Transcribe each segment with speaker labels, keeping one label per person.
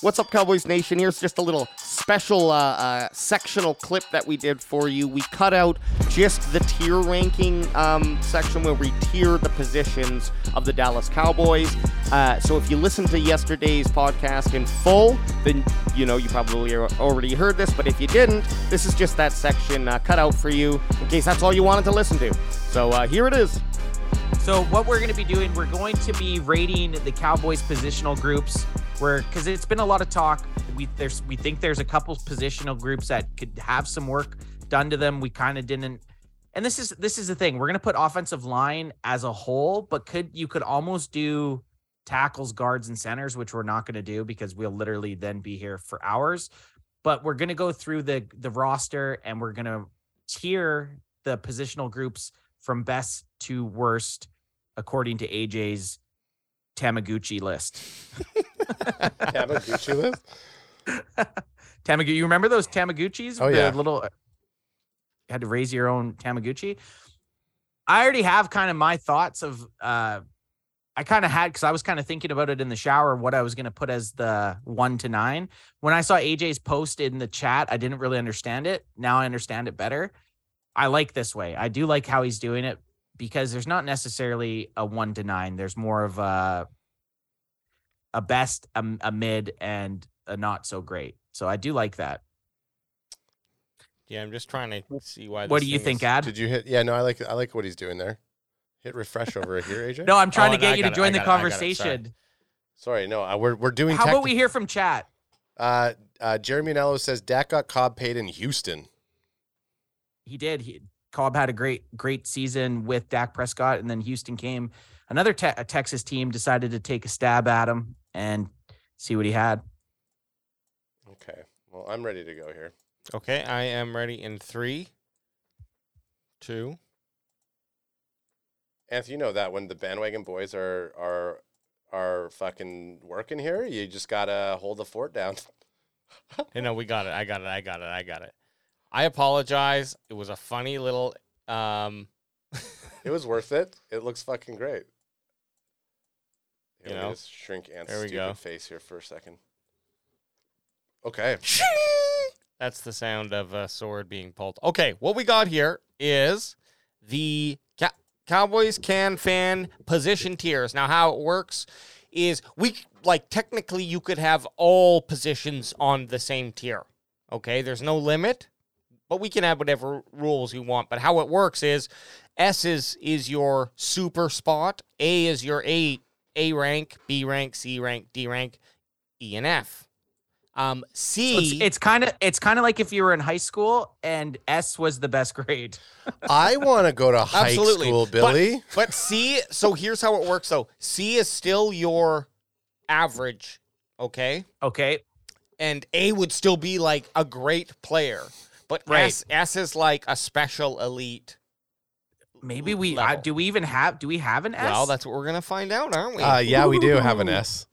Speaker 1: What's up, Cowboys Nation? Here's just a little special uh, uh, sectional clip that we did for you. We cut out just the tier ranking um, section where we tier the positions of the Dallas Cowboys. Uh, so if you listened to yesterday's podcast in full, then you know you probably already heard this. But if you didn't, this is just that section uh, cut out for you in case that's all you wanted to listen to. So uh, here it is.
Speaker 2: So what we're going to be doing, we're going to be rating the Cowboys positional groups. Where because it's been a lot of talk, we there's we think there's a couple positional groups that could have some work done to them. We kind of didn't. And this is this is the thing. We're going to put offensive line as a whole, but could you could almost do tackles, guards, and centers, which we're not going to do because we'll literally then be here for hours. But we're going to go through the the roster and we're going to tier the positional groups from best to worst according to AJ's Tamaguchi list.
Speaker 3: Tamaguchi list?
Speaker 2: Tamaguchi, you remember those Tamaguchis?
Speaker 3: Oh, yeah.
Speaker 2: The little uh, had to raise your own Tamaguchi. I already have kind of my thoughts of uh I kind of had because I was kind of thinking about it in the shower what I was going to put as the one to nine. When I saw AJ's post in the chat, I didn't really understand it. Now I understand it better. I like this way. I do like how he's doing it because there's not necessarily a one to nine. There's more of a a best, a, a mid, and a not so great. So I do like that.
Speaker 4: Yeah, I'm just trying to see why.
Speaker 2: What
Speaker 4: this
Speaker 2: do you
Speaker 4: thing
Speaker 2: think,
Speaker 4: is-
Speaker 2: Ad?
Speaker 3: Did you hit? Yeah, no, I like I like what he's doing there. Hit refresh over here, AJ.
Speaker 2: No, I'm trying
Speaker 4: Oh,
Speaker 2: to
Speaker 4: no, I
Speaker 2: get you to
Speaker 4: got it,
Speaker 2: join
Speaker 4: I
Speaker 2: the
Speaker 4: got it, I got it, sorry.
Speaker 2: conversation.
Speaker 3: Sorry, no, I, we're we're doing.
Speaker 2: How
Speaker 3: tacti-
Speaker 2: about we hear from chat?
Speaker 3: Uh, uh, Jeremy Anello says Dak got Cobb paid in Houston.
Speaker 2: he did. He Cobb had a great great season with Dak Prescott, and then Houston came. Another te- a Texas team decided to take a stab at him and see what he had.
Speaker 3: Okay, well, I'm ready to go here.
Speaker 4: Okay, I am ready in three, two.
Speaker 3: Anthony, you know that when the bandwagon boys are are are fucking working here, you just gotta hold the fort down.
Speaker 4: Hey, no, we got it. I got it. I got it. I got it. I apologize. It was a funny little. Um,
Speaker 3: It was worth it. It looks fucking great.
Speaker 4: You
Speaker 3: Here, let me
Speaker 4: know?
Speaker 3: just shrink Ant's
Speaker 4: There we
Speaker 3: stupid
Speaker 4: go.
Speaker 3: face here for a second. Okay.
Speaker 4: that's the sound of a sword being pulled. Okay, what we got here is the Cow- Cowboys can fan position tiers. Now, how it works is we like technically you could have all positions on the same tier. Okay, there's no limit, but we can have whatever rules you want. But how it works is S is is your super spot, A is your A A rank, B rank, C rank, D rank, E and F. Um, C
Speaker 2: So it's it's kind of it's kind of like if you were in high school and S was the best grade.
Speaker 3: I want to go to high
Speaker 4: Absolutely.
Speaker 3: school,
Speaker 4: But-
Speaker 3: Billy.
Speaker 4: But C, so here's how it works though. C is still your average, okay?
Speaker 2: Okay,
Speaker 4: And A would still be like a great player. But
Speaker 2: Right.
Speaker 4: S, S is like a special elite.
Speaker 2: maybe we I,
Speaker 4: Level.
Speaker 2: do we even have do we have an S?
Speaker 4: Well, that's what we're gonna find out, aren't we?
Speaker 3: Uh, yeah, we do have an S.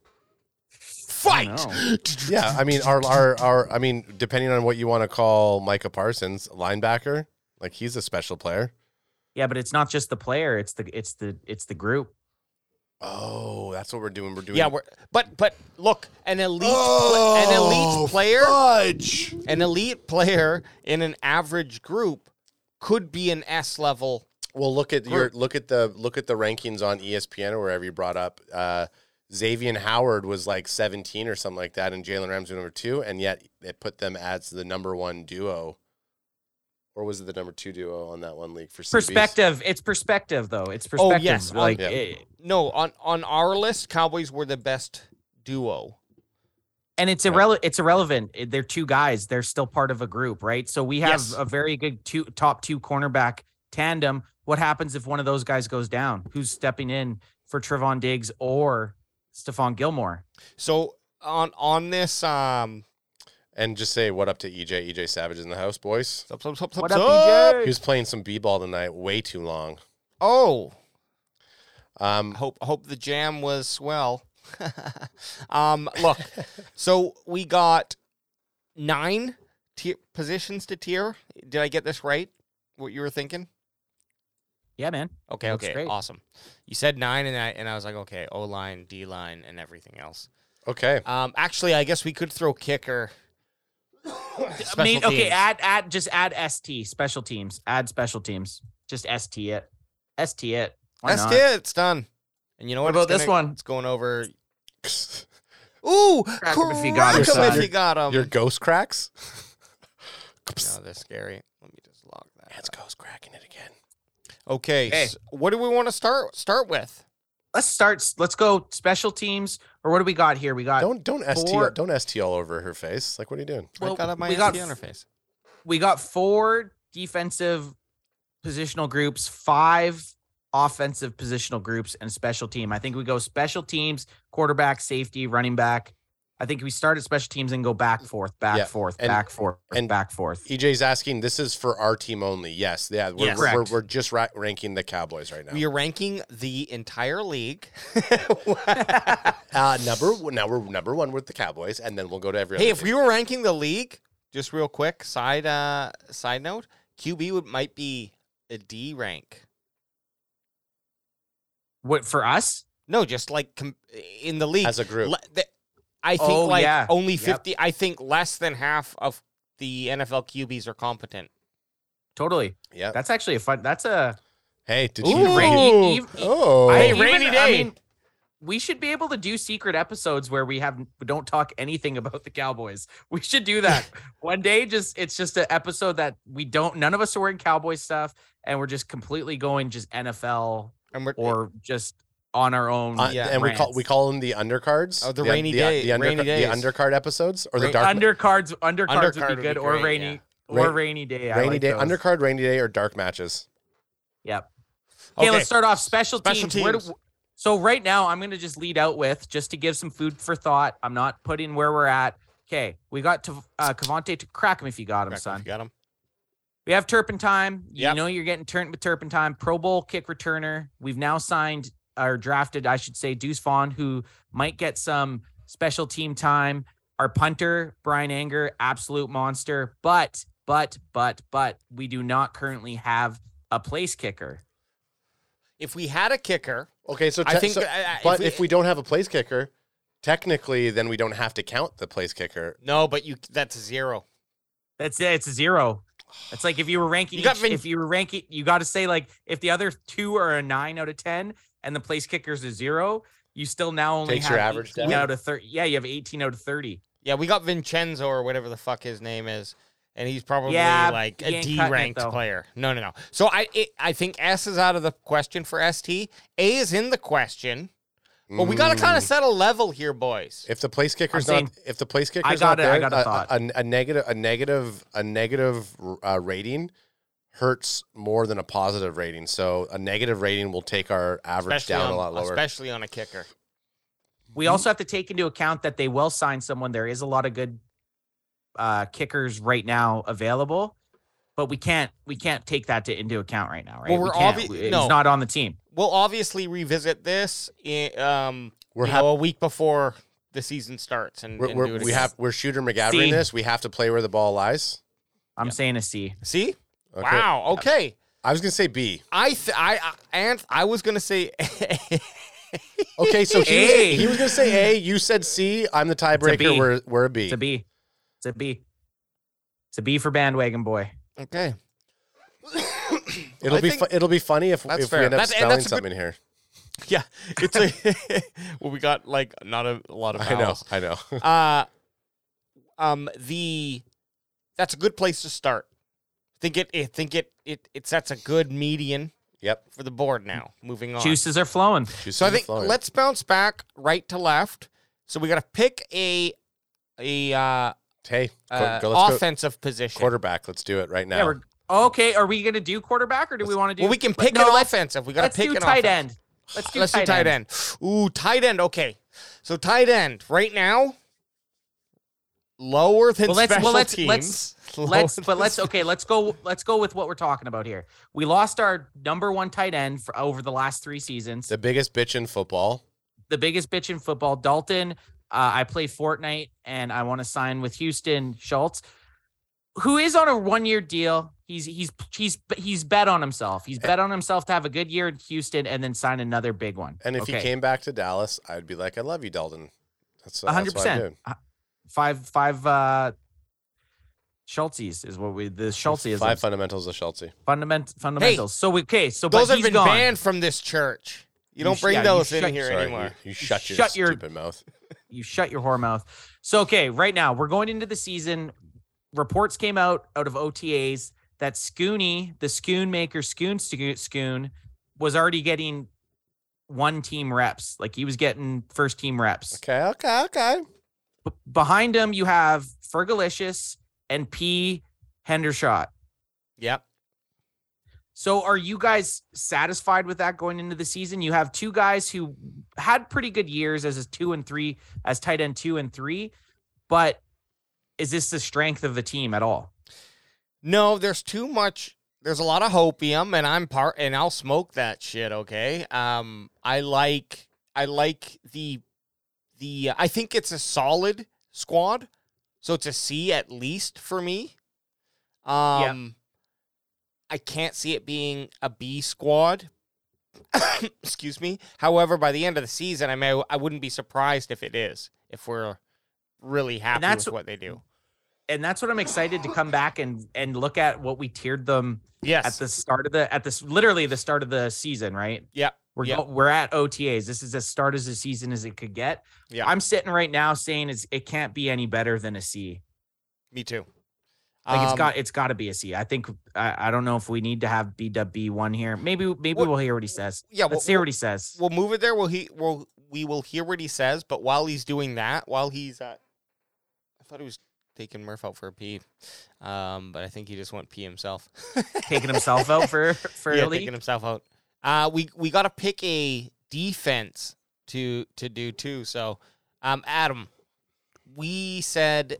Speaker 4: Fight!
Speaker 2: I
Speaker 3: Yeah, I mean, our, our, our, I mean, depending on what you want to call Micah Parsons, linebacker, like he's a special player.
Speaker 2: yeah, but it's not just the player; it's the it's the it's the group.
Speaker 3: Oh, that's what we're doing. We're doing.
Speaker 4: Yeah, we're but but look, an elite pla- an
Speaker 3: Oh,
Speaker 4: elite player
Speaker 3: fudge.
Speaker 4: an elite player in an average group could be an S level.
Speaker 3: Well, look at your
Speaker 4: Group.
Speaker 3: look at the look at the rankings on E ESPN or wherever you brought up. Uh, Xavier Howard was like 17 or something like that, and Jalen Ramsey was number two, and yet it put them as the number one duo, or was it the number two duo on that one league for CBs?
Speaker 2: Perspective. It's perspective, though. It's
Speaker 4: Oh,
Speaker 2: perspective.
Speaker 4: yes, on-
Speaker 2: Like eh,
Speaker 3: Yeah.
Speaker 2: it-
Speaker 4: No, on on our list, Cowboys were the best duo.
Speaker 2: and it's irrelevant. It's irrelevant. It- They're two guys. They're still part of a group, right? So we have
Speaker 4: Yes.
Speaker 2: a very good two top two cornerback tandem. What happens if one of those guys goes down? Who's stepping in for Trevon Diggs or Stephon Gilmore?
Speaker 4: So on on this um
Speaker 3: And just say what up to E EJ. EJ Savage in the house, boys.
Speaker 4: sup, sup, sup,
Speaker 2: What
Speaker 4: sup,
Speaker 2: up,
Speaker 4: sup.
Speaker 3: He
Speaker 2: EJ?
Speaker 3: was playing some b-ball tonight, way too long.
Speaker 4: Oh,
Speaker 3: Um,
Speaker 4: hope hope the jam was swell. um look, so we got 9 tier positions to tier. Did I get this right? What you were thinking?
Speaker 2: Yeah, man.
Speaker 4: Okay,
Speaker 2: Looks
Speaker 4: okay.
Speaker 2: great.
Speaker 4: Awesome. You said 9 and I and I was like okay, O-line, D-line and everything else.
Speaker 3: Okay.
Speaker 4: Um, actually, I guess we could throw kicker.
Speaker 2: I mean,
Speaker 4: Special
Speaker 2: okay,
Speaker 4: teams.
Speaker 2: add add just add ST special teams. Add special teams. Just ST it. ST it. Why
Speaker 4: That's
Speaker 2: not?
Speaker 4: it. It's done. And you know
Speaker 2: What
Speaker 4: what?
Speaker 2: about
Speaker 4: It's
Speaker 2: this
Speaker 4: gonna-
Speaker 2: one?
Speaker 4: It's going over. Ooh, crack
Speaker 2: 'em if you got
Speaker 4: 'em
Speaker 2: 'em, son.
Speaker 4: if you got 'em.
Speaker 3: Your ghost cracks?
Speaker 4: No, they're scary. Let me just log that.
Speaker 3: That's
Speaker 4: up.
Speaker 3: ghost cracking it again.
Speaker 4: Okay.
Speaker 2: Hey.
Speaker 4: s- what do we want to start start with?
Speaker 2: Let's start. s- Let's go special teams. Or what do we got here? We got
Speaker 3: Don't don't st
Speaker 2: four-
Speaker 3: don't st all over her face. Like what are you doing?
Speaker 4: I
Speaker 2: Well,
Speaker 4: got up my
Speaker 2: we got
Speaker 4: SD
Speaker 2: f-
Speaker 4: interface.
Speaker 2: we got four defensive positional groups, five offensive positional groups, and special team. I think we go special teams, quarterback, safety, running back. I think we start at special teams and go back forth, back
Speaker 3: Mm, Yeah,
Speaker 2: forth,
Speaker 3: and-
Speaker 2: back forth,
Speaker 3: and-
Speaker 2: back forth.
Speaker 3: EJ's E asking. This is for our team only. Yes, yeah. We're,
Speaker 2: Yes.
Speaker 3: we're, we're,
Speaker 2: Correct.
Speaker 3: we're just ra- ranking the Cowboys right now.
Speaker 4: We are ranking the entire league.
Speaker 3: uh, number one- now we're number one with the Cowboys, and then we'll go to every.
Speaker 4: hey,
Speaker 3: other
Speaker 4: if
Speaker 3: team.
Speaker 4: we were ranking the league, just real quick side uh side note, QB would might be a D rank.
Speaker 2: What for us?
Speaker 4: No, just like com- in the league
Speaker 3: as a group,
Speaker 4: Le- th- I think
Speaker 2: Oh,
Speaker 4: like
Speaker 2: yeah.
Speaker 4: only
Speaker 2: Yep.
Speaker 4: fifty. I think less than half of the NFL QBs are competent.
Speaker 2: Totally.
Speaker 3: yeah.
Speaker 2: That's actually a fun. That's a e-,
Speaker 3: Hey, did
Speaker 4: Ooh.
Speaker 3: you?
Speaker 2: Rainy- eve-
Speaker 3: oh,
Speaker 4: Hey,
Speaker 2: even-
Speaker 4: rainy day.
Speaker 2: we should be able to do secret episodes where we have we don't talk anything about the Cowboys. We should do that one day. Just it's just an episode that we don't. None of us are wearing Cowboy stuff, and we're just completely going just NFL
Speaker 4: And we're
Speaker 2: or just on our own.
Speaker 3: Uh,
Speaker 4: yeah,
Speaker 3: and we call
Speaker 2: rants.
Speaker 3: we call them the undercards.
Speaker 4: Oh, the rainy
Speaker 3: un-
Speaker 4: day-
Speaker 3: the, underca-
Speaker 4: rainy days.
Speaker 3: the undercard episodes or
Speaker 4: Ra-
Speaker 3: the dark
Speaker 2: undercards, undercards would
Speaker 4: Undercard would
Speaker 2: be
Speaker 4: be
Speaker 2: good, or
Speaker 4: great,
Speaker 2: rainy,
Speaker 3: yeah.
Speaker 2: or
Speaker 3: Ra-
Speaker 2: rainy day. I
Speaker 3: rainy
Speaker 2: like
Speaker 3: day
Speaker 2: those.
Speaker 3: undercard rainy day or dark matches.
Speaker 2: Yep. Okay,
Speaker 4: Okay.
Speaker 2: let's start off special,
Speaker 4: Special
Speaker 2: teams. Where do-
Speaker 4: teams.
Speaker 2: so right now, I'm going to just lead out with just to give some food for thought. I'm not putting where we're at. Okay, we got to uh, Cavante to crack him if you got him,
Speaker 4: Correct,
Speaker 2: son.
Speaker 4: You got 'em.
Speaker 2: We have Turpentine. You
Speaker 4: Yep.
Speaker 2: know you're getting turned with Turpentine, Pro Bowl kick returner. We've now signed or drafted, I should say, Deuce Vaughn, who might get some special team time. Our punter, Brian Anger, absolute monster. But, but, but, but we do not currently have a place kicker.
Speaker 4: If we had a kicker,
Speaker 3: Okay, so
Speaker 4: I
Speaker 3: te-
Speaker 4: think.
Speaker 3: so-
Speaker 4: uh, uh,
Speaker 3: but if we don't have a place kicker, technically, then we don't have to count the place kicker.
Speaker 4: no, but you that's zero.
Speaker 2: That's it. It's a zero. It's like if you were ranking,
Speaker 4: You got
Speaker 2: each-
Speaker 4: Vin-
Speaker 2: if you were ranking, you got to say like if the other two are a nine out of ten and the place kicker's a zero, you still now only
Speaker 3: Takes
Speaker 2: have
Speaker 3: your average
Speaker 2: 18
Speaker 3: down.
Speaker 2: out of thirty. Yeah, you have eighteen out of thirty.
Speaker 4: Yeah, we got Vincenzo or whatever the fuck his name is, and he's probably
Speaker 2: Yeah,
Speaker 4: like
Speaker 2: he
Speaker 4: a
Speaker 2: ain't
Speaker 4: D
Speaker 2: cutting it,
Speaker 4: ranked
Speaker 2: though.
Speaker 4: player. No, no, no. So I it, I think S is out of the question for ST. A is in the question, but we gotta kind of
Speaker 3: Mm.
Speaker 4: set a level here, boys.
Speaker 3: If the place kicker's
Speaker 2: I'm
Speaker 3: not, if the place kicker's
Speaker 2: got
Speaker 3: not
Speaker 2: it, I
Speaker 3: there,
Speaker 2: got a thought.
Speaker 3: a, a negative, a negative, a negative uh, rating hurts more than a positive rating. So a negative rating will take our average down
Speaker 4: on,
Speaker 3: a lot lower.
Speaker 4: especially on a kicker. Mm-hmm.
Speaker 2: We also have to take into account that they will sign someone. There is a lot of good uh, kickers right now available, but we can't we can't take that to, into account right now. Right?
Speaker 4: Well,
Speaker 2: We
Speaker 4: we're
Speaker 2: can't.
Speaker 4: obvi-
Speaker 2: It's
Speaker 4: no.
Speaker 2: not on the team.
Speaker 4: We'll obviously revisit this. i- um,
Speaker 3: We're
Speaker 4: you
Speaker 3: hap-
Speaker 4: know, a week before the season starts, and,
Speaker 3: we're,
Speaker 4: and
Speaker 3: we're,
Speaker 4: do it
Speaker 3: we
Speaker 4: again.
Speaker 3: have we're shooter McGavering
Speaker 2: See?
Speaker 3: this. We have to play where the ball lies.
Speaker 2: I'm saying a C.
Speaker 4: see.
Speaker 3: Okay.
Speaker 4: Wow. Okay.
Speaker 3: I was gonna say B.
Speaker 4: I th- I, I and I was gonna say
Speaker 3: Okay, so he,
Speaker 2: A.
Speaker 3: Was, he was gonna say A. You said C. I'm the tiebreaker.
Speaker 2: B.
Speaker 3: We're we're a B.
Speaker 2: It's a B. It's a B. It's a B for bandwagon boy.
Speaker 4: okay.
Speaker 3: It'll
Speaker 4: I
Speaker 3: be
Speaker 4: think-
Speaker 3: fu- it'll be funny if,
Speaker 4: That's
Speaker 3: if we
Speaker 4: fair.
Speaker 3: end up
Speaker 4: That's- and
Speaker 3: spelling
Speaker 4: that's a good-
Speaker 3: something here.
Speaker 4: Yeah, it's a well. We got like not a, lot of.
Speaker 3: I know.
Speaker 4: Vowels.
Speaker 3: I know.
Speaker 4: Uh, um, the that's a good place to start. Think it. I think it. It it sets a good median
Speaker 3: yep.
Speaker 4: for the board now. Moving on.
Speaker 2: Juices are flowing.
Speaker 4: So I think let's bounce back right to left. So we got to pick a a uh,
Speaker 3: hey go,
Speaker 4: uh,
Speaker 3: go, let's go
Speaker 4: offensive position.
Speaker 3: quarterback. Let's do it right now.
Speaker 2: Yeah, we're okay. Are we gonna do quarterback or do we want to do?
Speaker 4: well, we can
Speaker 2: let-
Speaker 4: pick
Speaker 2: no,
Speaker 4: an
Speaker 2: let's-
Speaker 4: offensive. We got
Speaker 2: Let's
Speaker 4: to pick
Speaker 2: do
Speaker 4: an
Speaker 2: tight
Speaker 4: offensive.
Speaker 2: end. Let's do
Speaker 4: Let's
Speaker 2: tight
Speaker 4: do tight end. Ooh, tight end. Okay, so tight end right now, lower than
Speaker 2: Well, let's- well,
Speaker 4: special
Speaker 2: let's-
Speaker 4: teams.
Speaker 2: let's-
Speaker 4: Lower
Speaker 2: Let's,
Speaker 4: than
Speaker 2: but let's okay. Let's go. Let's go with what we're talking about here. We lost our number one tight end for over the last three seasons.
Speaker 3: the biggest bitch in football.
Speaker 2: the biggest bitch in football, Dalton. Uh, I play Fortnite and I want to sign with Houston Schultz, who is on a one-year deal. He's he's he's he's bet on himself. He's bet on himself to have a good year in Houston and then sign another big one.
Speaker 3: And if he
Speaker 2: Okay.
Speaker 3: came back to Dallas, I'd be like, I love you, Dalton. That's
Speaker 2: A hundred
Speaker 3: that's what I did.
Speaker 2: percent. Uh, Five five uh Schultzes is what we the Schultzes
Speaker 3: Five fundamentals of Schultze.
Speaker 2: fundament fundamentals. so okay, so but
Speaker 4: those have
Speaker 2: he's
Speaker 4: been
Speaker 2: gone.
Speaker 4: banned from this church. You,
Speaker 2: You
Speaker 4: don't
Speaker 2: sh-
Speaker 4: bring
Speaker 2: yeah, you
Speaker 4: those
Speaker 2: shut-
Speaker 4: in here
Speaker 3: Sorry,
Speaker 4: anymore.
Speaker 3: You, you shut, your,
Speaker 2: shut your-
Speaker 3: stupid mouth.
Speaker 2: You shut your whore mouth. So okay, right now we're going into the season. Reports came out out of OTAs that Scooney, the Scoon maker, Scoon Scoon, Scoon was already getting one team reps. Like he was getting first team reps.
Speaker 3: Okay, okay, okay.
Speaker 2: B- behind him, you have Fergalicious and P. Hendershot.
Speaker 4: Yep.
Speaker 2: So are you guys satisfied with that going into the season? You have two guys who had pretty good years as a two and three, as tight end two and three, but is this the strength of the team at all?
Speaker 4: No, there's too much. There's a lot of hopium, and I'm part, and I'll smoke that shit. Okay. Um, I like, I like the, the. I think it's a solid squad, so it's a C at least for me. Um, I can't see it being a B squad. Excuse me. However, by the end of the season, I may I wouldn't be surprised if it is. If we're really happy
Speaker 2: that's-
Speaker 4: with what they do.
Speaker 2: And that's what I'm excited to come back and and look at what we tiered them
Speaker 4: Yes.
Speaker 2: at the start of the at this literally the start of the season, right?
Speaker 4: Yeah,
Speaker 2: We're
Speaker 4: yeah.
Speaker 2: go- we're at OTAs. This is as start as the season as it could get.
Speaker 4: Yeah.
Speaker 2: I'm sitting right now saying it's, it can't be any better than a C.
Speaker 4: me too.
Speaker 2: Like it's
Speaker 4: Um,
Speaker 2: got it's got to be a C. I think I, I don't know if we need to have BWB one here. Maybe maybe
Speaker 4: What-
Speaker 2: we'll hear what he says.
Speaker 4: Yeah,
Speaker 2: Let's
Speaker 4: what-
Speaker 2: hear what he says.
Speaker 4: we'll move it there. We'll he we'll we will hear what he says. But while he's doing that, while he's uh, I thought he was taking Murph out for a pee, um, but I think he just went pee himself.
Speaker 2: Taking himself out for for
Speaker 4: yeah,
Speaker 2: a leak.
Speaker 4: taking himself out. Uh, we we got to pick a defense to to do too. So, um, Adam, we said.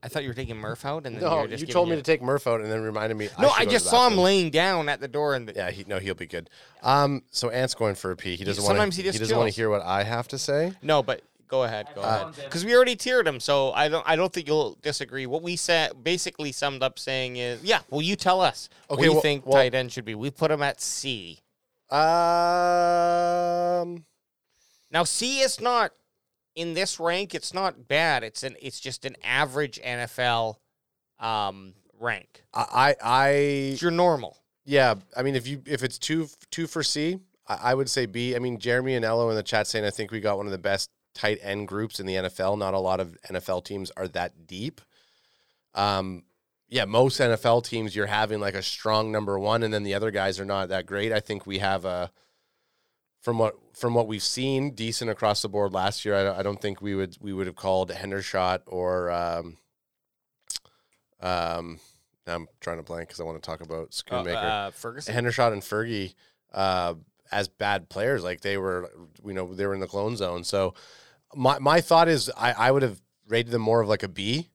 Speaker 4: I thought you were taking Murph out, and then you
Speaker 3: No,
Speaker 4: were
Speaker 3: you,
Speaker 4: just giving
Speaker 3: told me
Speaker 4: your-
Speaker 3: to take Murph out and then reminded me.
Speaker 4: No,
Speaker 3: should go
Speaker 4: I
Speaker 3: to
Speaker 4: just
Speaker 3: the
Speaker 4: saw him
Speaker 3: bathroom.
Speaker 4: laying down at the door, and the,
Speaker 3: Yeah, he, no, he'll be good. Um, so Ant's going for a pee. He doesn't want.
Speaker 4: sometimes he just
Speaker 3: doesn't want
Speaker 4: chills.
Speaker 3: to hear what I have to say.
Speaker 4: No, but go ahead, go
Speaker 3: Uh,
Speaker 4: ahead. Because we already tiered him, so I don't. I don't think you'll disagree. What we said basically summed up saying is, yeah. Well, you tell us. what
Speaker 3: Okay,
Speaker 4: do you
Speaker 3: well-
Speaker 4: think
Speaker 3: well-
Speaker 4: tight end should be? We put him at C.
Speaker 3: Um,
Speaker 4: Now C is not in this rank. It's not bad. It's an. It's just an average NFL um, rank.
Speaker 3: I, I, I
Speaker 4: It's your normal.
Speaker 3: yeah. I mean, if you if it's two two for C, I, I would say B. I mean, Jeremy and Ello in the chat saying I think we got one of the best tight end groups in the NFL. Not a lot of NFL teams are that deep. Um, yeah, most NFL teams you're having like a strong number one, and then the other guys are not that great. I think we have a from what from what we've seen decent across the board last year. I, don't- I don't think we would we would have called Hendershot or um, um I'm trying to blank because I want to talk about
Speaker 4: Uh,
Speaker 3: Schoonmaker.
Speaker 4: uh, Ferguson.
Speaker 3: Hendershot and Fergie uh, as bad players. Like they were, you know, they were in the clone zone. So my my thought is, I, I would have rated them more of like a B.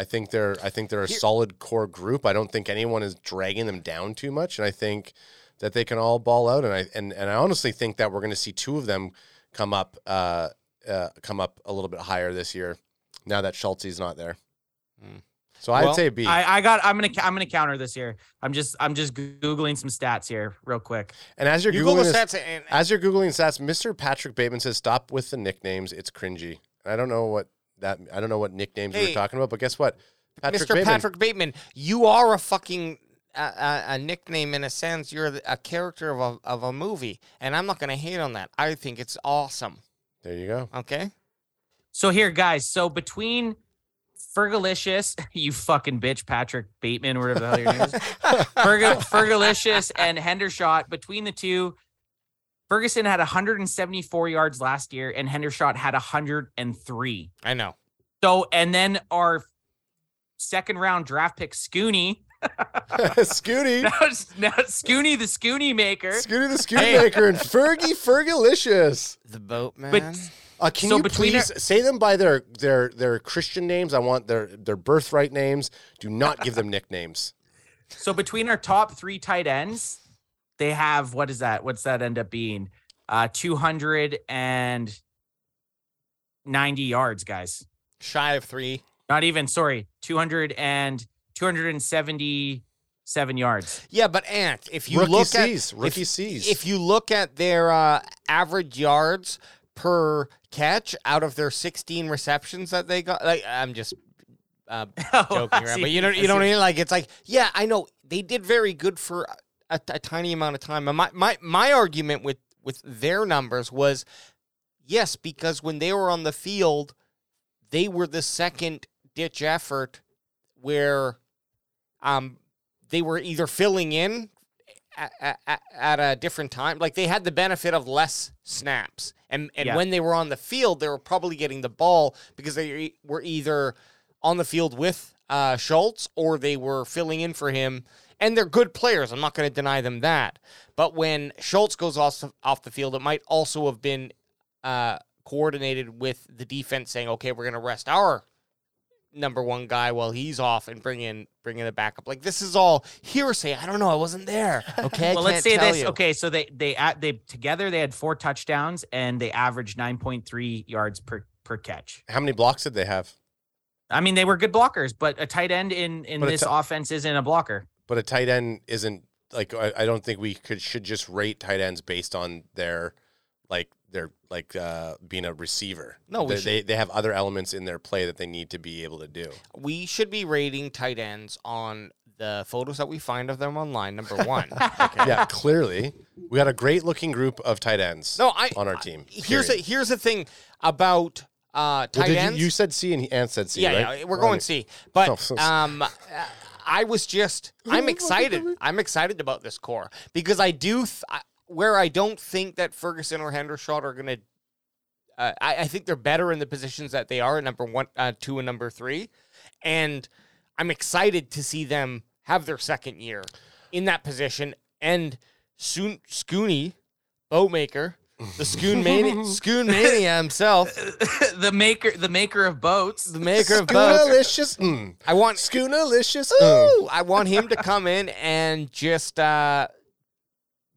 Speaker 3: I think they're I think they're a
Speaker 4: Here-
Speaker 3: solid core group. I don't think anyone is dragging them down too much, and I think that they can all ball out. And I and, and I honestly think that we're going to see two of them come up uh, uh, come up a little bit higher this year. Now that Schultze's not there,
Speaker 4: Hmm.
Speaker 3: so I'd
Speaker 4: Well,
Speaker 3: say B.
Speaker 2: I, I got I'm gonna I'm gonna counter this here. I'm just I'm just googling some stats here real quick.
Speaker 3: and as you're
Speaker 4: You
Speaker 3: googling
Speaker 4: Google
Speaker 3: this-
Speaker 4: stats and
Speaker 3: As you're googling stats, Mr. Patrick Bateman says, "Stop with the nicknames. It's cringy." I don't know what that. I don't know what nicknames we
Speaker 4: Hey.
Speaker 3: were talking about, but guess what,
Speaker 4: Mr. Patrick Bateman, you are a fucking uh, uh, a nickname in a sense. You're the- a character of a, of a movie, and I'm not gonna hate on that. I think it's awesome.
Speaker 3: There you go.
Speaker 4: Okay,
Speaker 2: So here, guys. So between Fergalicious, you fucking bitch, Patrick Bateman, or whatever the hell your name is, Ferg- Fergalicious and Hendershot. Between the two, Ferguson had 174 yards last year, and Hendershot had 103.
Speaker 4: I know.
Speaker 2: So, and then our second round draft pick, Scooney.
Speaker 3: Scooty,
Speaker 2: Now, it's- now it's Scooney, the Scooney maker.
Speaker 3: Scooty the Scoot Maker, and Fergie Fergalicious.
Speaker 4: The boatman.
Speaker 2: But
Speaker 3: Uh, can
Speaker 2: So
Speaker 3: you
Speaker 2: between
Speaker 3: please say them by their their their Christian names? I want their their birthright names. Do not give them nicknames.
Speaker 2: so between our top three tight ends, they have what is that? What's that end up being? Uh, 290 yards, guys.
Speaker 4: shy of three.
Speaker 2: Not even, sorry, 200 and 277 yards.
Speaker 4: Yeah, but Ant, if you
Speaker 3: rookie
Speaker 4: look at
Speaker 3: C's,
Speaker 4: if-
Speaker 3: rookie C's.
Speaker 4: if you look at their uh, average yards per catch out of their 16 receptions that they got. Like I'm just uh, joking
Speaker 2: I
Speaker 4: around,
Speaker 2: see.
Speaker 4: but you know,
Speaker 2: I
Speaker 4: you know what I
Speaker 2: see.
Speaker 4: mean. Like it's like, yeah, I know they did very good for a, a tiny amount of time. And my my my argument with with their numbers was, yes, because when they were on the field, they were the second ditch effort where, um, they were either filling in at, at, at a different time. Like they had the benefit of less snaps. And and
Speaker 2: Yeah.
Speaker 4: when they were on the field, they were probably getting the ball because they e- were either on the field with uh, Schultz or they were filling in for him. And they're good players. I'm not going to deny them that. But when Schultz goes off off the field, it might also have been uh, coordinated with the defense saying, "Okay, we're going to rest our number one guy while he's off and bring in bring in the backup. Like this is all hearsay. I don't know. I wasn't there. Okay. I
Speaker 2: well, let's
Speaker 4: can't
Speaker 2: say
Speaker 4: tell
Speaker 2: this.
Speaker 4: you.
Speaker 2: Okay, so they they at they together they had four touchdowns and they averaged nine point three yards per per catch.
Speaker 3: How many blocks did they have?
Speaker 2: I mean, they were good blockers, but a tight end in in
Speaker 3: But a
Speaker 2: this
Speaker 3: ti-
Speaker 2: offense isn't a blocker.
Speaker 3: But a tight end isn't like I, I don't think we could should just rate tight ends based on their like their like uh being a receiver.
Speaker 4: No, we
Speaker 3: they, they they have other elements in their play that they need to be able to do.
Speaker 4: We should be rating tight ends on the photos that we find of them online. Number one. Okay.
Speaker 3: Yeah, clearly we got a great looking group of tight ends
Speaker 4: No, I.
Speaker 3: on our team.
Speaker 4: Here's a,
Speaker 3: period.
Speaker 4: here's the thing about uh,
Speaker 3: Well,
Speaker 4: tight
Speaker 3: did
Speaker 4: ends.
Speaker 3: You, you said C and he- and said C.
Speaker 4: yeah,
Speaker 3: right?
Speaker 4: yeah, we're
Speaker 3: Well,
Speaker 4: going
Speaker 3: I mean,
Speaker 4: C.
Speaker 3: Oh,
Speaker 4: But
Speaker 3: so-
Speaker 4: um, I was just, I'm excited. I'm excited about this core because I do, th- I- where I don't think that Ferguson or Hendershot are going to, uh, I, I think they're better in the positions that they are at number one, uh, two, and number three. And I'm excited to see them have their second year in that position. And soon, Scooney, Boatmaker, the Scoon Mania, Scoon Mania himself,
Speaker 2: the maker the maker of boats.
Speaker 4: the maker of boats.
Speaker 3: Schoonalicious. Mm.
Speaker 4: I want
Speaker 3: Schoonalicious. Mm.
Speaker 4: Ooh, I want him to come in and just uh,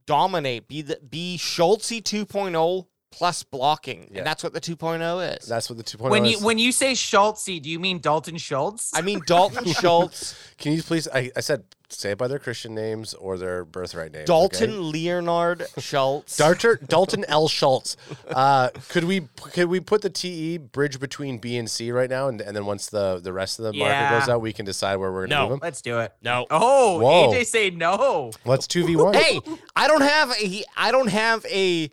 Speaker 4: dominate, be the be Schultzy 2.0 plus blocking,
Speaker 3: Yeah.
Speaker 4: and that's what the 2.0 is.
Speaker 3: That's what the two point.
Speaker 2: When you when you say Schultzy, do you mean Dalton Schultz?
Speaker 4: I mean, Dalton Schultz,
Speaker 3: Can you please? I, I said say it by their Christian names or their birthright name.
Speaker 4: Dalton
Speaker 3: okay?
Speaker 4: Leonard Schultz.
Speaker 3: Darter, Dalton L. Schultz. Uh, could we could we put the TE bridge between B and C right now, and, and then once the, the rest of the
Speaker 2: Yeah.
Speaker 3: market goes out, we can decide where we're gonna
Speaker 4: No.
Speaker 3: move them.
Speaker 2: Let's do it.
Speaker 4: no.
Speaker 2: Oh,
Speaker 3: Whoa.
Speaker 2: AJ say no.
Speaker 3: Let's two v one.
Speaker 4: Hey, I don't have a. I don't have a.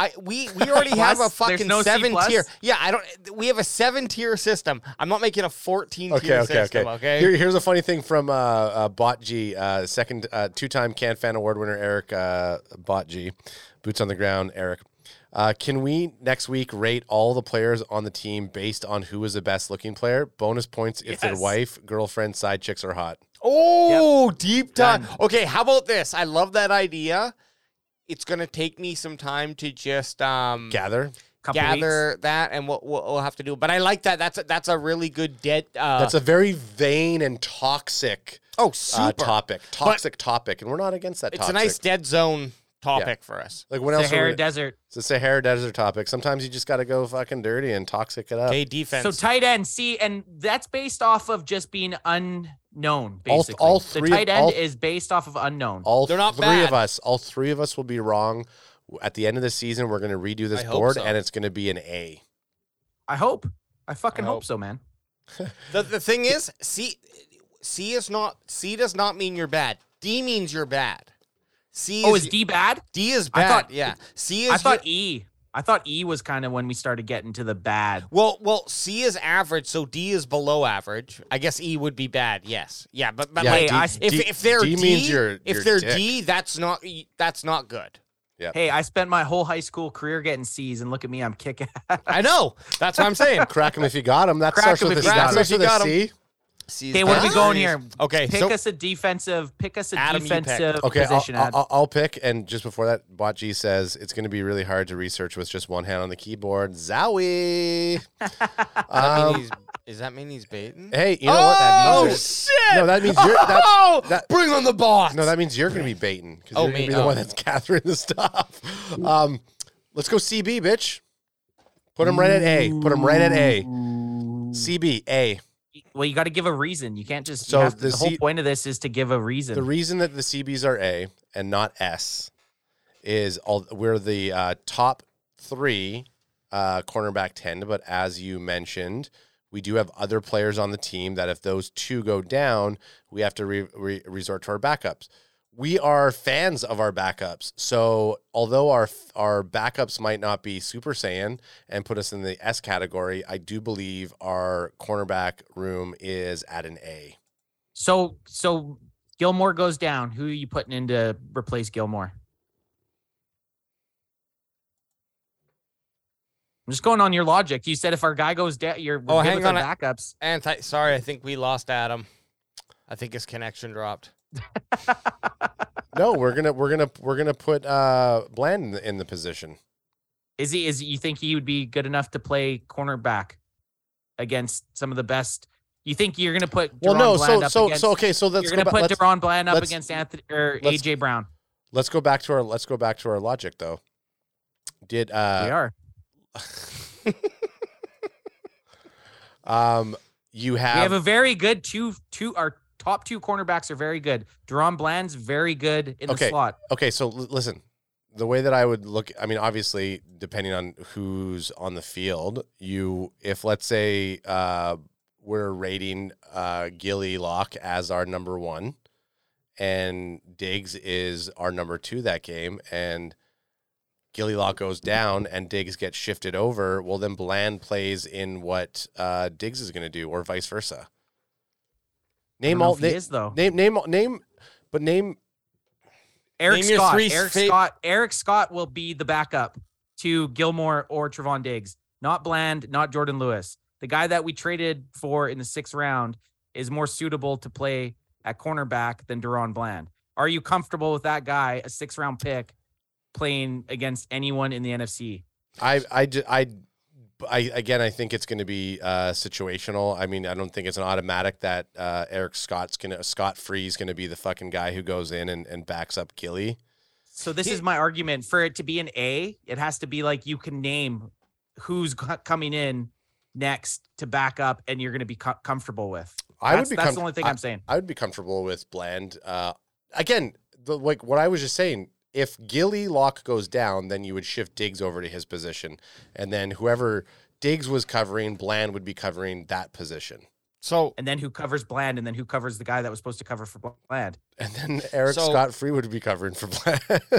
Speaker 4: I, we we already have a
Speaker 2: Plus? There's
Speaker 4: fucking
Speaker 2: no C
Speaker 4: seven
Speaker 2: plus?
Speaker 4: tier. Yeah, I don't. We have a seven tier system. I'm not making a fourteen
Speaker 3: Okay,
Speaker 4: tier
Speaker 3: okay, okay.
Speaker 4: system. Okay.
Speaker 3: Here, here's a funny thing from uh, uh, Bot G, uh, second uh, two-time Can Fan Award winner Eric uh, Bot G, boots on the ground Eric. Uh, can we next week rate all the players on the team based on who is the best looking player? Bonus points if their
Speaker 2: Yes.
Speaker 3: wife, girlfriend, side chicks are hot.
Speaker 4: Oh, deep
Speaker 2: Done.
Speaker 4: dive. Okay, how about this? I love that idea. It's gonna take me some time to just um
Speaker 3: Gather.
Speaker 2: Couple
Speaker 4: gather that, and we'll, we'll we'll have to do. But I like that. That's a, that's a really good dead. Uh,
Speaker 3: That's a very vain and toxic
Speaker 4: oh
Speaker 3: uh,
Speaker 4: super.
Speaker 3: topic. Toxic topic, and we're not against that.
Speaker 4: it's
Speaker 3: toxic.
Speaker 4: a nice dead zone topic for us.
Speaker 3: like when
Speaker 2: weeks.
Speaker 3: else? Are
Speaker 2: Sahara
Speaker 3: we,
Speaker 2: Desert.
Speaker 3: it's a Sahara Desert topic. Sometimes you just got to go fucking dirty and toxic it up.
Speaker 4: Okay, defense.
Speaker 2: Uh, So tight end, see, and that's based off of just being unknown.
Speaker 3: All-
Speaker 2: Basically,
Speaker 3: all three-
Speaker 2: the tight end
Speaker 3: all-
Speaker 2: is based off of unknown.
Speaker 3: All
Speaker 4: They're not
Speaker 3: three
Speaker 4: bad.
Speaker 3: of us, all three of us will be wrong. At the end of the season, we're going to redo this
Speaker 4: I hope
Speaker 3: board,
Speaker 4: so.
Speaker 3: and it's going to be an A.
Speaker 2: I hope. I fucking
Speaker 4: I
Speaker 2: hope.
Speaker 4: hope.
Speaker 2: so, man.
Speaker 4: the the thing is, C C is not C does not mean you're bad. D means you're bad. C
Speaker 2: Oh,
Speaker 4: is,
Speaker 2: is D bad?
Speaker 4: D is
Speaker 2: I
Speaker 4: bad.
Speaker 2: thought-
Speaker 4: yeah. C is
Speaker 2: I
Speaker 4: your-
Speaker 2: thought E. I thought E was kind of when we started getting to the bad.
Speaker 4: Well, well, C is average, so D is below average. I guess E would be bad. Yes, yeah, but but
Speaker 3: Yeah,
Speaker 4: like,
Speaker 2: D- I-
Speaker 4: if
Speaker 3: D-
Speaker 4: if they're D,
Speaker 3: D means you're-
Speaker 4: if
Speaker 3: you're
Speaker 4: they're
Speaker 3: dick.
Speaker 4: D, that's not that's not good.
Speaker 2: Hey, I spent my whole high school career getting C's, and look at me, I'm kicking.
Speaker 4: I know. That's what I'm saying.
Speaker 3: Crack him if you got him. That
Speaker 2: Crack
Speaker 3: starts
Speaker 2: 'em
Speaker 3: with
Speaker 2: if
Speaker 3: a,
Speaker 2: you
Speaker 3: that
Speaker 4: got 'em.
Speaker 3: starts
Speaker 4: If you
Speaker 3: with a
Speaker 4: got 'em.
Speaker 3: C.
Speaker 4: C is
Speaker 2: Okay, what are we
Speaker 4: bad.
Speaker 2: going here?
Speaker 4: Okay,
Speaker 2: Pick
Speaker 4: so
Speaker 2: us a defensive. Pick us a
Speaker 4: Adam, you pick.
Speaker 2: defensive
Speaker 3: Okay, I'll,
Speaker 2: position.
Speaker 3: I'll,
Speaker 2: Ad.
Speaker 3: I'll- I'll pick. And just before that, Bot G says it's going to be really hard to research with just one hand on the keyboard. Zowie.
Speaker 4: I mean,
Speaker 3: um,
Speaker 4: he's- does that mean he's baiting?
Speaker 3: hey, you know what?
Speaker 4: oh
Speaker 3: means
Speaker 4: shit!
Speaker 3: No, that means you're- that-
Speaker 4: oh,
Speaker 3: that-
Speaker 4: bring on the boss.
Speaker 3: No, that means you're going to be baiting because
Speaker 4: Oh,
Speaker 3: you're going
Speaker 4: me.
Speaker 3: to be the
Speaker 4: Oh.
Speaker 3: one that's gathering the stuff. Um, let's go CB, bitch. Put him right at A. Put him right at A. CB A.
Speaker 2: well, you got to give a reason. You can't just.
Speaker 3: So
Speaker 2: you have to-
Speaker 3: the
Speaker 2: the, whole
Speaker 3: C-
Speaker 2: point of this is to give a reason.
Speaker 3: The reason that the CBs are A and not S is all, we're the uh, top three uh, cornerback 10. But as you mentioned, we do have other players on the team that if those two go down, we have to re- re- resort to our backups. We are fans of our backups. So although our our backups might not be Super Saiyan and put us in the S category, I do believe our cornerback room is at an A.
Speaker 2: So so Gilmore goes down. Who are you putting in to replace Gilmore? I'm just going on your logic. You said if our guy goes down, you're
Speaker 4: Oh,
Speaker 2: we're good
Speaker 4: hang
Speaker 2: with our
Speaker 4: on a-
Speaker 2: backups.
Speaker 4: Anti. Sorry, I think we lost Adam. I think his connection dropped.
Speaker 3: No, we're gonna we're gonna we're gonna put uh Bland in the, in the position.
Speaker 2: Is he is you think he would be good enough to play cornerback against some of the best? You think you're going to put
Speaker 3: Well,
Speaker 2: Deron
Speaker 3: no,
Speaker 2: Bland
Speaker 3: so
Speaker 2: up
Speaker 3: so
Speaker 2: against,
Speaker 3: so okay, so let's
Speaker 2: you're
Speaker 3: go
Speaker 2: going to
Speaker 3: back.
Speaker 2: put
Speaker 3: Let's,
Speaker 2: Deron Bland up
Speaker 3: let's-
Speaker 2: against Anthony or
Speaker 3: let's-
Speaker 2: AJ Brown.
Speaker 3: let's go back to our let's go back to our logic though. Did
Speaker 2: we
Speaker 3: uh
Speaker 2: are.
Speaker 3: um you have,
Speaker 2: we have a very good two two our top two cornerbacks are very good. Deron Bland's very good in
Speaker 3: Okay.
Speaker 2: the slot.
Speaker 3: okay? So l- listen, the way that I would look, I mean, obviously depending on who's on the field, you if let's say uh we're rating uh Gilly Locke as our number one, and Diggs is our number two that game, and Gilly Locke goes down and Diggs gets shifted over, well then Bland plays in what uh, Diggs is going to do, or vice versa.
Speaker 2: I don't
Speaker 3: Name
Speaker 2: know
Speaker 3: all
Speaker 2: if he
Speaker 3: na-
Speaker 2: is though.
Speaker 3: name name name, but name
Speaker 2: Eric
Speaker 4: Name your
Speaker 2: Scott.
Speaker 4: three
Speaker 2: Eric
Speaker 4: fa-
Speaker 2: Scott. Eric Scott will be the backup to Gilmore or Trevon Diggs. Not Bland. Not Jordan Lewis. The guy that we traded for in the sixth round is more suitable to play at cornerback than Duron Bland. Are you comfortable with that guy, a six round pick, playing against anyone in the NFC?
Speaker 3: I I ju- I I again I think it's going to be uh, situational. I mean, I don't think it's an automatic that uh, Eric Scott's going to Scott Free's going to be the fucking guy who goes in and, and backs up Gilly.
Speaker 2: So this
Speaker 4: He-
Speaker 2: is my argument for it to be an A. It has to be like you can name who's co- coming in next to back up, and you're going to be co- comfortable with.
Speaker 3: I
Speaker 2: That's-
Speaker 3: would be
Speaker 2: that's
Speaker 3: com-
Speaker 2: the only thing
Speaker 3: I-
Speaker 2: I'm saying.
Speaker 3: I would be comfortable with Bland. Uh, again, the, like what I was just saying, if Gilly Locke goes down, then you would shift Diggs over to his position, and then whoever Diggs was covering, Bland would be covering that position,
Speaker 4: So
Speaker 2: and then who covers Bland, and then who covers the guy that was supposed to cover for Bland.
Speaker 3: and then Eric
Speaker 4: So-
Speaker 3: Scott Free would be covering for Bland.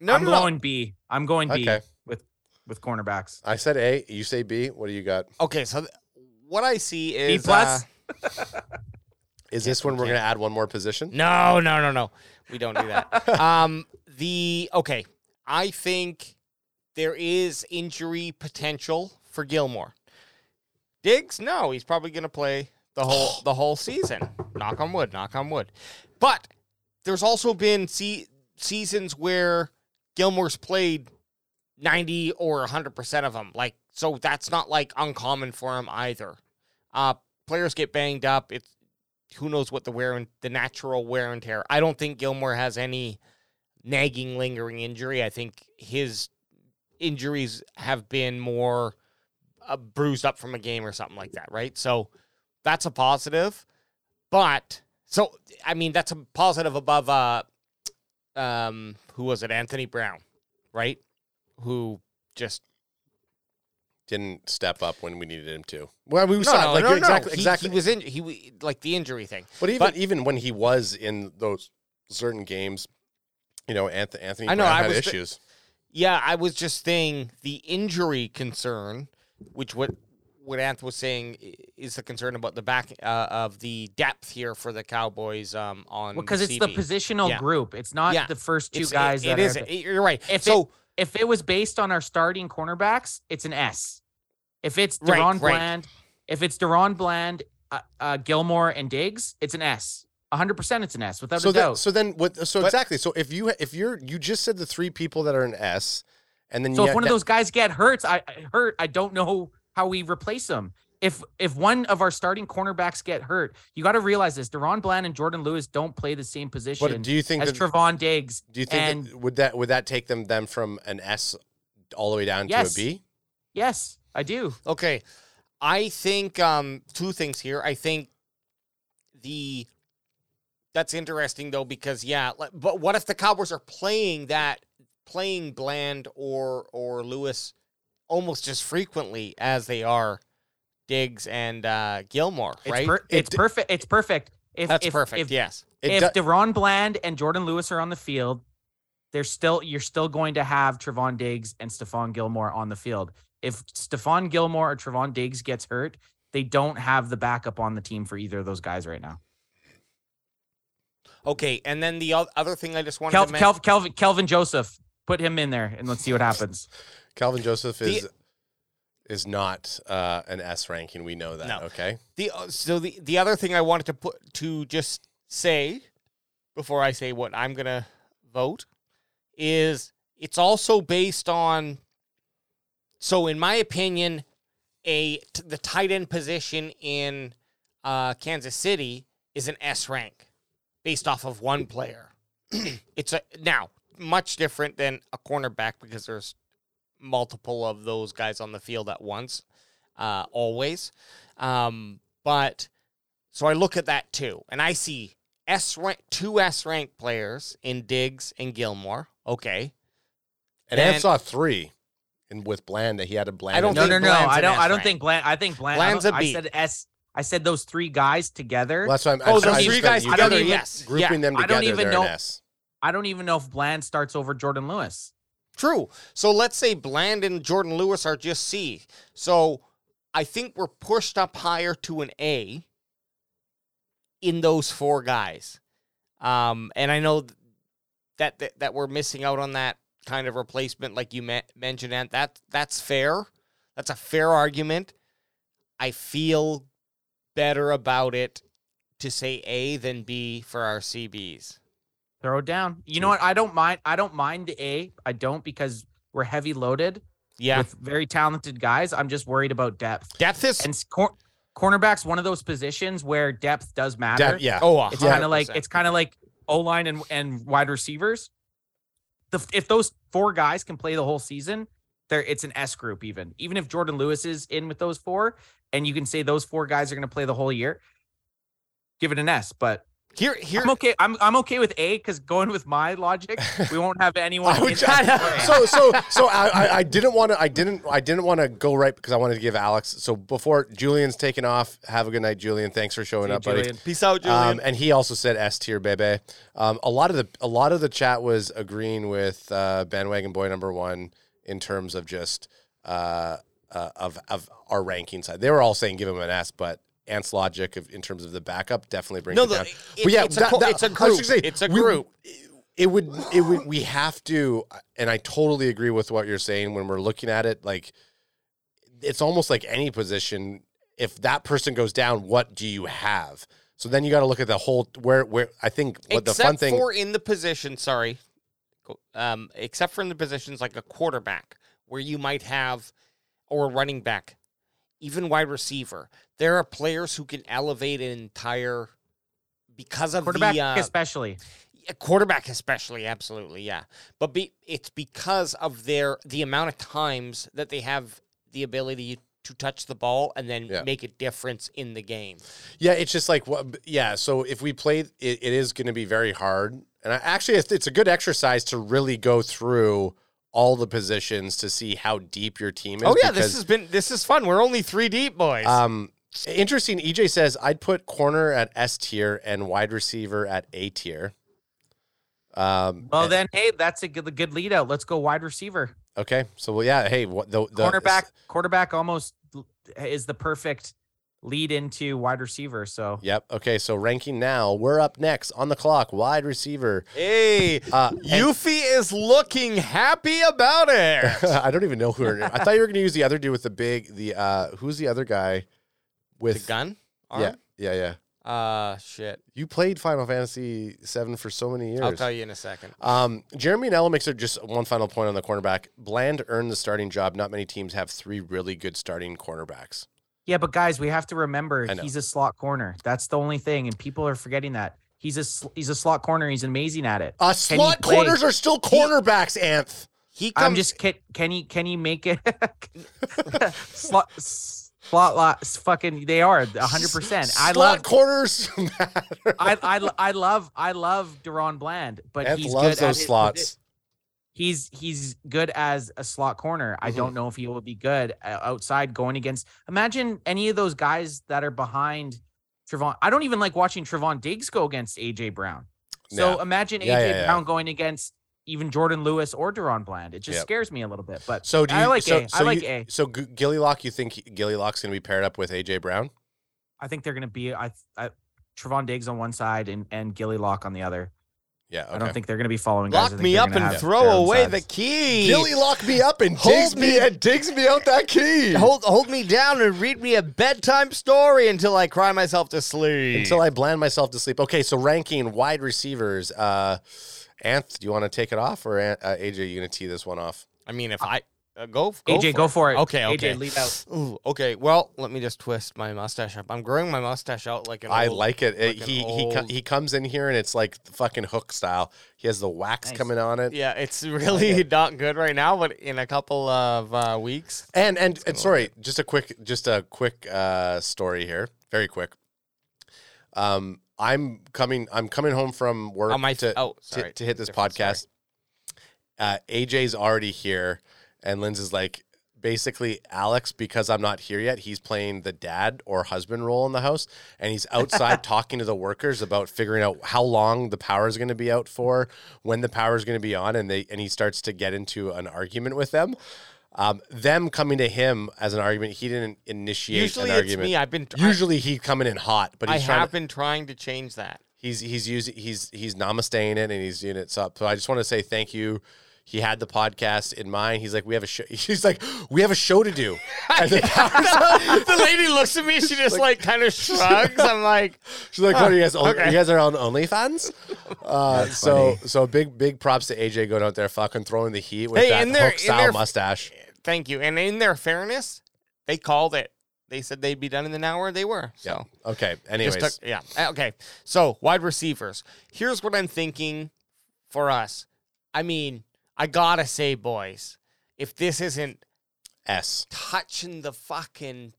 Speaker 4: no,
Speaker 2: I'm
Speaker 4: no, no.
Speaker 2: going B. I'm going B
Speaker 3: Okay.
Speaker 2: with with cornerbacks.
Speaker 3: I said A, you say B. What do you got?
Speaker 4: Okay, so th- what I see
Speaker 2: B
Speaker 4: is
Speaker 2: plus.
Speaker 4: uh,
Speaker 3: Is this when we're going to add one more position?
Speaker 4: no, no, no, no. We don't do that. um, the okay, I think there is injury potential for Gilmore. Diggs, no, he's probably going to play the whole the whole season. Knock on wood, knock on wood. But there's also been se- seasons where Gilmore's played 90 or 100% of them. Like so that's not like uncommon for him either. Uh players get banged up. It's who knows what the wear and the natural wear and tear. I don't think Gilmore has any nagging lingering injury. I think his injuries have been more uh, bruised up from a game or something like that, right? So that's a positive. But so I mean that's a positive above uh um who was it? Anthony Brown, right? Who just
Speaker 3: Didn't step up when we needed him to. Well, we
Speaker 4: no,
Speaker 3: saw it,
Speaker 4: no,
Speaker 3: like
Speaker 4: no, no.
Speaker 3: exactly,
Speaker 4: He-
Speaker 3: exactly.
Speaker 4: he was in he w- like the injury thing.
Speaker 3: but even
Speaker 4: but-
Speaker 3: even when he was in those certain games, you know, Anthony Anthony
Speaker 4: I know,
Speaker 3: Brown
Speaker 4: I
Speaker 3: had
Speaker 4: was thi-
Speaker 3: issues.
Speaker 4: Yeah, I was just saying the injury concern, which what what Anth was saying i- is the concern about the back uh, of the depth here for the Cowboys um, on
Speaker 2: Because it's the
Speaker 4: CD.
Speaker 2: positional
Speaker 4: Yeah.
Speaker 2: group. It's not
Speaker 4: Yeah.
Speaker 2: the first two
Speaker 4: It's- it-
Speaker 2: guys.
Speaker 4: it
Speaker 2: that
Speaker 4: is.
Speaker 2: Are,
Speaker 4: it- you're right.
Speaker 2: If
Speaker 4: so
Speaker 2: if it was based on our starting cornerbacks, it's an S. If it's
Speaker 4: Right,
Speaker 2: Deron
Speaker 4: right.
Speaker 2: Bland, if it's Deron Bland, uh, uh, Gilmore and Diggs, it's an S. 100% it's an S without
Speaker 3: So
Speaker 2: a doubt.
Speaker 3: that, so then what? So
Speaker 4: But-
Speaker 3: exactly. So if you if you're you just said the three people that are an S, and then
Speaker 2: So
Speaker 3: you
Speaker 2: if one of those guys get hurt, I I- hurt, I don't know how we replace them. If if one of our starting cornerbacks get hurt, you got to realize this: Deron Bland and Jordan Lewis don't play the same
Speaker 3: But
Speaker 2: position
Speaker 3: do you think
Speaker 2: as
Speaker 3: that,
Speaker 2: Trevon Diggs.
Speaker 3: do you think that, would that would that take them them from an S all the way down
Speaker 2: Yes.
Speaker 3: to a B?
Speaker 2: Yes, I do.
Speaker 4: Okay. I think um two things here. I think the that's interesting though because yeah, like, but what if the Cowboys are playing that playing Bland or or Lewis almost as frequently as they are Diggs and uh, Gilmore,
Speaker 2: It's,
Speaker 4: right?
Speaker 2: per- it's
Speaker 3: d-
Speaker 2: perfect. It's perfect. If,
Speaker 4: That's
Speaker 2: if,
Speaker 4: perfect.
Speaker 2: If,
Speaker 4: yes.
Speaker 3: It
Speaker 2: if
Speaker 3: do-
Speaker 2: Deron Bland and Jordan Lewis are on the field, they're still you're still going to have Trevon Diggs and Stephon Gilmore on the field. If Stephon Gilmore or Trevon Diggs gets hurt, they don't have the backup on the team for either of those guys right now.
Speaker 4: Okay. And then the o- other thing I just wanted
Speaker 2: Kel-
Speaker 4: to mention.
Speaker 2: Kel- Kelvin, Kelvin Joseph, put him in there and let's see what happens.
Speaker 3: Calvin Joseph
Speaker 4: The-
Speaker 3: is is not uh, an S ranking. We know that.
Speaker 4: No.
Speaker 3: Okay.
Speaker 4: The uh, so the the other thing I wanted to put to just say before I say what I'm gonna vote is it's also based on. So in my opinion, a t- the tight end position in uh, Kansas City is an S rank based off of one player. it's a now much different than a cornerback because there's multiple of those guys on the field at once, uh, always. Um, but so I look at that too, and I see S rank two S rank players in Diggs and Gilmore. Okay,
Speaker 3: And,
Speaker 4: Then-
Speaker 3: Ant saw three, and with Bland that he had a Bland.
Speaker 4: I don't
Speaker 3: in
Speaker 2: No,
Speaker 4: think
Speaker 2: no, no.
Speaker 4: Bland's
Speaker 2: I
Speaker 4: an
Speaker 2: don't. I
Speaker 4: S
Speaker 2: don't
Speaker 4: rank.
Speaker 2: think Bland. I think Bland. I
Speaker 4: Bland's
Speaker 2: don't-
Speaker 4: a
Speaker 2: I
Speaker 4: B.
Speaker 2: said S. I said those three guys together.
Speaker 3: Well, that's why I'm.
Speaker 4: Oh,
Speaker 3: I-
Speaker 4: those
Speaker 3: I
Speaker 4: three
Speaker 3: spent
Speaker 4: guys
Speaker 3: you
Speaker 4: together,
Speaker 3: grouping-
Speaker 4: yes.
Speaker 3: grouping
Speaker 4: Yeah.
Speaker 3: them
Speaker 2: I
Speaker 3: together.
Speaker 2: don't even
Speaker 3: they're
Speaker 2: know-
Speaker 3: an S.
Speaker 2: I don't even know if Bland starts over Jordan Lewis.
Speaker 4: True. So let's say Bland and Jordan Lewis are just C. So I think we're pushed up higher to an A in those four guys. Um, and I know th- that, that that we're missing out on that kind of replacement, like you me- mentioned, and that that's fair. That's a fair argument. I feel better about it to say A than B for our CBs.
Speaker 2: Throw it down. You know what? I don't mind. I don't mind the A. I don't because we're heavy loaded
Speaker 4: Yeah,
Speaker 2: with very talented guys. I'm just worried about depth
Speaker 4: depth is
Speaker 2: and s- cor- cornerbacks. One of those positions where depth does matter.
Speaker 3: Depth, yeah.
Speaker 4: oh,
Speaker 2: It's kind of like
Speaker 4: 100%.
Speaker 2: it's kind of like O line and and wide receivers. The if those four guys can play the whole season, there it's an S group even. Even if Jordan Lewis is in with those four, and you can say those four guys are going to play the whole year, give it an S. But
Speaker 4: here here
Speaker 2: I'm okay. I'm I'm okay with A because going with my logic, we won't have anyone.
Speaker 3: I would
Speaker 2: in
Speaker 3: try
Speaker 2: S
Speaker 3: to,
Speaker 2: or A.
Speaker 3: so so so I, I, I didn't want to I didn't I didn't want to go right because I wanted to give Alex so before Julian's taken off have a good night Julian thanks for showing up buddy
Speaker 4: Peace out,
Speaker 3: um, and he also said S tier baby um, a lot of the a lot of the chat was agreeing with uh, bandwagon boy number one in terms of just uh, uh, of of our ranking side they were all saying give him an S but Ant's logic of, in terms of the backup definitely brings
Speaker 4: No,
Speaker 3: it
Speaker 4: the-
Speaker 3: down.
Speaker 4: it-
Speaker 3: But yeah,
Speaker 4: it's a
Speaker 3: that-
Speaker 4: co-
Speaker 3: that-
Speaker 4: it's a
Speaker 3: I was gonna
Speaker 4: group.
Speaker 3: say,
Speaker 4: It's a
Speaker 3: we-
Speaker 4: group.
Speaker 3: it would it would we have to and i totally agree with what you're saying when we're looking at it like it's almost like any position if that person goes down what do you have so then you got to look at the whole where where i think what the
Speaker 4: except
Speaker 3: fun thing
Speaker 4: for in the position, sorry, Go- um, except for in the positions like a quarterback, where you might have, or a running back, even wide receiver. There are players who can elevate an entire because of
Speaker 2: quarterback
Speaker 4: the uh,
Speaker 2: especially.
Speaker 4: a quarterback especially absolutely yeah but be, it's because of their the amount of times that they have the ability to touch the ball and then
Speaker 3: Yeah.
Speaker 4: make a difference in the game
Speaker 3: yeah it's just like what yeah so if we play it, it is going to be very hard and I, actually it's, it's a good exercise to really go through all the positions to see how deep your team is
Speaker 4: oh yeah this
Speaker 3: because-
Speaker 4: has been this is fun we're only three deep boys
Speaker 3: Um, interesting. EJ says I'd put corner at S tier and wide receiver at A tier. Um,
Speaker 2: Well
Speaker 3: eh,
Speaker 2: then, hey, that's a good, good lead out. Let's go wide receiver,
Speaker 3: okay. So well, yeah. Hey, what the, the
Speaker 2: cornerback. Quarterback almost is the perfect lead into wide receiver. So
Speaker 3: Yep. Okay. So ranking now, we're up next on the clock. Wide receiver.
Speaker 4: Hey,
Speaker 3: Uh, and-
Speaker 4: Yuffie is looking happy about it.
Speaker 3: I don't even know who. Her name. I thought you were going to use the other dude with the big. The uh, who's the other guy
Speaker 4: the
Speaker 3: with
Speaker 4: gun?
Speaker 3: Yeah. Yeah. Yeah.
Speaker 4: Yeah. Uh, shit.
Speaker 3: You played Final Fantasy VII for so many years.
Speaker 4: I'll tell you in a second.
Speaker 3: Um, Jeremy and Elmixer, just one final point on the cornerback. Bland earned the starting job. Not many teams have three really good starting cornerbacks.
Speaker 2: Yeah, but guys, we have to remember
Speaker 3: I know.
Speaker 2: he's a slot corner. That's the only thing, and people are forgetting that he's a sl- he's a slot corner. He's amazing at it.
Speaker 3: Uh,
Speaker 2: Can he
Speaker 3: slot
Speaker 2: play-
Speaker 3: corners are still cornerbacks, Anth.
Speaker 4: He comes.
Speaker 2: I'm just kid. Can he can he make it? slot slot lot fucking they are 100. percent I
Speaker 3: Slot
Speaker 2: love
Speaker 3: corners. matter.
Speaker 2: I, I I love I love Deron Bland, but
Speaker 3: Anth
Speaker 2: he's
Speaker 3: loves
Speaker 2: good at
Speaker 3: those
Speaker 2: his
Speaker 3: slots.
Speaker 2: posi- he's he's good as a slot corner.
Speaker 3: Mm-hmm.
Speaker 2: I don't know if he will be good uh, outside going against. Imagine any of those guys that are behind Trevon. I don't even like watching Trevon Diggs go against AJ Brown. So
Speaker 3: Nah.
Speaker 2: imagine AJ
Speaker 3: Yeah, yeah, yeah.
Speaker 2: Brown going against even Jordan Lewis or Deron Bland. It just
Speaker 3: Yep.
Speaker 2: scares me a little bit. But
Speaker 3: So do you,
Speaker 2: I like
Speaker 3: so,
Speaker 2: A. I
Speaker 3: so
Speaker 2: like
Speaker 3: you,
Speaker 2: A.
Speaker 3: So G- Gilly Lock, you think he- Gilly Lock's going to be paired up with AJ Brown?
Speaker 2: I think they're going to be I, I Trevon Diggs on one side and and Gilly Lock on the other.
Speaker 3: Yeah, okay.
Speaker 2: I don't think they're going to be following. guys. I
Speaker 4: Lock
Speaker 2: think
Speaker 4: me
Speaker 2: they're
Speaker 4: up
Speaker 2: gonna
Speaker 4: and
Speaker 2: have
Speaker 4: throw
Speaker 2: their own
Speaker 4: away
Speaker 2: sides.
Speaker 4: the key.
Speaker 3: Gilly locked me up and
Speaker 4: Hold
Speaker 3: digs me,
Speaker 4: me-
Speaker 3: and digs me out that key.
Speaker 4: Hold, hold me down and read me a bedtime story until I cry myself to sleep.
Speaker 3: until I bland myself to sleep. Okay, so ranking wide receivers. Uh, Anth, do you want to take it off, or An- uh, AJ, you gonna tee this one off?
Speaker 4: I mean, if I uh, go, go
Speaker 2: AJ,
Speaker 4: for
Speaker 2: go for it.
Speaker 4: Okay, okay.
Speaker 2: AJ, lead out.
Speaker 4: Ooh, okay. Well, let me just twist my mustache up. I'm growing my mustache out like an.
Speaker 3: I
Speaker 4: old-
Speaker 3: like it. It-
Speaker 4: like an
Speaker 3: he he co-
Speaker 4: old-
Speaker 3: he comes in here and it's like the fucking hook style. He has the wax
Speaker 2: Nice.
Speaker 3: coming on it,
Speaker 4: Yeah, it's really not good right now, but in a couple of uh, weeks.
Speaker 3: and and, and sorry, just a quick just a quick uh, story here, very quick. Um, I'm coming. I'm coming home from work
Speaker 4: On my
Speaker 3: to
Speaker 4: oh,
Speaker 3: to-
Speaker 4: sorry,
Speaker 3: to, hit this
Speaker 4: Different story.
Speaker 3: podcast. Uh, AJ's already here, and Linz is like basically Alex because I'm not here yet. He's playing the dad or husband role in the house, and he's outside talking to the workers about figuring out how long the power is going to be out for, when the power is going to be on, and they and he starts to get into an argument with them. Um, them coming to him as an argument, he didn't initiate
Speaker 4: Usually
Speaker 3: an
Speaker 4: it's
Speaker 3: argument.
Speaker 4: me. I've been I-
Speaker 3: Usually he coming in hot, but
Speaker 4: I
Speaker 3: he's trying to-
Speaker 4: have been trying to change that.
Speaker 3: he's he's using he's he's namasteing it and he's doing it up. So I just want to say thank you. He had the podcast in mind. He's like, we have a show. He's like, we have a show to do. And the power's out.
Speaker 4: the lady looks at me. She just like, kind of shrugs. I'm like,
Speaker 3: She's like, what are you guys?
Speaker 4: okay.
Speaker 3: You guys are on OnlyFans. Uh, so so big big props to AJ going out there, fucking throwing the heat with
Speaker 4: Hey,
Speaker 3: that
Speaker 4: in their-
Speaker 3: hook
Speaker 4: in
Speaker 3: style
Speaker 4: their-
Speaker 3: mustache.
Speaker 4: thank you. And in their fairness, they called it. They said they'd be done in an hour. They were. So.
Speaker 3: Okay.
Speaker 4: Just
Speaker 3: Anyways,
Speaker 4: took- yeah. Uh, Okay. So wide receivers. Here's what I'm thinking for us. I mean, I gotta say, boys, if this isn't
Speaker 3: S.
Speaker 4: touching the fucking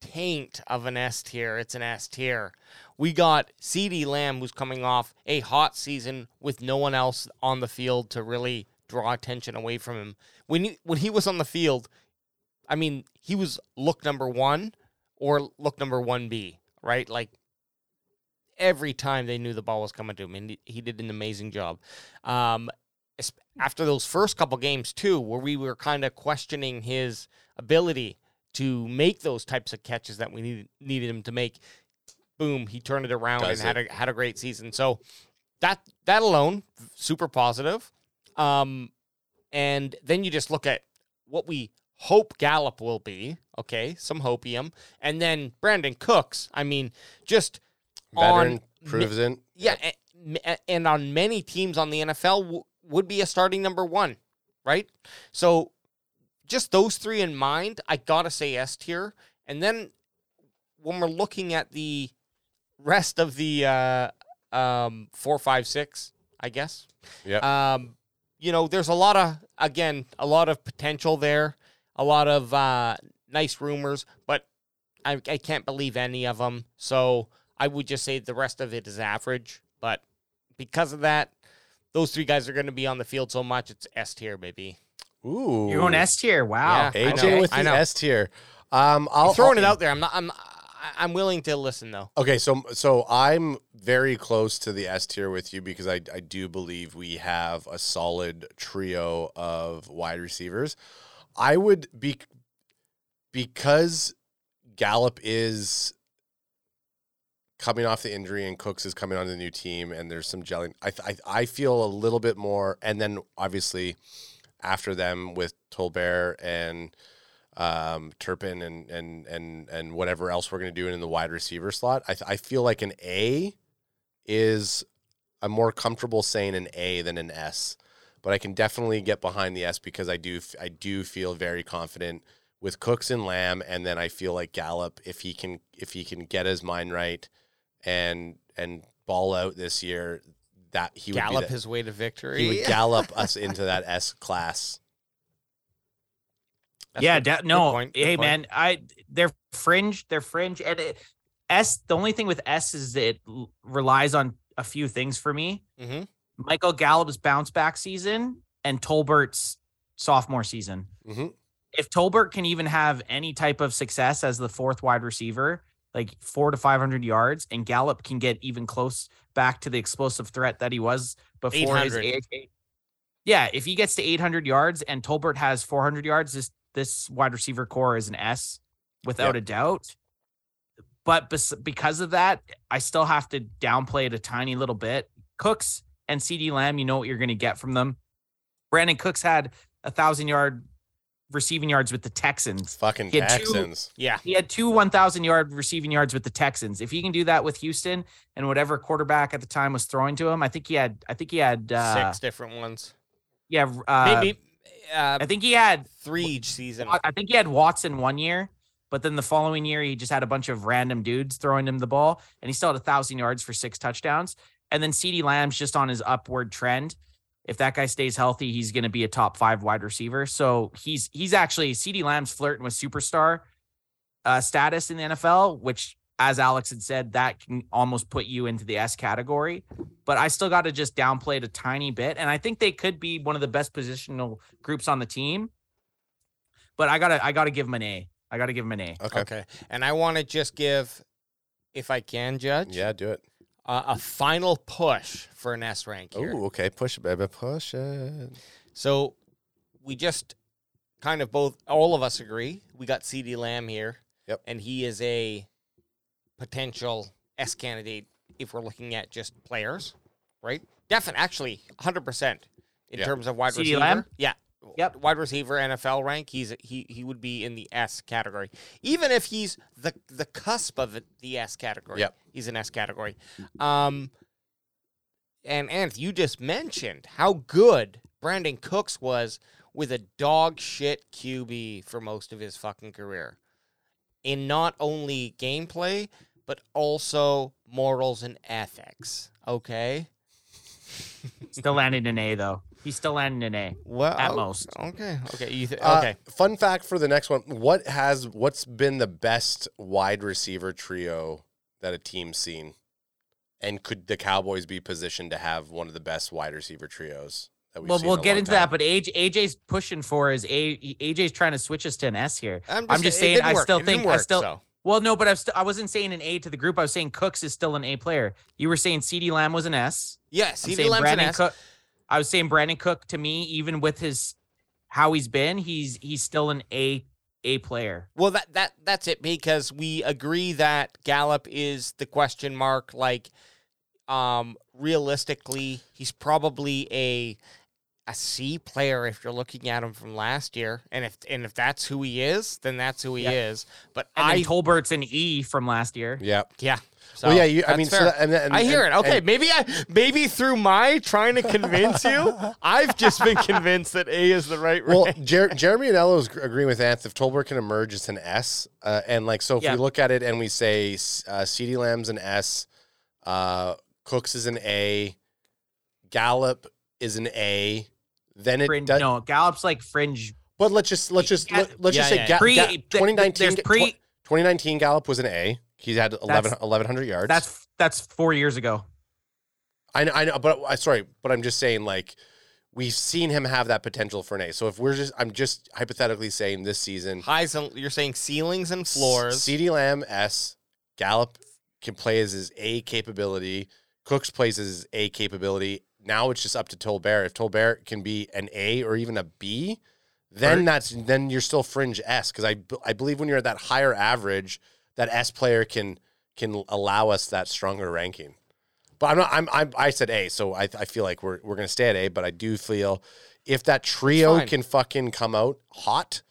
Speaker 4: taint of an S tier, it's an S tier. We got CD Lamb who's coming off a hot season with no one else on the field to really draw attention away from him. When he, when he was on the field, I mean, he was look number 1 or look number 1B, right? Like every time they knew the ball was coming to him and he- he did an amazing job. Um es- after those first couple games too where we were kind of questioning his ability to make those types of catches that we needed needed him to make. Boom, he turned it around
Speaker 3: Does
Speaker 4: and had a had a great season. So that that alone, super positive. Um, and then you just look at what we hope Gallup will be. Okay, some hopium, and then Brandon Cooks. I mean, just
Speaker 3: Veteran
Speaker 4: on
Speaker 3: proves it.
Speaker 4: yeah, a- m- a- and on many teams on the NFL w- would be a starting number one, right? So just those three in mind, I gotta say S tier. And then when we're looking at the rest of the uh, um, four, five, six, I guess.
Speaker 3: Yep.
Speaker 4: Um, you know, there's a lot of again, a lot of potential there, a lot of uh, nice rumors, but I, I can't believe any of them. So I would just say the rest of it is average. But because of that, those three guys are going to be on the field so much. It's S tier, baby.
Speaker 3: Ooh.
Speaker 2: You're on S tier. Wow.
Speaker 4: Yeah. I
Speaker 3: AJ
Speaker 4: know,
Speaker 3: with
Speaker 4: I
Speaker 3: the
Speaker 4: know.
Speaker 3: S tier. Um, I'll
Speaker 4: I'm throwing it out there. I'm not. I'm. I- I'm willing to listen though.
Speaker 3: Okay, so so I'm very close to the S tier with you because I, I do believe we have a solid trio of wide receivers. I would be because Gallup is coming off the injury and Cooks is coming onto the new team and there's some gelling. I I, I feel a little bit more and then obviously after them with Tolbert and um, Turpin and and and and whatever else we're going to do in the wide receiver slot. I, th- I feel like an A is I'm more comfortable saying an A than an S, but I can definitely get behind the S because I do f- I do feel very confident with Cooks and Lamb, and then I feel like Gallup if he can if he can get his mind right and and ball out this year that he would
Speaker 4: Gallop
Speaker 3: be the-
Speaker 4: his way to victory.
Speaker 3: he would gallop us into that S class.
Speaker 4: That's
Speaker 2: yeah,
Speaker 4: good-
Speaker 2: de-
Speaker 4: good
Speaker 2: no.
Speaker 4: point, good
Speaker 2: hey,
Speaker 4: point.
Speaker 2: man, I they're fringe. They're fringe, and it, S. The only thing with S is it l- relies on a few things for me.
Speaker 4: Mhm.
Speaker 2: Michael Gallup's bounce back season and Tolbert's sophomore season.
Speaker 3: Mhm.
Speaker 2: If Tolbert can even have any type of success as the fourth wide receiver, like four to 500 yards, and Gallup can get even close back to the explosive threat that he was before his
Speaker 4: 800.
Speaker 2: AHA. Yeah, if he gets to 800 yards and Tolbert has 400 yards, this this wide receiver core is an S without a doubt. But bes- because of that, I still have to downplay it a tiny little bit. Cooks and CD Lamb, you know what you're going to get from them. Brandon Cooks had a thousand yard receiving yards with the Texans.
Speaker 3: Fucking
Speaker 2: He had two-
Speaker 3: Texans.
Speaker 4: Yeah.
Speaker 2: He had two 1,000 yard receiving yards with the Texans. If he can do that with Houston and whatever quarterback at the time was throwing to him, I think he had, I think he had, uh,
Speaker 4: Six different ones.
Speaker 2: yeah, uh,
Speaker 4: Maybe uh,
Speaker 2: I think he had,
Speaker 4: three each season.
Speaker 2: I think he had Watson one year, but then the following year he just had a bunch of random dudes throwing him the ball, and he still had a thousand yards for six touchdowns. And then Ceedee Lamb's just on his upward trend. If that guy stays healthy, he's going to be a top five wide receiver. So he's he's actually Ceedee Lamb's flirting with superstar uh, status in the NFL, which, as Alex had said, that can almost put you into the S category. But I still got to just downplay it a tiny bit, and I think they could be one of the best positional groups on the team. But I gotta I gotta give him an A. I gotta give him an A.
Speaker 3: Okay.
Speaker 4: Okay. And I want to just give, if I can judge,
Speaker 3: Yeah, do it.
Speaker 4: uh, a final push for an S rank here.
Speaker 3: Oh, okay. Push it, baby. Push it.
Speaker 4: So we just kind of both, all of us agree. We got CD Lamb here.
Speaker 3: Yep.
Speaker 4: And he is a potential S candidate if we're looking at just players, right? Definitely, actually, 100% in
Speaker 3: Yeah.
Speaker 4: terms of wide
Speaker 2: CeeDee
Speaker 4: receiver.
Speaker 2: Lamb?
Speaker 4: Yeah.
Speaker 2: Yep.
Speaker 4: Wide receiver NFL rank, he's he he would be in the S category. Even if he's the the cusp of the S category.
Speaker 3: Yep.
Speaker 4: He's an S category. Um and Anth, you just mentioned how good Brandon Cooks was with a dog shit QB for most of his fucking career. In not only gameplay, but also morals and ethics. Okay?
Speaker 2: Still landing an A though. He's still landing an A
Speaker 3: Oh,
Speaker 4: Well,
Speaker 2: at most.
Speaker 4: Okay. Okay. You th-
Speaker 3: Uh,
Speaker 4: okay.
Speaker 3: Fun fact for the next one: What has what's been the best wide receiver trio that a team's seen, and could the Cowboys be positioned to have one of the best wide receiver trios that we've
Speaker 2: Well,
Speaker 3: seen?
Speaker 2: we'll
Speaker 3: in a
Speaker 2: get
Speaker 3: long
Speaker 2: into
Speaker 3: time?
Speaker 2: that, but AJ, AJ's pushing for his A. AJ's trying to switch us to an S here.
Speaker 4: I'm
Speaker 2: just
Speaker 4: it
Speaker 2: saying,
Speaker 4: didn't
Speaker 2: I
Speaker 4: work.
Speaker 2: still
Speaker 4: It didn't
Speaker 2: think- I
Speaker 4: work,
Speaker 2: still-
Speaker 4: so.
Speaker 2: Well, no, but I've st- I wasn't saying an A to the group. I was saying Cooks is still an A player. You were saying CD Lamb was an S.
Speaker 4: Yes,
Speaker 2: I'm
Speaker 4: CD
Speaker 2: saying
Speaker 4: Lamb's an
Speaker 2: Brandon
Speaker 4: S.
Speaker 2: Cook. I was saying Brandon Cook to me, even with his how he's been, he's he's still an A A player.
Speaker 4: Well, that that that's it because we agree that Gallup is the question mark. Like, um, realistically, he's probably a a C player if you're looking at him from last year, and if and if that's who he is, then that's who he is. But
Speaker 2: And
Speaker 4: I
Speaker 2: then Tolbert's an E from last year.
Speaker 3: Yeah.
Speaker 4: yeah. So
Speaker 3: Well, yeah. You, I
Speaker 4: that's
Speaker 3: mean, so
Speaker 4: fair.
Speaker 3: that- and, and,
Speaker 4: I hear
Speaker 3: and-
Speaker 4: it. Okay,
Speaker 3: and-
Speaker 4: maybe I maybe through my trying to convince you, I've just been convinced that A is the right.
Speaker 3: well,
Speaker 4: rank.
Speaker 3: Jer- Jeremy and Ella is gr- agreeing with Anth. If Tolbert can emerge as an S, uh, and like so, if
Speaker 2: Yeah.
Speaker 3: we look at it and we say s- uh, Ceedee Lamb's an S, uh, Cooks is an A, Gallup is an A, then it
Speaker 2: Fringe,
Speaker 3: does.
Speaker 2: no, Gallup's like fringe
Speaker 3: But let's just let's just
Speaker 2: Yeah.
Speaker 3: let, us just
Speaker 4: Yeah,
Speaker 3: say
Speaker 4: yeah,
Speaker 3: Ga-
Speaker 2: pre.
Speaker 3: Ga-
Speaker 2: th- th-
Speaker 3: 2019
Speaker 2: there's pre.
Speaker 3: 2019 Gallup was an A. He had 11,
Speaker 2: That's-
Speaker 3: 1100 yards.
Speaker 2: That's that's four years ago.
Speaker 3: I know, I know, but I sorry, but I'm just saying like we've seen him have that potential for an A. So if we're just I'm just hypothetically saying this season
Speaker 4: highs and you're saying ceilings and floors.
Speaker 3: CD Lamb S, Gallup can play as his A capability, Cooks plays as his A capability. Now it's just up to Tolbert. If Tolbert can be an A or even a B, then that's then you're still fringe S because I b- I believe when you're at that higher average, that S player can can allow us that stronger ranking. But I'm not. I'm. I'm I said A, so I, I feel like we're we're gonna stay at A. But I do feel if that trio
Speaker 4: fine.
Speaker 3: can fucking come out hot,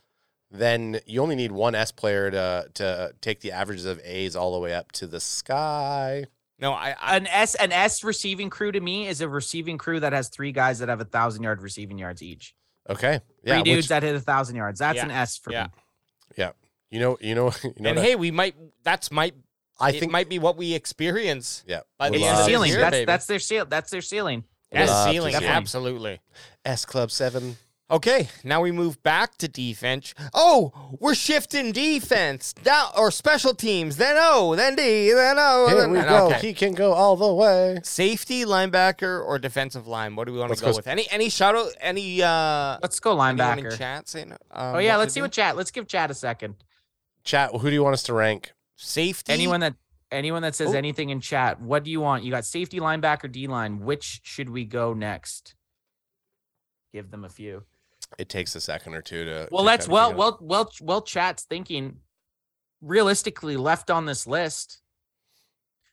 Speaker 3: then you only need one S player to to take the averages of A's all the way up to the sky.
Speaker 4: no, I, I
Speaker 2: An S an S receiving crew to me is a receiving crew that has three guys that have a thousand yard receiving yards each.
Speaker 3: Okay.
Speaker 2: Three
Speaker 3: Yeah.
Speaker 2: dudes
Speaker 3: which-
Speaker 2: that hit a thousand yards. That's
Speaker 4: Yeah.
Speaker 2: an S for
Speaker 4: Yeah.
Speaker 2: me.
Speaker 3: you know. You know. You know.
Speaker 4: and
Speaker 3: that-
Speaker 4: hey, we might that's might
Speaker 3: I
Speaker 4: it
Speaker 3: think.
Speaker 4: might be what we experience.
Speaker 3: yeah.
Speaker 4: But
Speaker 3: would
Speaker 2: It's
Speaker 4: Love
Speaker 2: the
Speaker 4: to
Speaker 3: love-
Speaker 2: ceiling.
Speaker 4: hear it,
Speaker 2: that's
Speaker 4: baby.
Speaker 2: that's their seal. That's their ceiling.
Speaker 3: Love
Speaker 4: That's
Speaker 3: to
Speaker 4: ceiling,
Speaker 3: see it.
Speaker 4: absolutely.
Speaker 3: S Club Seven.
Speaker 4: Okay, now we move back to defense. Oh, we're shifting defense now, or special teams. Then O, then D, then O.
Speaker 3: Here
Speaker 4: then,
Speaker 3: we
Speaker 4: and-
Speaker 3: go.
Speaker 4: okay.
Speaker 3: He can go all the way.
Speaker 4: Safety, linebacker, or defensive line. What do we want to
Speaker 3: Let's
Speaker 4: go
Speaker 3: go-
Speaker 4: with? Any any shout out? Any uh?
Speaker 2: Let's go
Speaker 4: anyone in
Speaker 2: linebacker.
Speaker 4: chat saying? Um,
Speaker 2: Oh yeah,
Speaker 4: to
Speaker 2: let's see
Speaker 4: do?
Speaker 2: what chat. Let's give chat a second.
Speaker 3: Chat, who do you want us to rank?
Speaker 4: safety.
Speaker 2: Anyone that anyone that says
Speaker 4: Oh.
Speaker 2: anything in chat, what do you want? You got safety, linebacker, D line. Which should we go next? Give them a few.
Speaker 3: It takes a second or two to.
Speaker 2: Well,
Speaker 3: to
Speaker 2: let's
Speaker 3: kinda
Speaker 2: well
Speaker 3: figure it out.
Speaker 2: well well well chat's thinking realistically left on this list.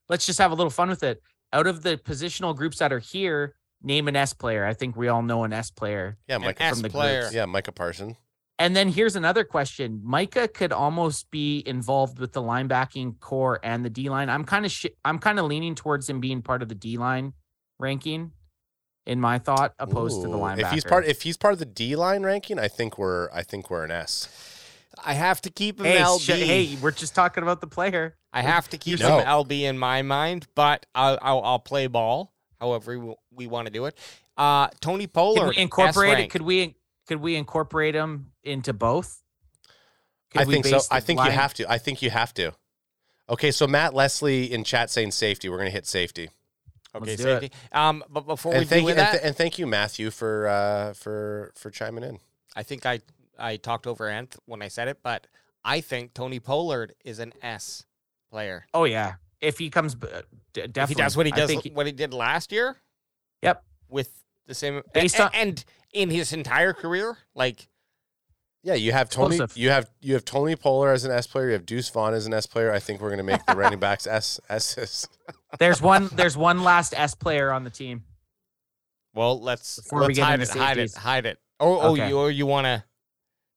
Speaker 2: Let's just have a little fun with it. Out of the positional groups that are here, name an S player. I think we all know an S player.
Speaker 3: Yeah,
Speaker 4: an
Speaker 3: Micah.
Speaker 4: S
Speaker 2: the
Speaker 4: player.
Speaker 2: groups.
Speaker 3: Yeah, Micah Parson.
Speaker 2: And then here's another question. Micah could almost be involved with the linebacking core and the D line. I'm kind of sh- I'm kind of leaning towards him being part of the D line ranking, in my thought, opposed to the
Speaker 3: Ooh,
Speaker 2: linebacker.
Speaker 3: If he's part, if he's part of the D line ranking, I think we're, I think we're an S.
Speaker 4: I have to keep him
Speaker 2: hey,
Speaker 4: LB.
Speaker 2: sh- hey, we're just talking about the player.
Speaker 4: I have to keep
Speaker 3: No.
Speaker 4: him LB in my mind, but I'll I'll, I'll play ball however we, we want to do it. Uh, Tony
Speaker 2: Could
Speaker 4: Pollard.
Speaker 2: we
Speaker 4: S
Speaker 2: incorporate it?
Speaker 4: rank.
Speaker 2: Could we could we incorporate him into both?
Speaker 3: I
Speaker 2: Could we
Speaker 3: think so.
Speaker 2: base the
Speaker 3: I think
Speaker 2: line-
Speaker 3: you have to. I think you have to. Okay, so Matt Leslie in chat saying safety. We're gonna hit safety.
Speaker 4: Okay,
Speaker 2: Let's do
Speaker 4: safety. Um, but before we
Speaker 3: and thank
Speaker 4: do
Speaker 3: you,
Speaker 4: with
Speaker 3: and,
Speaker 4: that,
Speaker 3: th- and thank you, Matthew, for uh, for for chiming in.
Speaker 4: I think I I talked over Anth when I said it, but I think Tony Pollard is an S player.
Speaker 2: Oh yeah, if he comes, b- uh, d- definitely.
Speaker 4: If he does what he
Speaker 2: I
Speaker 4: does,
Speaker 2: think
Speaker 4: what he did last year.
Speaker 2: Yep.
Speaker 4: With the same
Speaker 2: Based
Speaker 4: and,
Speaker 2: on-
Speaker 4: and in his entire career, like
Speaker 3: Yeah, you have Tony.
Speaker 2: Explosive.
Speaker 3: You have you have Tony Polar as an S player. You have Deuce Vaughn as an S player. I think we're gonna make the running backs S S's.
Speaker 2: there's one there's one last S player on the team.
Speaker 4: well, let's
Speaker 2: Before we
Speaker 4: let's
Speaker 2: get
Speaker 4: hide
Speaker 2: into
Speaker 4: it, hide it,
Speaker 2: safeties.
Speaker 4: hide it. Oh, oh,
Speaker 2: Okay.
Speaker 4: you or you want to?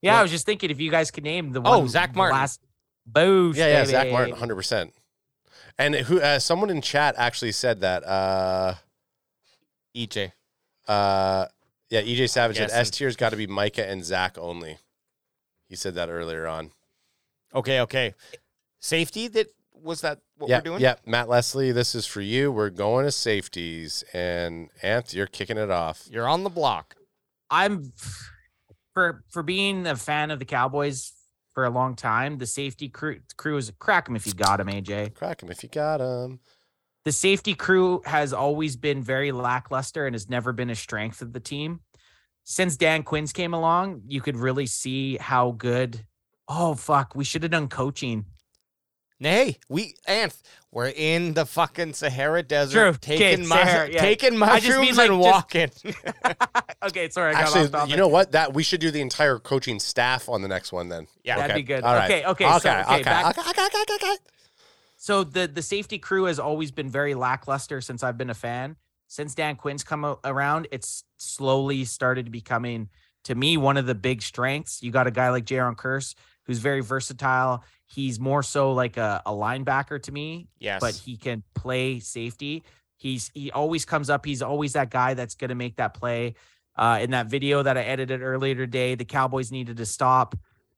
Speaker 2: Yeah,
Speaker 4: Well-
Speaker 2: I was just thinking if you guys could name the
Speaker 4: Oh,
Speaker 2: one
Speaker 4: Zach Martin.
Speaker 2: Last boosh.
Speaker 3: Yeah, yeah, Zach
Speaker 2: baby.
Speaker 3: Martin, hundred percent. And who? Uh, someone in chat actually said that. Uh,
Speaker 4: EJ.
Speaker 3: uh, yeah, EJ Savage said
Speaker 4: Guessing.
Speaker 3: S tier's got to be Micah and Zach only. He said that earlier on.
Speaker 4: Okay, okay. Safety that was that what
Speaker 3: yeah,
Speaker 4: we're doing?
Speaker 3: yeah. Matt Leslie, this is for you. We're going to safeties, and Anth, you're kicking it off.
Speaker 4: You're on the block.
Speaker 2: I'm for for being a fan of the Cowboys for a long time. The safety crew crew is crack him if you got him, AJ.
Speaker 3: Crack him if you got him.
Speaker 2: the safety crew has always been very lackluster and has never been a strength of the team. Since Dan Quinn's came along, you could really see how good. Oh fuck, we should have done coaching.
Speaker 4: Nay, we Anth, we're in the fucking Sahara Desert,
Speaker 2: True. Okay,
Speaker 4: taking mu-
Speaker 2: Sahara, yeah.
Speaker 4: taking
Speaker 2: I just
Speaker 4: mushrooms
Speaker 2: mean,
Speaker 4: and
Speaker 2: like,
Speaker 4: walking.
Speaker 2: okay, sorry, I got off
Speaker 3: Actually,
Speaker 2: topic.
Speaker 3: you know what? That we should do the entire coaching staff on the next one then.
Speaker 4: Yeah.
Speaker 2: that'd
Speaker 3: okay.
Speaker 2: be good.
Speaker 3: All
Speaker 2: Okay,
Speaker 3: right.
Speaker 2: okay,
Speaker 3: Okay.
Speaker 2: so, okay,
Speaker 3: okay,
Speaker 2: back-
Speaker 3: okay, okay, okay, okay.
Speaker 2: So the the safety crew has always been very lackluster since I've been a fan. Since Dan Quinn's come a- around, it's slowly started becoming to me one of the big strengths. You got a guy like Jaron Curse who's very versatile. He's more so like a, a linebacker to me,
Speaker 4: yes.
Speaker 2: but he can play safety. He's he always comes up. He's always that guy that's going to make that play. Uh, in that video that I edited earlier today, the Cowboys needed to stop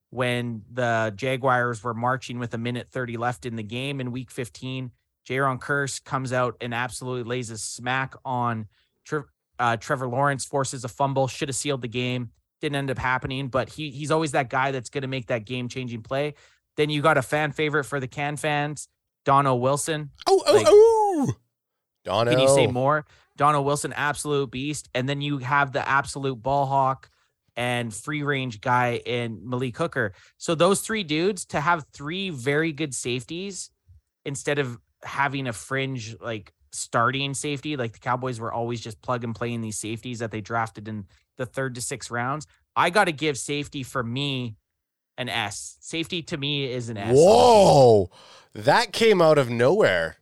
Speaker 2: when the Jaguars were marching with a minute 30 left in the game in week 15. Jaron Curse comes out and absolutely lays a smack on Tre- uh, Trevor Lawrence, forces a fumble, should have sealed the game. Didn't end up happening, but he he's always that guy that's going to make that game changing play. Then you got a fan favorite for the Can fans, Dono Wilson.
Speaker 3: Oh, oh,
Speaker 2: Like-
Speaker 3: oh. Dono.
Speaker 2: Can you say more? Donald Wilson, absolute beast. And then you have the absolute ball hawk and free range guy in Malik Hooker. So those three dudes to have three very good safeties instead of having a fringe like starting safety, like the Cowboys were always just plug and playing these safeties that they drafted in the third to sixth rounds. I got to give safety for me an S. Safety to me is an S.
Speaker 3: Whoa. That came out of nowhere.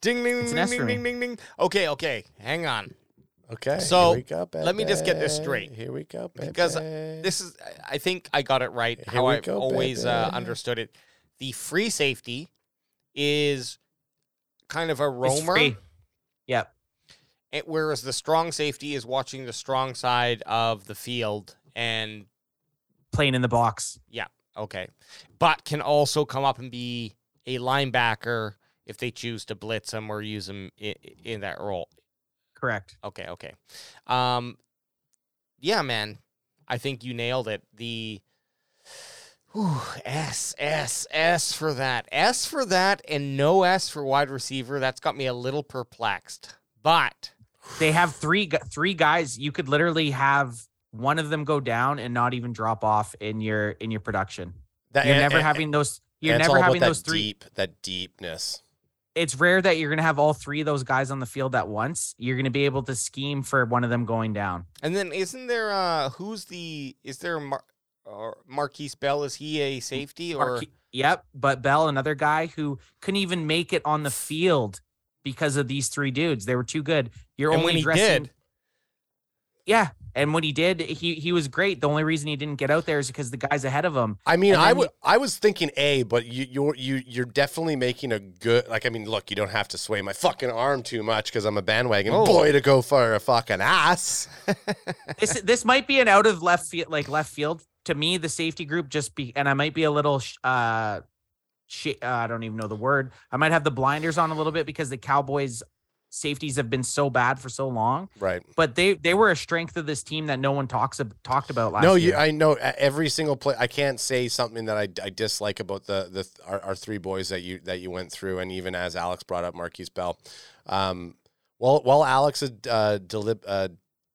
Speaker 4: ding ding
Speaker 2: It's an
Speaker 4: ding
Speaker 2: S for
Speaker 4: ding
Speaker 2: me.
Speaker 4: ding ding ding. Okay, okay. Hang on.
Speaker 3: Okay.
Speaker 4: So,
Speaker 3: here we go,
Speaker 4: let me just get this
Speaker 3: baby.
Speaker 4: straight.
Speaker 3: Here we go. Baby.
Speaker 4: Because This is I- I think I got it right
Speaker 3: Here
Speaker 4: how
Speaker 3: we
Speaker 4: I've
Speaker 3: go,
Speaker 4: always
Speaker 3: baby.
Speaker 4: uh, understood it. The free safety is kind of a
Speaker 2: It's
Speaker 4: roamer.
Speaker 2: free. Yep.
Speaker 4: it- whereas the strong safety is watching the strong side of the field and
Speaker 2: Playing in the box.
Speaker 4: okay, but can also come up and be a linebacker if they choose to blitz him or use him in, in that role.
Speaker 2: Correct.
Speaker 4: Okay, okay, um, yeah, man, I think you nailed it. The whew, S, S, S for that. S for that and no S for wide receiver. That's got me a little perplexed. But
Speaker 2: They have three gu- three guys. You could literally have one of them go down and not even drop off in your in your production.
Speaker 3: That,
Speaker 2: You're
Speaker 3: and-
Speaker 2: never
Speaker 3: and-
Speaker 2: having those. You're
Speaker 3: and it's
Speaker 2: never
Speaker 3: all about
Speaker 2: having
Speaker 3: that
Speaker 2: those three.
Speaker 3: Deep, that deepness.
Speaker 2: It's rare that you're gonna have all three of those guys on the field at once. You're gonna be able to scheme for one of them going down.
Speaker 4: and then isn't there uh who's the is there a Mar- or Marquise Bell? Is he a safety or
Speaker 2: Marque- yep, but Bell, another guy who couldn't even make it on the field because of these three dudes. They were too good. You're
Speaker 4: and
Speaker 2: only
Speaker 4: when he
Speaker 2: dressing,
Speaker 4: did,
Speaker 2: yeah. And when he did, he he was great. The only reason he didn't get out there is because the guys ahead of him.
Speaker 3: I mean,
Speaker 2: And
Speaker 3: I
Speaker 2: then
Speaker 3: would, I was thinking A, but you, you're, you, you're definitely making a good. Like, I mean, look, you don't have to sway my fucking arm too much because I'm a bandwagon
Speaker 4: Oh.
Speaker 3: boy to go for a fucking ass.
Speaker 2: This this might be an out of left field, like left field to me. The safety group just be, and I might be a little sh- uh, shi uh, I don't even know the word. I might have the blinders on a little bit because the Cowboys safeties have been so bad for so long.
Speaker 3: Right.
Speaker 2: But they they were a strength of this team that no one talks ab- talked about last
Speaker 3: no,
Speaker 2: year.
Speaker 3: you, I know uh, every single play. I can't say something that I, I dislike about the the our, our three boys that you that you went through, and even as Alex brought up Marquise Bell. Um, while while Alex is uh, delib, uh,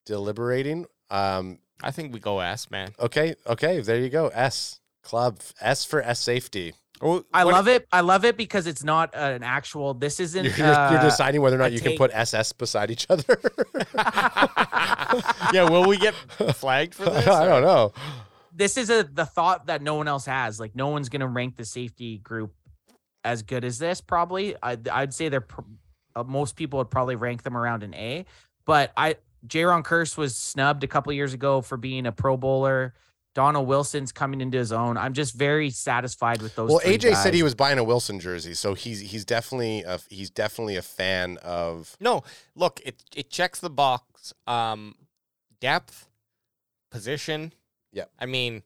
Speaker 3: deliberating, um,
Speaker 4: I think we go S, man.
Speaker 3: okay, okay, there you go. S club S for S safety.
Speaker 2: I love it. I love it because it's not an actual. This isn't.
Speaker 3: You're,
Speaker 2: uh,
Speaker 3: you're deciding whether or
Speaker 2: a
Speaker 3: not you can
Speaker 2: take.
Speaker 3: put SS beside each other.
Speaker 4: yeah, will we get flagged for this?
Speaker 3: I don't know.
Speaker 2: this is a the thought that no one else has. Like no one's gonna rank the safety group as good as this. Probably, I'd, I'd say they're pr- uh, most people would probably rank them around an A. But I Jaron Curse was snubbed a couple years ago for being a Pro Bowler. Donald Wilson's coming into his own. I'm just very satisfied with those.
Speaker 3: Well,
Speaker 2: three
Speaker 3: AJ said
Speaker 2: guys.
Speaker 3: he was buying a Wilson jersey, so he's he's definitely a, he's definitely a fan of
Speaker 4: No, look, it it checks the box. Um, depth, position.
Speaker 3: Yep.
Speaker 4: I mean,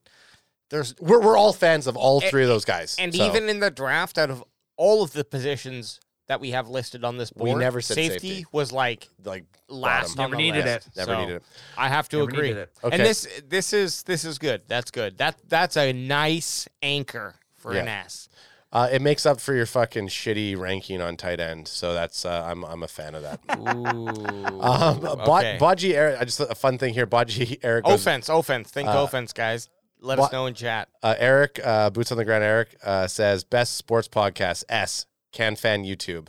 Speaker 4: there's
Speaker 3: we're, we're all fans of all
Speaker 4: And-
Speaker 3: three of those guys.
Speaker 4: and
Speaker 3: so
Speaker 4: even in the draft, out of all of the positions that we have listed on this
Speaker 3: We
Speaker 4: board,
Speaker 3: never said safety.
Speaker 4: was like
Speaker 3: like
Speaker 4: last.
Speaker 3: Bottom.
Speaker 4: on
Speaker 2: Never
Speaker 4: the
Speaker 2: needed
Speaker 4: list.
Speaker 2: it.
Speaker 3: never
Speaker 4: So,
Speaker 3: needed it.
Speaker 4: I have to
Speaker 2: Never
Speaker 4: agree.
Speaker 2: needed it.
Speaker 3: Okay.
Speaker 4: And this this is this is good. That's good. That that's a nice anchor for an S.
Speaker 3: uh, it makes up for your fucking shitty ranking on tight end. So that's uh, I'm I'm a fan of that.
Speaker 4: Ooh.
Speaker 3: Um,
Speaker 4: okay.
Speaker 3: Bod- Bodji Eric, I just a fun thing here. Bodji Eric
Speaker 2: Oh,
Speaker 3: goes,
Speaker 4: offense, offense. Think
Speaker 3: Uh,
Speaker 4: offense, guys. Let
Speaker 3: what-
Speaker 4: us know in chat.
Speaker 3: uh, Eric uh, boots on the ground. Eric uh, says best sports podcast S can fan YouTube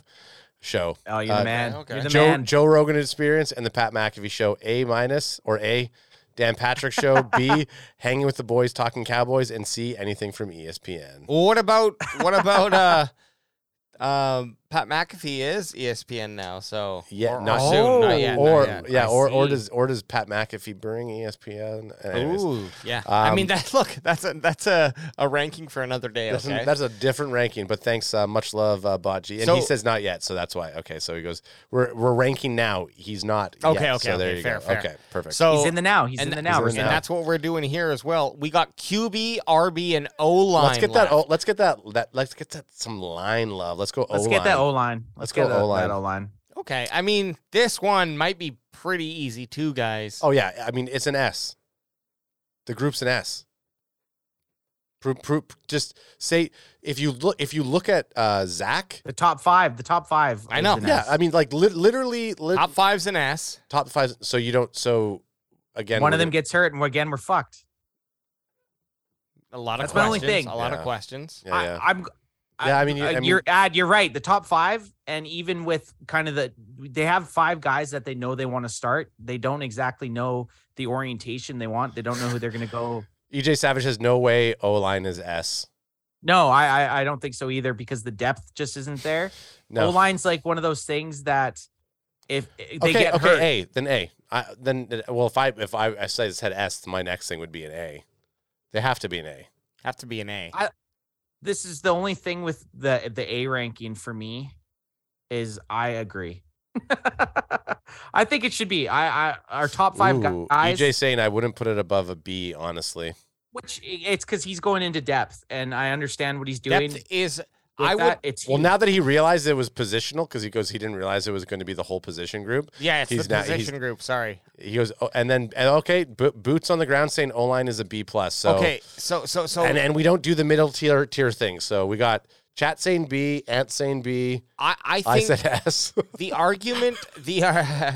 Speaker 3: show.
Speaker 2: Oh, you're the
Speaker 3: uh,
Speaker 2: man.
Speaker 4: okay.
Speaker 2: You're the
Speaker 3: Joe
Speaker 2: man.
Speaker 3: Joe Rogan Experience and the Pat McAfee Show A minus or A. Dan Patrick Show B. Hanging with the boys, talking Cowboys, and C. Anything from E ESPN.
Speaker 4: Well, what about what about uh um Pat McAfee is E ESPN now, so
Speaker 3: Yeah,
Speaker 4: or,
Speaker 3: not
Speaker 4: or
Speaker 3: soon.
Speaker 4: soon,
Speaker 2: Oh.
Speaker 4: not yet, not
Speaker 3: or
Speaker 4: yet.
Speaker 3: yeah,
Speaker 2: I
Speaker 3: or or
Speaker 2: see.
Speaker 3: does or does Pat McAfee bring E ESPN? Anyways,
Speaker 4: Ooh, yeah. I mean
Speaker 3: Um,
Speaker 4: that look, that's a that's a, a ranking for another day.
Speaker 3: that's,
Speaker 4: okay?
Speaker 3: that's a different ranking, but thanks, uh, much love, uh, Baji. And he
Speaker 4: So-
Speaker 3: says not yet, so that's why. Okay, so he goes, we're we're ranking now. He's not. yet,
Speaker 4: Okay, okay,
Speaker 3: so there
Speaker 4: okay,
Speaker 3: you
Speaker 4: fair,
Speaker 3: go.
Speaker 4: fair.
Speaker 3: Okay, perfect.
Speaker 4: so
Speaker 2: He's in the now. He's in the now.
Speaker 3: in
Speaker 2: We're
Speaker 3: the
Speaker 2: saying
Speaker 4: and
Speaker 3: now.
Speaker 4: that's what we're doing here as well. We got QB, RB, and O line.
Speaker 3: let's get that. Oh, let's get that. That let's get that some line love. Let's go.
Speaker 2: Let's
Speaker 3: O-line.
Speaker 2: get that O line.
Speaker 3: Let's
Speaker 2: Let's,
Speaker 3: go
Speaker 2: get that-
Speaker 3: O-line.
Speaker 2: that O line.
Speaker 4: Okay, I mean this one might be pretty easy too, guys.
Speaker 3: Oh yeah, I mean it's an S. The group's an S. Pro, pro, just say if you look if you look at uh, Zach.
Speaker 2: The top five. The top five.
Speaker 4: I
Speaker 2: is
Speaker 4: know.
Speaker 2: an
Speaker 3: Yeah,
Speaker 2: S.
Speaker 3: I mean like lit literally lit-
Speaker 4: Top five's an S.
Speaker 3: top five. So you don't. So again,
Speaker 2: one of
Speaker 3: we're
Speaker 2: them
Speaker 3: gonna-
Speaker 2: gets hurt, and we're- again we're fucked.
Speaker 4: A lot of
Speaker 2: That's my only
Speaker 4: questions.
Speaker 2: thing.
Speaker 4: A lot
Speaker 3: Yeah.
Speaker 4: of questions.
Speaker 3: Yeah, yeah.
Speaker 2: I, I'm.
Speaker 3: Yeah, I mean, you-
Speaker 2: uh,
Speaker 3: I mean-
Speaker 2: you're ad. You're right. The top five, and even with kind of the, they have five guys that they know they want to start. They don't exactly know the orientation they want. They don't know who they're going to go.
Speaker 3: EJ E Savage has no way. O line is S.
Speaker 2: No, I, I I don't think so either because the depth just isn't there.
Speaker 3: No.
Speaker 2: O line's like one of those things that if if they
Speaker 3: okay.
Speaker 2: get
Speaker 3: okay.
Speaker 2: hurt,
Speaker 3: A. Then A. I, then well, if I if I, I said said S, my next thing would be an A. They have to be an A.
Speaker 4: Have to be an A.
Speaker 2: this is the only thing with the the A ranking for me is I agree. I think it should be I I our top five
Speaker 3: Ooh, E
Speaker 2: guys,
Speaker 3: EJ saying I wouldn't put it above a B. Honestly.
Speaker 2: which i- it's because he's going into depth, and I understand what he's doing.
Speaker 4: Depth is
Speaker 2: with
Speaker 4: I would-
Speaker 2: that, it's
Speaker 3: Well,
Speaker 2: huge.
Speaker 3: now that he realized it was positional, because he goes, he didn't realize it was going to be the whole position group.
Speaker 4: Yeah, it's
Speaker 3: He's
Speaker 4: the
Speaker 3: not- he's-
Speaker 4: position group. Sorry.
Speaker 3: He goes, oh, and then and okay, bo- boots on the ground saying O line is a B plus. So
Speaker 4: okay, so so so
Speaker 3: and and we don't do the middle tier tier thing. So we got chat saying B, Ant saying B,
Speaker 4: I I think
Speaker 3: I said S.
Speaker 4: the argument the uh,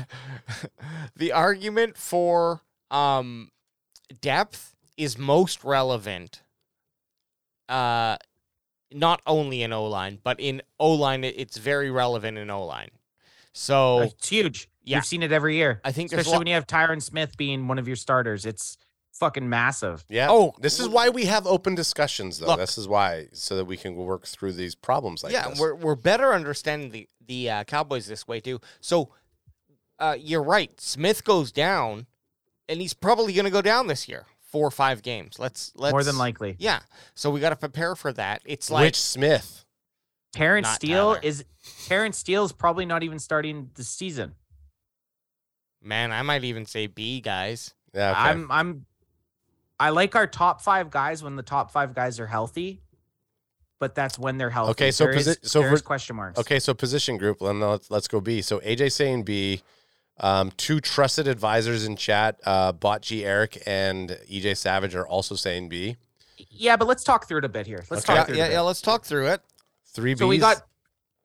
Speaker 4: the argument for um depth is most relevant uh not only in o-line but in o-line it- it's very relevant in o-line so
Speaker 2: uh, it's huge.
Speaker 4: Yeah.
Speaker 2: You've seen it every year.
Speaker 4: I think there's
Speaker 2: especially
Speaker 4: lo-
Speaker 2: when you have Tyron Smith being one of your starters, it's fucking massive.
Speaker 3: yeah.
Speaker 4: Oh,
Speaker 3: this is why we have open discussions, though.
Speaker 4: Look.
Speaker 3: this is why, so that we can work through these problems like
Speaker 4: yeah
Speaker 3: this.
Speaker 4: we're we're better understanding the the uh, cowboys this way too so uh you're right smith goes down and he's probably going to go down this year four or five games let's let's
Speaker 2: More than likely,
Speaker 4: yeah so we got to prepare for that it's like
Speaker 3: Which Smith?
Speaker 2: Terrence
Speaker 4: Not
Speaker 2: Steele
Speaker 4: Tyler.
Speaker 2: is Terrence Steele's probably not even starting the season.
Speaker 4: Man, I might even say B, guys.
Speaker 3: Yeah, okay.
Speaker 2: I'm I'm I like our top five guys when the top five guys are healthy, but that's when they're healthy.
Speaker 3: Okay, so
Speaker 2: There is-
Speaker 3: posi- so
Speaker 2: there
Speaker 3: for-
Speaker 2: is question marks.
Speaker 3: Okay, so position group. Let, us let's go B. So AJ saying B, um, two trusted advisors in chat, uh, Bot G Eric and EJ Savage are also saying B.
Speaker 2: Yeah, but let's talk through it a bit here. Let's
Speaker 3: Okay.
Speaker 2: talk
Speaker 4: Yeah,
Speaker 2: through it.
Speaker 4: yeah,
Speaker 2: a bit.
Speaker 4: yeah, let's talk through it.
Speaker 3: Three Bs.
Speaker 2: So we got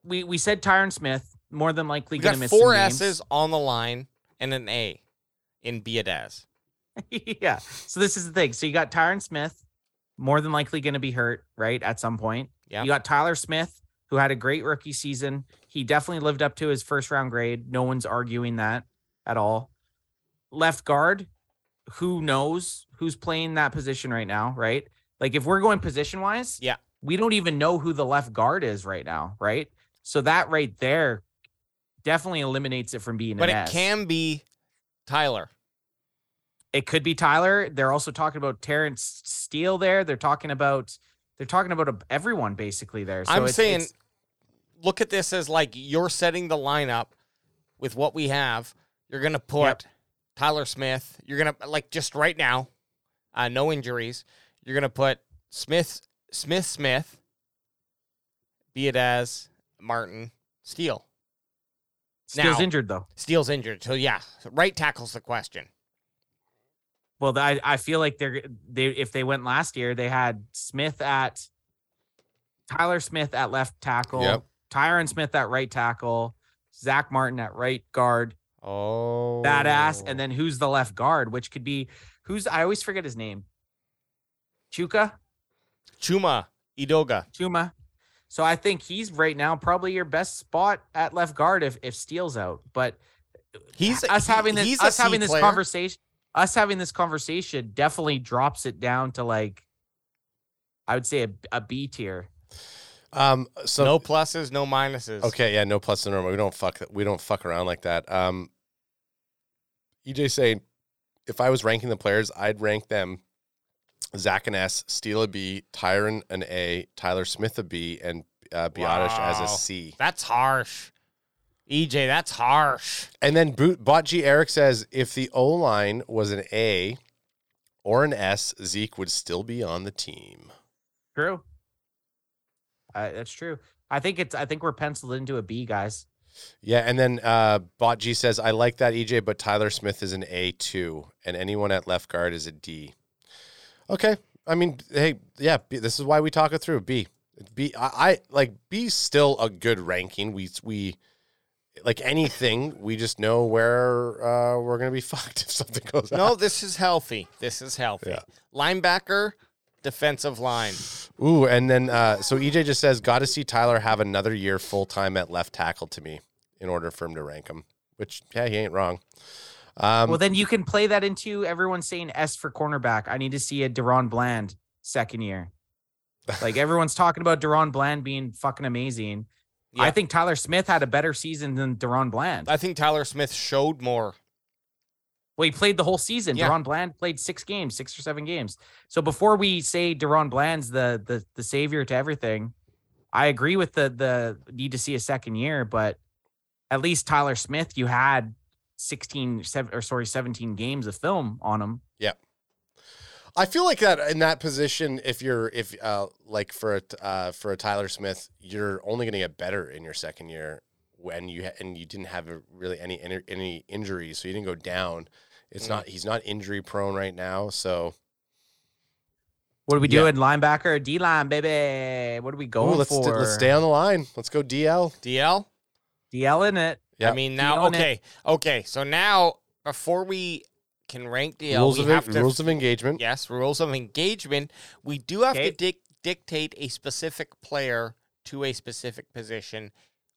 Speaker 2: we we said Tyron Smith more than likely
Speaker 4: We
Speaker 2: going
Speaker 4: got
Speaker 2: to miss
Speaker 4: four
Speaker 2: some games.
Speaker 4: S's on the line and an A in Biadaz.
Speaker 2: yeah. So this is the thing. So you got Tyron Smith, more than likely going to be hurt, right? At some point.
Speaker 4: Yeah.
Speaker 2: You got Tyler Smith, who had a great rookie season. He definitely lived up to his first round grade. No one's arguing that at all. Left guard, who knows who's playing that position right now, right? Like if we're going position wise,
Speaker 4: Yeah.
Speaker 2: we don't even know who the left guard is right now, right? So that right there definitely eliminates it from being
Speaker 4: But
Speaker 2: an
Speaker 4: it
Speaker 2: S.
Speaker 4: can be Tyler.
Speaker 2: it could be Tyler. They're also talking about Terrence Steele there. They're talking about they're talking about a, everyone basically there. So
Speaker 4: I'm
Speaker 2: it's-
Speaker 4: saying
Speaker 2: it's-
Speaker 4: look at this as like you're setting the lineup with what we have. You're gonna put
Speaker 2: Yep.
Speaker 4: Tyler Smith. You're gonna like just right now, uh, no injuries. You're gonna put Smith, Smith, Smith, Biadaz, Martin, Steele.
Speaker 2: Steele's
Speaker 4: now-
Speaker 2: injured though.
Speaker 4: Steele's injured, so yeah, right tackles the question.
Speaker 2: Well, I I feel like they're they if they went last year, they had Smith at Tyler Smith at left tackle,
Speaker 3: Yep.
Speaker 2: Tyron Smith at right tackle, Zach Martin at right guard,
Speaker 4: Oh,
Speaker 2: badass, and then who's the left guard, which could be who's I always forget his name. Chuka,
Speaker 4: Chuma Idoga.
Speaker 2: Tuma. So I think he's right now probably your best spot at left guard if if Steele's out. But
Speaker 4: He's
Speaker 2: us
Speaker 4: he-
Speaker 2: having this
Speaker 4: he's a
Speaker 2: us
Speaker 4: C
Speaker 2: having this
Speaker 4: player.
Speaker 2: conversation us having this conversation definitely drops it down to like I would say a, a B tier.
Speaker 3: um, so
Speaker 4: no pluses, no minuses.
Speaker 3: Okay, yeah, no plus and normal. We don't fuck we don't fuck around like that. Um EJ saying if I was ranking the players, I'd rank them Zach an S, Steele a B, Tyron an A, Tyler Smith a B, and uh, Biotish as
Speaker 4: Wow.
Speaker 3: a C.
Speaker 4: that's harsh. EJ, that's harsh.
Speaker 3: And then Boot Bot G Eric says if the O line was an A or an S, Zeke would still be on the team.
Speaker 2: True. Uh, that's true. I think it's I think we're penciled into a B, guys.
Speaker 3: Yeah, and then uh, Bot G says, I like that EJ, but Tyler Smith is an A two, and anyone at left guard is a D. Okay, I mean, hey, yeah, B, this is why we talk it through. B, B, I, I like B's still a good ranking. We we like anything. We just know where uh, we're gonna be fucked if something goes.
Speaker 4: No, this is healthy. This is healthy.
Speaker 3: Yeah.
Speaker 4: Linebacker, defensive line.
Speaker 3: out. Ooh, and then uh, so EJ just says, got to see Tyler have another year full time at left tackle to me in order for him to rank him. Which yeah, he ain't wrong. Um,
Speaker 2: well, then you can play that into everyone's saying S for cornerback. I need to see a Deron Bland second year. Like everyone's talking about Deron Bland being fucking amazing.
Speaker 4: Yeah.
Speaker 2: I think Tyler Smith had a better season than Deron Bland.
Speaker 4: I think Tyler Smith showed more.
Speaker 2: Well, he played the whole season.
Speaker 4: Yeah.
Speaker 2: Deron Bland played six games, six or seven games. So before we say Deron Bland's the the the savior to everything, I agree with the the need to see a second year, but at least Tyler Smith, you had 16, seven, or sorry, 17 games of film on him.
Speaker 3: I feel like that in that position, if you're if uh like for a uh, for a Tyler Smith, you're only going to get better in your second year when you ha- and you didn't have a, really any in- any injuries, so you didn't go down. It's
Speaker 4: Mm.
Speaker 3: not he's not injury prone right now, so
Speaker 2: What are we
Speaker 3: Yeah.
Speaker 2: doing? Linebacker or D line, baby? What are we
Speaker 3: Ooh,
Speaker 2: going
Speaker 3: let's
Speaker 2: for?
Speaker 3: let's stay on the line. Let's go DL.
Speaker 4: DL.
Speaker 2: DL in it.
Speaker 3: Yeah.
Speaker 4: I mean now.
Speaker 2: own it.
Speaker 4: Okay. Okay. So now before we can rank DL,
Speaker 3: rules
Speaker 4: we
Speaker 3: of
Speaker 4: have
Speaker 3: en-
Speaker 4: to
Speaker 3: rules of engagement.
Speaker 4: yes rules of engagement. We do have
Speaker 2: Okay.
Speaker 4: to dic- dictate a specific player to a specific position.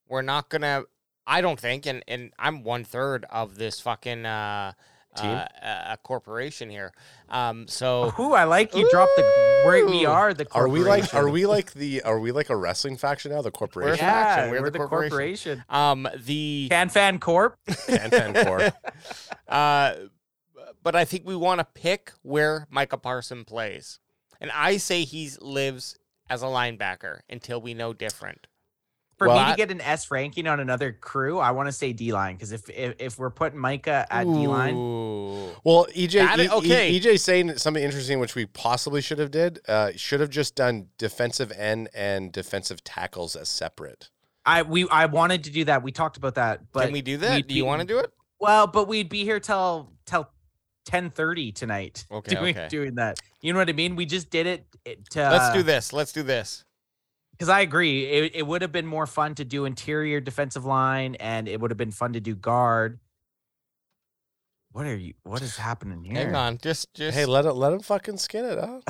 Speaker 4: We're not gonna. I don't think, and and I'm one third of this fucking uh,
Speaker 3: Team?
Speaker 4: uh, uh, corporation here. Um. So.
Speaker 2: Ooh, I like you dropped the where we
Speaker 4: Ooh.
Speaker 2: are the
Speaker 3: Oh. Are we like
Speaker 2: corporation.
Speaker 3: are we like the are we like a wrestling faction now? The corporation
Speaker 2: yeah,
Speaker 4: faction,
Speaker 2: we're, the corporation.
Speaker 4: Um, the
Speaker 2: Can Fan Corp.
Speaker 3: and fan core.
Speaker 4: Uh, but I think we want to pick where Micah Parson plays. And I say he lives as a linebacker until we know different.
Speaker 2: For
Speaker 3: Well,
Speaker 2: me
Speaker 3: I-
Speaker 2: to get an S ranking on another crew, I want to say D line because if, if if we're putting Micah at D line,
Speaker 4: Ooh.
Speaker 3: Well, EJ,
Speaker 4: That is-
Speaker 3: E- E-
Speaker 4: okay.
Speaker 3: EJ saying something interesting, which we possibly should have did. Uh, should have just done defensive end and defensive tackles as separate.
Speaker 2: I we I wanted to do that. We talked about that, but
Speaker 4: Can we do that?
Speaker 2: we'd
Speaker 4: Do you
Speaker 2: be-
Speaker 4: want to do it?
Speaker 2: well, but we'd be here till till ten thirty tonight.
Speaker 4: Okay,
Speaker 2: doing
Speaker 4: okay.
Speaker 2: doing that. You know what I mean? We just did it. it to,
Speaker 4: Let's do this. Let's do this.
Speaker 2: Because I agree, it, it would have been more fun to do interior defensive line, and it would have been fun to do guard. What are you? What is happening here?
Speaker 4: Hang on. Just, just.
Speaker 3: Hey, let it, let him fucking skin it up.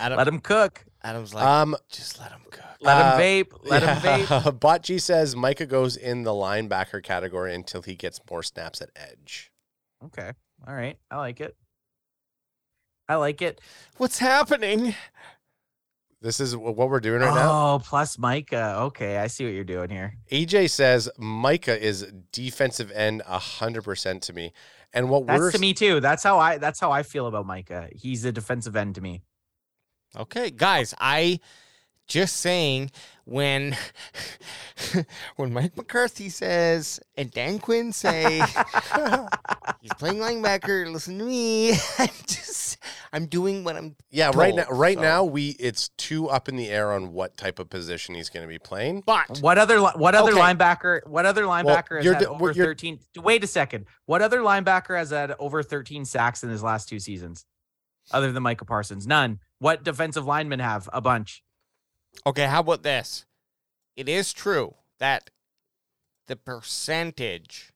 Speaker 4: Adam,
Speaker 2: Let him cook.
Speaker 4: Adam's like,
Speaker 3: Um,
Speaker 4: just let him cook.
Speaker 2: Let
Speaker 3: Uh,
Speaker 2: him vape. Let him vape.
Speaker 3: Bot G says Micah goes in the linebacker category until he gets more snaps at edge.
Speaker 2: Okay. All right. I like it. I like it.
Speaker 4: What's happening?
Speaker 3: This is wh- what we're doing right now.
Speaker 2: oh, plus Micah. Okay, I see what you're doing here.
Speaker 3: EJ says Micah is defensive end hundred percent to me, and what
Speaker 2: That's
Speaker 3: we're
Speaker 2: to me too. That's how I. That's how I feel about Micah. He's a defensive end to me.
Speaker 4: Okay, guys, I just saying when when Mike McCarthy says and Dan Quinn say he's playing linebacker, listen to me. I'm just I'm doing what I'm
Speaker 3: Yeah, right now,
Speaker 4: told,
Speaker 3: right
Speaker 4: so-
Speaker 3: now, we it's too up in the air on what type of position he's going to be playing.
Speaker 4: but
Speaker 2: What other li- what other
Speaker 4: Okay.
Speaker 2: linebacker what other linebacker has
Speaker 3: you're
Speaker 2: had
Speaker 3: d- well,
Speaker 2: over
Speaker 3: you're-
Speaker 2: 13 Wait a second. What other linebacker has had over 13 sacks in his last two seasons? Other than Micah Parsons, none. What defensive linemen have a bunch?
Speaker 4: okay, how about this? It is true that the percentage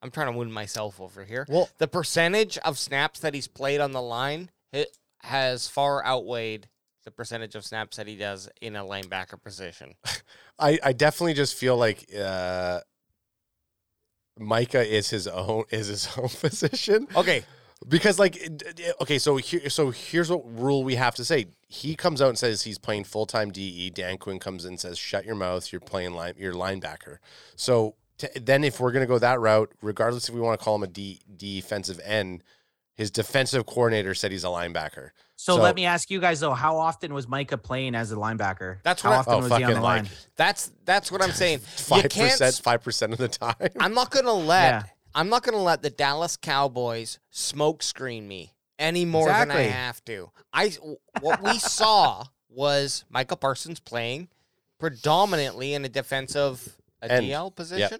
Speaker 4: I'm trying to wound myself over here.
Speaker 3: Well,
Speaker 4: The percentage of snaps that he's played on the line ha- has far outweighed the percentage of snaps that he does in a linebacker position.
Speaker 3: I, I definitely just feel like uh, Micah is his own is his own position
Speaker 4: Okay,
Speaker 3: because like it- it- okay, so here so here's what rule we have to say. He comes out and says he's playing full time DE. Dan Quinn comes in and says, "Shut your mouth. You're playing line. You're linebacker." So t- then, if we're gonna go that route, regardless if we want to call him a D, defensive end, his defensive coordinator said he's a linebacker.
Speaker 2: So,
Speaker 3: So-
Speaker 2: let me ask you guys though, how often was Micah playing as a linebacker?
Speaker 4: That's
Speaker 2: how
Speaker 4: what I-
Speaker 2: often
Speaker 3: oh,
Speaker 2: was he on
Speaker 3: fucking
Speaker 2: the
Speaker 3: like-
Speaker 2: line?
Speaker 4: that's that's what I'm saying. You
Speaker 3: five percent,
Speaker 4: can't.
Speaker 3: five percent of the time.
Speaker 4: I'm not gonna let.
Speaker 2: Yeah.
Speaker 4: I'm not gonna let the Dallas Cowboys smoke screen me any more than I
Speaker 2: Exactly.
Speaker 4: have to. I what we saw was Michael Parsons playing predominantly in a defensive a
Speaker 3: End.
Speaker 4: DL position,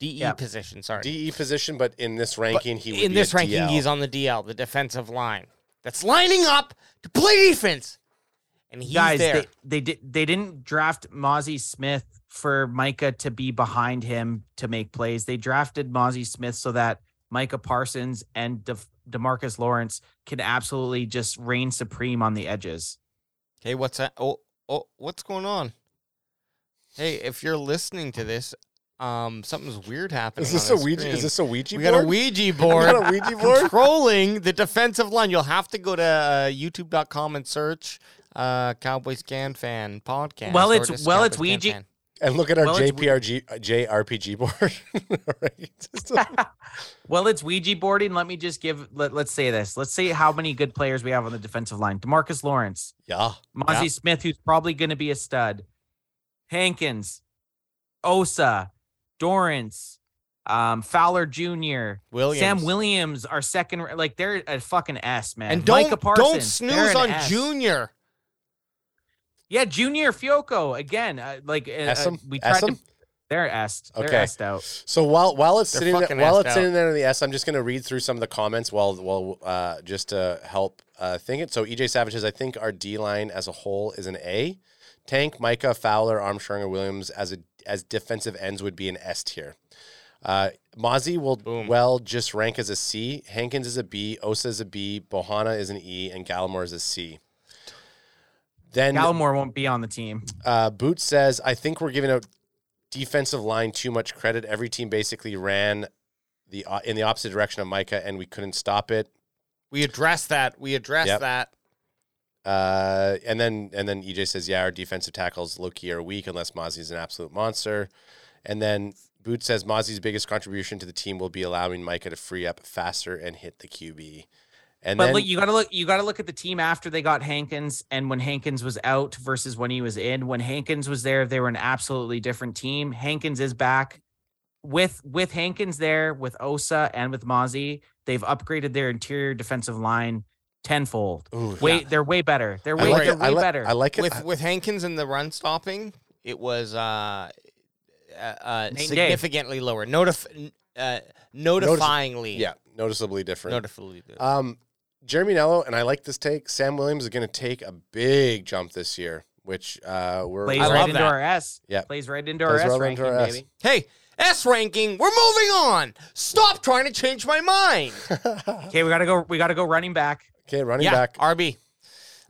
Speaker 4: DE
Speaker 2: Yep.
Speaker 4: position. Sorry,
Speaker 3: DE E position, but in this ranking, he would
Speaker 4: in
Speaker 3: be
Speaker 4: this
Speaker 3: a
Speaker 4: ranking,
Speaker 3: DL.
Speaker 4: he's on the DL, the defensive line. That's lining up to play defense, and he's
Speaker 2: guys,
Speaker 4: there.
Speaker 2: they, they did they didn't draft Mozzie Smith for Micah to be behind him to make plays. They drafted Mozzie Smith so that Micah Parsons and De- Demarcus Lawrence can absolutely just reign supreme on the edges.
Speaker 4: Hey, what's that? Oh, oh, what's going on? Hey, if you're listening to this, um, something's weird happening.
Speaker 3: Is this a
Speaker 4: on the
Speaker 3: Ouija?
Speaker 4: screen.
Speaker 3: Is this a Ouija
Speaker 4: we
Speaker 3: board?
Speaker 4: got a Ouija
Speaker 3: We
Speaker 4: board
Speaker 3: got a Ouija board.
Speaker 4: controlling the defensive line. You'll have to go to uh, YouTube.com and search uh, Cowboys Can Fan podcast.
Speaker 2: Well,
Speaker 4: or
Speaker 2: it's-
Speaker 4: just
Speaker 2: well, it's
Speaker 4: Cowboys Can
Speaker 2: Ouija-
Speaker 4: Fan.
Speaker 3: and look at our
Speaker 2: Well, it's-
Speaker 3: JPRG uh, JRPG board. Right? Just a-
Speaker 2: Well, it's Ouija boarding. Let me just give let, let's say this. Let's say how many good players we have on the defensive line. Demarcus Lawrence,
Speaker 3: yeah,
Speaker 2: Mozzie
Speaker 4: Yeah.
Speaker 2: Smith, who's probably going to be a stud, Hankins, Osa, Dorrance, um, Fowler Jr.,
Speaker 4: Williams.
Speaker 2: Sam Williams are second. ra- Like they're a fucking S man.
Speaker 4: And don't
Speaker 2: Micah Parsons,
Speaker 4: don't
Speaker 2: they're
Speaker 4: snooze
Speaker 2: an
Speaker 4: on
Speaker 2: S.
Speaker 4: Junior.
Speaker 2: Yeah, Junior Fioco again. Uh, like uh, uh,
Speaker 3: Essam?
Speaker 2: we tried
Speaker 3: Essam?
Speaker 2: to. They're asked. They're
Speaker 3: Okay.
Speaker 2: asked out.
Speaker 3: So while while it's
Speaker 4: They're
Speaker 3: sitting
Speaker 4: fucking
Speaker 3: while
Speaker 4: assed
Speaker 3: it's sitting there in the S, I'm just gonna read through some of the comments while while uh, just to help uh, think it. So EJ Savage says, I think our D line as a whole is an A. Tank, Micah, Fowler, Armstrong, and Williams as a as defensive ends would be an S tier. Uh, Mozzie will
Speaker 4: Boom.
Speaker 3: well just rank as a C. Hankins is a B. Osa is a B. Bohana is an E, and Gallimore is a C. Then
Speaker 2: Gallimore won't be on the team.
Speaker 3: uh, Boot says, I think we're giving out defensive line too much credit. Every team basically ran the uh, in the opposite direction of Micah, and we couldn't stop it.
Speaker 4: We addressed that. We addressed
Speaker 3: Yep.
Speaker 4: that.
Speaker 3: Uh, and then and then EJ says, yeah, our defensive tackles low key are weak unless Mozzie's an absolute monster. And then Boot says Mozzie's biggest contribution to the team will be allowing Micah to free up faster and hit the QB. And
Speaker 2: But
Speaker 3: then
Speaker 2: look, you gotta look. You gotta look at the team after they got Hankins, and when Hankins was out versus when he was in. When Hankins was there, they were an absolutely different team. Hankins is back. With with Hankins there, with Osa and with Mozzie, they've upgraded their interior defensive line tenfold.
Speaker 3: Ooh,
Speaker 2: Way they're way better. They're
Speaker 3: I
Speaker 2: way
Speaker 3: like
Speaker 2: they're
Speaker 3: it.
Speaker 2: way
Speaker 3: I, li-
Speaker 2: better.
Speaker 3: I like it.
Speaker 4: with with Hankins and the run stopping, it was uh, uh, uh
Speaker 2: Nate Day.
Speaker 4: significantly lower. Notif- uh, notifyingly,
Speaker 3: yeah, noticeably different.
Speaker 4: noticeably.
Speaker 3: Um, Jeremy Nello, and I like this take. Sam Williams is going to take a big jump this year, which uh, we're
Speaker 2: Plays
Speaker 4: I
Speaker 2: right
Speaker 4: love
Speaker 2: into
Speaker 4: that.
Speaker 2: our S.
Speaker 3: Yeah.
Speaker 2: Plays right into our
Speaker 3: Plays
Speaker 2: S
Speaker 3: right into
Speaker 2: ranking,
Speaker 3: our S.
Speaker 2: baby.
Speaker 4: hey, S ranking. We're moving on. Stop trying to change my mind.
Speaker 2: Okay, we gotta go. We gotta go running back.
Speaker 3: okay, running
Speaker 4: yeah,
Speaker 3: back.
Speaker 4: RB.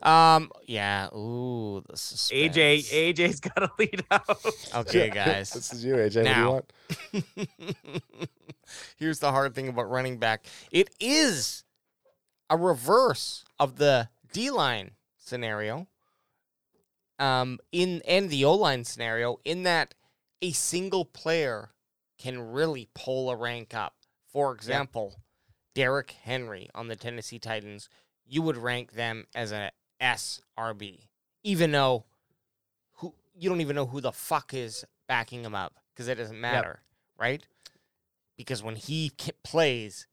Speaker 4: Um, yeah. Ooh, the suspense.
Speaker 2: AJ AJ's got to lead out.
Speaker 4: Okay,
Speaker 3: this
Speaker 4: guys.
Speaker 3: is you, AJ.
Speaker 4: Now.
Speaker 3: What
Speaker 4: Here's the hard thing about running back. It is a reverse of the D line scenario. Um, in and the O line scenario, in that a single player can really pull a rank up. For example, Derrick Henry on the Tennessee Titans, you would rank them as a SRB, even though who you don't even know who the fuck is backing him up because it doesn't matter, right? Because when he ki- plays,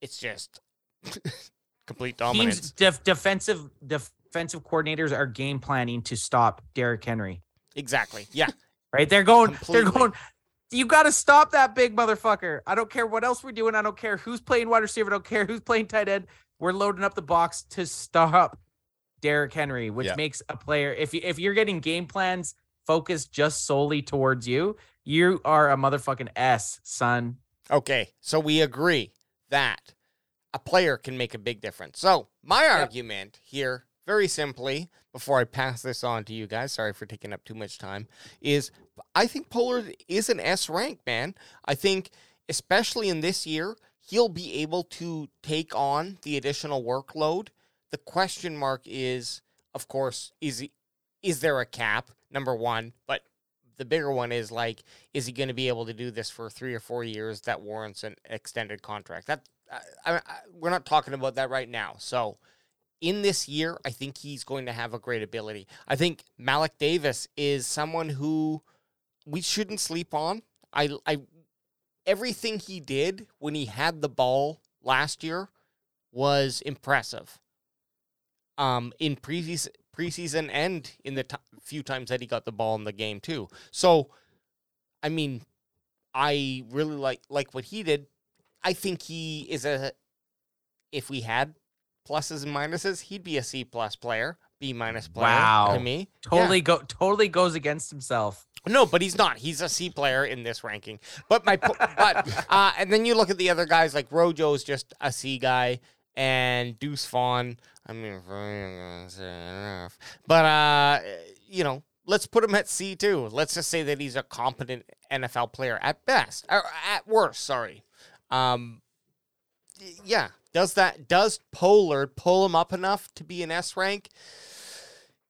Speaker 4: it's just complete dominance.
Speaker 2: Teams def- defensive defensive coordinators are game planning to stop Derrick Henry.
Speaker 4: Exactly. Yeah.
Speaker 2: Right? They're going. They're
Speaker 4: Completely.
Speaker 2: going. You got to stop that big motherfucker. I don't care what else we're doing. I don't care who's playing wide receiver. I don't care who's playing tight end. We're loading up the box to stop Derrick Henry, which
Speaker 3: Yeah.
Speaker 2: makes a player. If you if you're getting game plans focused just solely towards you, you are a motherfucking s son.
Speaker 4: Okay, so we agree that a player can make a big difference. So, my argument here, very simply, before I pass this on to you guys, sorry for taking up too much time, is I think Pollard is an S rank, man. I think, especially in this year, he'll be able to take on the additional workload. The question mark is, of course, is he- is there a cap? Number one, but the bigger one is like, is he going to be able to do this for three or four years that warrants an extended contract? That I, I, I- we're not talking about that right now. So in this year, I think he's going to have a great ability. I think Malik Davis is someone who we shouldn't sleep on. I, I everything he did when he had the ball last year was impressive. Um, in previous preseason and in the t- few times that he got the ball in the game too. So, I mean, I really like like what he did. I think he is a if we had pluses and minuses, he'd be a C plus player, B minus player
Speaker 2: Wow.
Speaker 4: to me. Yeah.
Speaker 2: Totally go. Totally goes against himself.
Speaker 4: No, but he's not. He's a C player in this ranking. But my, po- but uh, and then you look at the other guys like Rojo's just a C guy and Deuce Vaughn. I mean, enough. but uh, you know, let's put him at C too. Let's just say that he's a competent NFL player at best, or at worst. Sorry. Um, y- yeah. Does that does Pollard pull him up enough to be an S rank?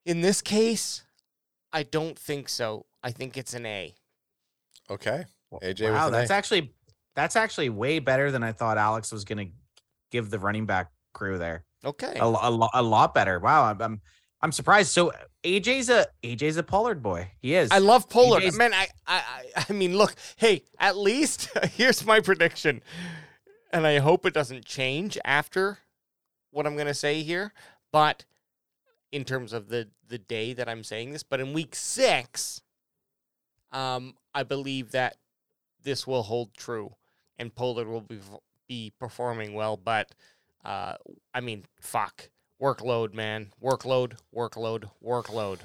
Speaker 4: In this case, I don't think so. I think it's an A.
Speaker 3: Okay, AJ
Speaker 2: Wow,
Speaker 3: with an
Speaker 2: that's
Speaker 3: A.
Speaker 2: actually that's actually way better than I thought Alex was gonna give the running back crew there.
Speaker 4: Okay.
Speaker 2: A, lo- a, lo- a lot better. Wow, I'm, I'm I'm surprised. So AJ's a AJ's a Pollard boy. He is.
Speaker 4: I love Pollard.
Speaker 2: DJ's
Speaker 4: Man, I, I, I- I mean, look, hey, at least here's my prediction, and I hope it doesn't change after what I'm gonna say here. But in terms of the the day that I'm saying this, but in week six, um, I believe that this will hold true, and Pollard will be be performing well. But, uh, I mean, fuck. Workload, man. Workload, workload, workload.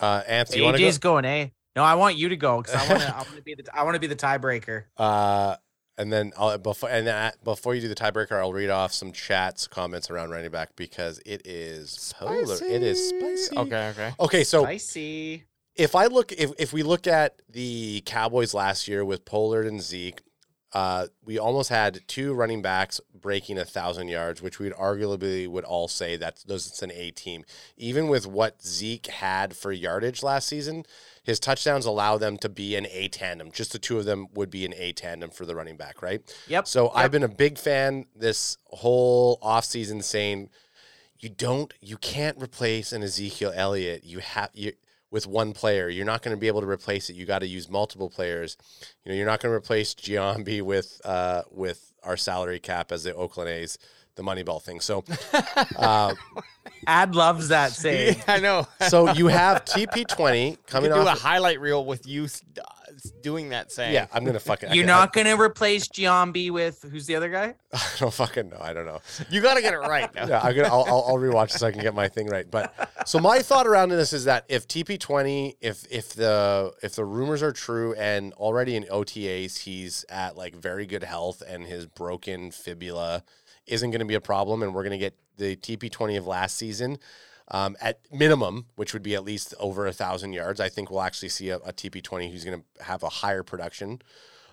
Speaker 3: Uh, Anthony, you want to
Speaker 2: AJ's going A. No, I want you to go because I want to. I want to be the. I want to be the tiebreaker.
Speaker 3: go? Uh, and then I'll, before and then I- before you do the tiebreaker, I'll read off some chats comments around running back because it is polar. Oh, It is spicy.
Speaker 4: Okay, okay.
Speaker 3: Okay, so
Speaker 2: Spicy.
Speaker 3: if I look if, if we look at the Cowboys last year with Pollard and Zeke, uh, we almost had two running backs breaking a thousand yards, which we'd arguably would all say that's those it's an A team. Even with what Zeke had for yardage last season, his touchdowns allow them to be an A tandem. Just the two of them would be an A tandem for the running back, right?
Speaker 2: Yep.
Speaker 3: So I've
Speaker 2: Yep.
Speaker 3: been a big fan this whole offseason saying you don't you can't replace an Ezekiel Elliott. You have you with one player. You're not going to be able to replace it. You got to use multiple players. You know, you're not going to replace Giambi with uh with our salary cap as the Oakland A's, the Moneyball thing. So uh,
Speaker 2: Ad loves that saying.
Speaker 4: Yeah, I know.
Speaker 3: so you have TP20
Speaker 4: Could
Speaker 3: coming
Speaker 4: do a
Speaker 3: off.
Speaker 4: highlight reel with you s- d- s- doing that saying.
Speaker 3: yeah, I'm gonna fucking.
Speaker 2: You're
Speaker 3: I,
Speaker 2: not gonna replace Giambi with who's the other guy?
Speaker 3: I, don't fucking know. I don't know.
Speaker 4: you got to get it right. Now.
Speaker 3: yeah, I'm gonna, I'll, I'll, I'll rewatch so I can get my thing right. But so my thought around this is that if TP20, if if the if the rumors are true, and already in OTAs he's at like very good health, and his broken fibula isn't going to be a problem, and we're going to get the TP20 of last season. Um, at minimum, which would be at least over a thousand yards, I think we'll actually see a, a TP20 who's going to have a higher production.